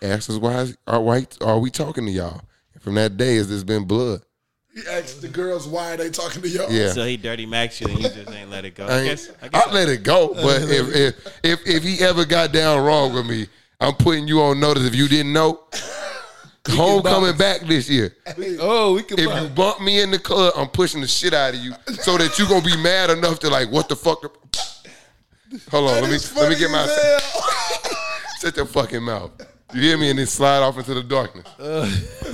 [SPEAKER 1] asked us why is, are white are we talking to y'all? And from that day, has this been blood?
[SPEAKER 4] he asked the girls why are they talking to y'all.
[SPEAKER 1] Yeah.
[SPEAKER 3] So he dirty max you, and you just ain't let it go.
[SPEAKER 1] I,
[SPEAKER 3] I guess. I guess
[SPEAKER 1] will let it go, but if, if if if he ever got down wrong with me, I'm putting you on notice. If you didn't know, homecoming back this year.
[SPEAKER 2] Oh, we can.
[SPEAKER 1] If
[SPEAKER 2] buy-
[SPEAKER 1] you bump me in the club, I'm pushing the shit out of you so that you gonna be mad enough to like, what the fuck? Hold on, let me
[SPEAKER 4] It's
[SPEAKER 1] let me
[SPEAKER 4] funny
[SPEAKER 1] get my
[SPEAKER 4] as hell.
[SPEAKER 1] shut your fucking mouth. You hear me? And then slide off into the darkness. you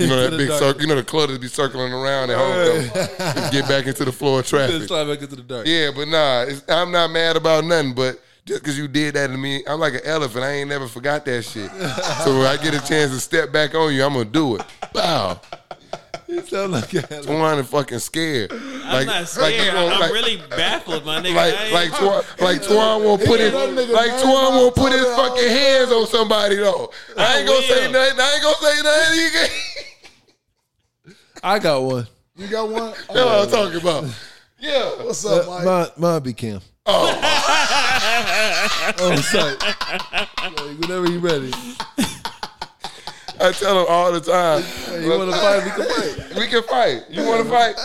[SPEAKER 1] know that
[SPEAKER 2] the
[SPEAKER 1] big
[SPEAKER 2] darkness.
[SPEAKER 1] circle. You know the clutters be circling around at homecoming. Just get back into the floor of
[SPEAKER 2] Then
[SPEAKER 1] traffic.
[SPEAKER 2] slide back into the dark.
[SPEAKER 1] Yeah, but nah, it's, I'm not mad about nothing. But just because you did that to me, I'm like an elephant. I ain't never forgot that shit. so when I get a chance to step back on you, I'm gonna do it. Wow,
[SPEAKER 2] You sound like a
[SPEAKER 1] I'm running fucking scared.
[SPEAKER 3] I'm not scared.
[SPEAKER 1] gonna-
[SPEAKER 3] I'm
[SPEAKER 1] like-
[SPEAKER 3] really baffled, my nigga. I
[SPEAKER 1] Like like
[SPEAKER 3] ain't-
[SPEAKER 1] Twan, like Twan won't put his
[SPEAKER 4] that nigga
[SPEAKER 1] like
[SPEAKER 4] name
[SPEAKER 1] Twan won't
[SPEAKER 4] out,
[SPEAKER 1] put his
[SPEAKER 4] Twan. Oh,
[SPEAKER 1] fucking hands on somebody though. I ain't gonna say
[SPEAKER 3] will.
[SPEAKER 1] nothing. I ain't gonna say nothing. You can't-
[SPEAKER 2] I got one.
[SPEAKER 4] You got one?
[SPEAKER 1] That's what I'm talking about. Yeah.
[SPEAKER 4] What's up, Mike?
[SPEAKER 2] Mine, mine be Cam. Oh. On site. Like, whenever you ready.
[SPEAKER 1] I tell him all the time.
[SPEAKER 2] Hey, you want to fight?
[SPEAKER 1] We
[SPEAKER 2] We can fight.
[SPEAKER 1] can fight. You want to fight?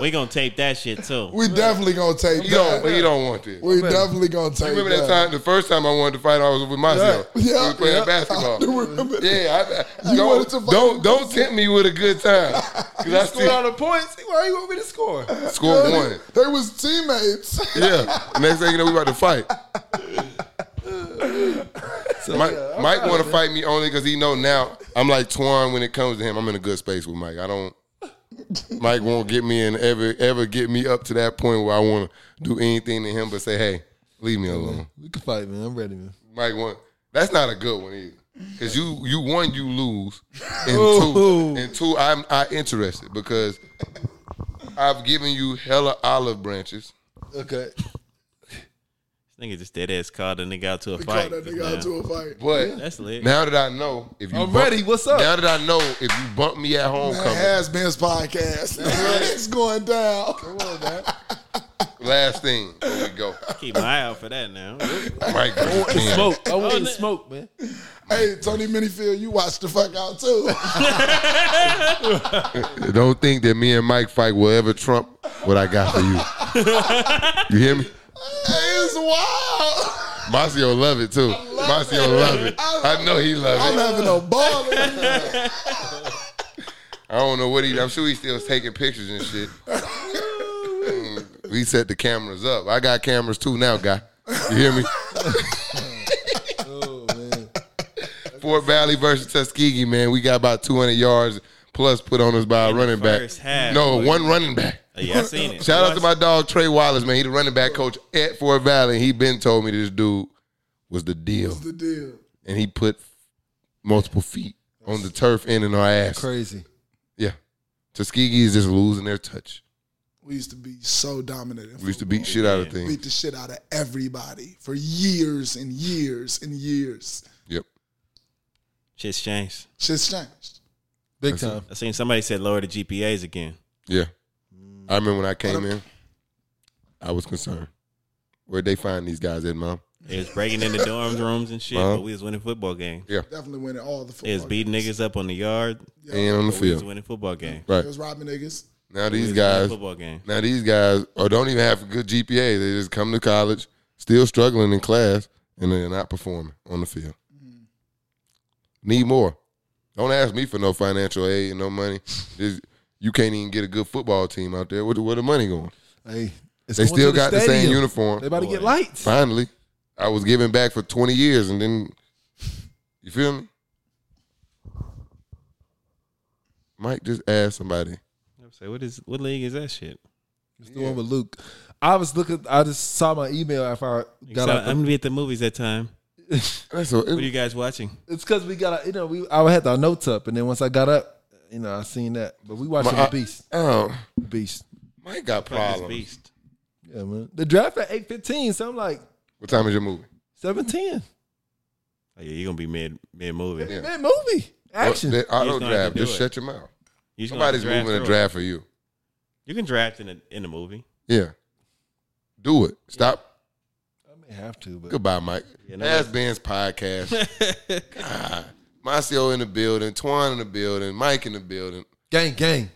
[SPEAKER 3] we gonna tape that shit too.
[SPEAKER 4] We definitely gonna take
[SPEAKER 1] He
[SPEAKER 4] that.
[SPEAKER 1] don't. He don't want this.
[SPEAKER 4] we definitely gonna take
[SPEAKER 1] Remember that time? The first time I wanted to fight, I was with myself.
[SPEAKER 4] Yeah.
[SPEAKER 1] we was playing
[SPEAKER 4] Yeah.
[SPEAKER 1] basketball.
[SPEAKER 4] I do remember that.
[SPEAKER 1] Yeah, I,
[SPEAKER 4] You
[SPEAKER 1] don't
[SPEAKER 4] wanted to fight
[SPEAKER 1] don't don't tempt me with a good time because I
[SPEAKER 2] Score all
[SPEAKER 1] still
[SPEAKER 2] the points. Why you want me to score?
[SPEAKER 1] scored one.
[SPEAKER 4] They was teammates.
[SPEAKER 1] Yeah. Next thing you know, we about to fight. Mike, Mike want to fight me only because he know now I'm like Twan when it comes to him. I'm in a good space with Mike. I don't. Mike won't get me and ever ever get me up to that point where I want to do anything to him but say, hey, leave me alone.
[SPEAKER 2] We can fight, man. I'm ready, man.
[SPEAKER 1] Mike won. That's not a good one either. Cause you you one you lose, and
[SPEAKER 2] Ooh.
[SPEAKER 1] two and two I'm I interested because I've given you hella olive branches.
[SPEAKER 2] Okay.
[SPEAKER 3] This nigga just dead ass called a nigga out to a
[SPEAKER 4] Called
[SPEAKER 3] fight.
[SPEAKER 4] that
[SPEAKER 3] just
[SPEAKER 4] nigga out
[SPEAKER 3] now.
[SPEAKER 4] to a fight.
[SPEAKER 1] But
[SPEAKER 3] That's lit.
[SPEAKER 1] now that I know, if you
[SPEAKER 2] I'm
[SPEAKER 1] bump-
[SPEAKER 2] ready. What's up?
[SPEAKER 1] Now that I know, if you bump me at
[SPEAKER 4] That
[SPEAKER 1] homecoming,
[SPEAKER 4] has been's podcast. it's going down.
[SPEAKER 1] Last thing, there we go.
[SPEAKER 3] Keep my eye out for that now.
[SPEAKER 1] Mike versus Ken.
[SPEAKER 5] Smoke. I want
[SPEAKER 3] Oh, no.
[SPEAKER 5] to smoke, man.
[SPEAKER 4] Hey, Tony Minifield, you watch the fuck out too.
[SPEAKER 1] Don't think that me and Mike fight will ever trump what I got for you. you hear me?
[SPEAKER 4] it's wild.
[SPEAKER 1] Masio love it too. Masio love it. I know he
[SPEAKER 4] I'm
[SPEAKER 1] love it.
[SPEAKER 4] having a ball.
[SPEAKER 1] I don't know what he. I'm sure he still taking pictures and shit. Mm, we set the cameras up. I got cameras too now, guy. You hear me?
[SPEAKER 2] Oh man,
[SPEAKER 1] Fort Valley versus Tuskegee, man. We got about 200 yards plus put on us by a
[SPEAKER 3] In the
[SPEAKER 1] running back.
[SPEAKER 3] first half,
[SPEAKER 1] no,
[SPEAKER 3] boy.
[SPEAKER 1] one running back.
[SPEAKER 3] yeah, I seen it.
[SPEAKER 1] Shout out to my dog Trey Wallace, man. He the running back coach at Fort Valley. He been told me this dude was the deal,
[SPEAKER 4] the deal.
[SPEAKER 1] and he put multiple feet on the turf in and our ass.
[SPEAKER 2] crazy.
[SPEAKER 1] Yeah, Tuskegee is just losing their touch.
[SPEAKER 4] We used to be so dominant. in
[SPEAKER 1] We used to
[SPEAKER 4] football.
[SPEAKER 1] beat shit out of things.
[SPEAKER 4] beat the shit out of everybody for years and years and years.
[SPEAKER 1] Yep.
[SPEAKER 3] Shit's changed.
[SPEAKER 4] Shit's changed.
[SPEAKER 2] Big
[SPEAKER 1] That's it.
[SPEAKER 2] time.
[SPEAKER 3] I seen somebody said lower the GPAs again.
[SPEAKER 1] Yeah. I remember when I came in, I was concerned. Where'd they find these guys at, mom?
[SPEAKER 3] It was breaking into dorms rooms and shit,
[SPEAKER 1] Uh-huh.
[SPEAKER 3] but we was winning football games.
[SPEAKER 4] Definitely winning all the football.
[SPEAKER 3] It was beating
[SPEAKER 4] games.
[SPEAKER 3] niggas up on the yard,
[SPEAKER 1] And on the
[SPEAKER 3] but we was
[SPEAKER 1] field.
[SPEAKER 3] winning football game.
[SPEAKER 1] Right.
[SPEAKER 4] It was robbing niggas.
[SPEAKER 1] Now
[SPEAKER 3] We
[SPEAKER 1] these
[SPEAKER 3] was winning
[SPEAKER 1] guys
[SPEAKER 3] football game.
[SPEAKER 1] now these guys or don't even have a good GPA. They just come to college, still struggling in class, and they're not performing on the field. Need more. Don't ask me for no financial aid and no money. Just- you can't even get a good football team out there. Where, the- where the money going?
[SPEAKER 2] Hey, it's
[SPEAKER 1] They
[SPEAKER 2] going
[SPEAKER 1] still
[SPEAKER 2] to
[SPEAKER 1] got the same
[SPEAKER 2] stadium.
[SPEAKER 1] uniform.
[SPEAKER 2] They about to
[SPEAKER 3] Boy.
[SPEAKER 2] get lights.
[SPEAKER 1] Finally, I was giving back for 20 years and then, you feel me? Mike just asked somebody.
[SPEAKER 3] I would say, what is what league is that shit?
[SPEAKER 2] It's the one with Luke. I was looking. I just saw my email after I got
[SPEAKER 3] So,
[SPEAKER 2] out.
[SPEAKER 3] I'm gonna be at the movies that time.
[SPEAKER 1] That's a,
[SPEAKER 3] What are you guys watching?
[SPEAKER 2] it's because we got. our- You know, we I had our notes up, and then once I got up, you know, I seen that. But we watching
[SPEAKER 1] My-
[SPEAKER 2] the Beast.
[SPEAKER 1] oh,
[SPEAKER 2] Beast.
[SPEAKER 1] Mike got
[SPEAKER 3] Fuck this
[SPEAKER 1] problems.
[SPEAKER 3] beast.
[SPEAKER 2] Yeah, man. The draft at eight fifteen. So I'm like
[SPEAKER 1] What time is your movie?
[SPEAKER 2] seven ten.
[SPEAKER 3] Oh, yeah, you're gonna be mid mid movie.
[SPEAKER 1] Yeah.
[SPEAKER 2] Man, movie action.
[SPEAKER 1] Well, they auto
[SPEAKER 3] He's gonna have
[SPEAKER 1] draft.
[SPEAKER 3] to
[SPEAKER 1] Just
[SPEAKER 3] do it.
[SPEAKER 1] shut your mouth.
[SPEAKER 3] You just gonna
[SPEAKER 1] Somebody's
[SPEAKER 3] draft
[SPEAKER 1] moving a
[SPEAKER 3] through.
[SPEAKER 1] draft for you.
[SPEAKER 3] You can draft in a, in the movie.
[SPEAKER 1] Yeah. Do it. Stop.
[SPEAKER 2] I may have to, but
[SPEAKER 1] Goodbye, Mike.
[SPEAKER 3] Yeah, no
[SPEAKER 1] That's Ben's podcast. God. Marcio in the building, Twan in the building, Mike in the building.
[SPEAKER 2] gang, gang.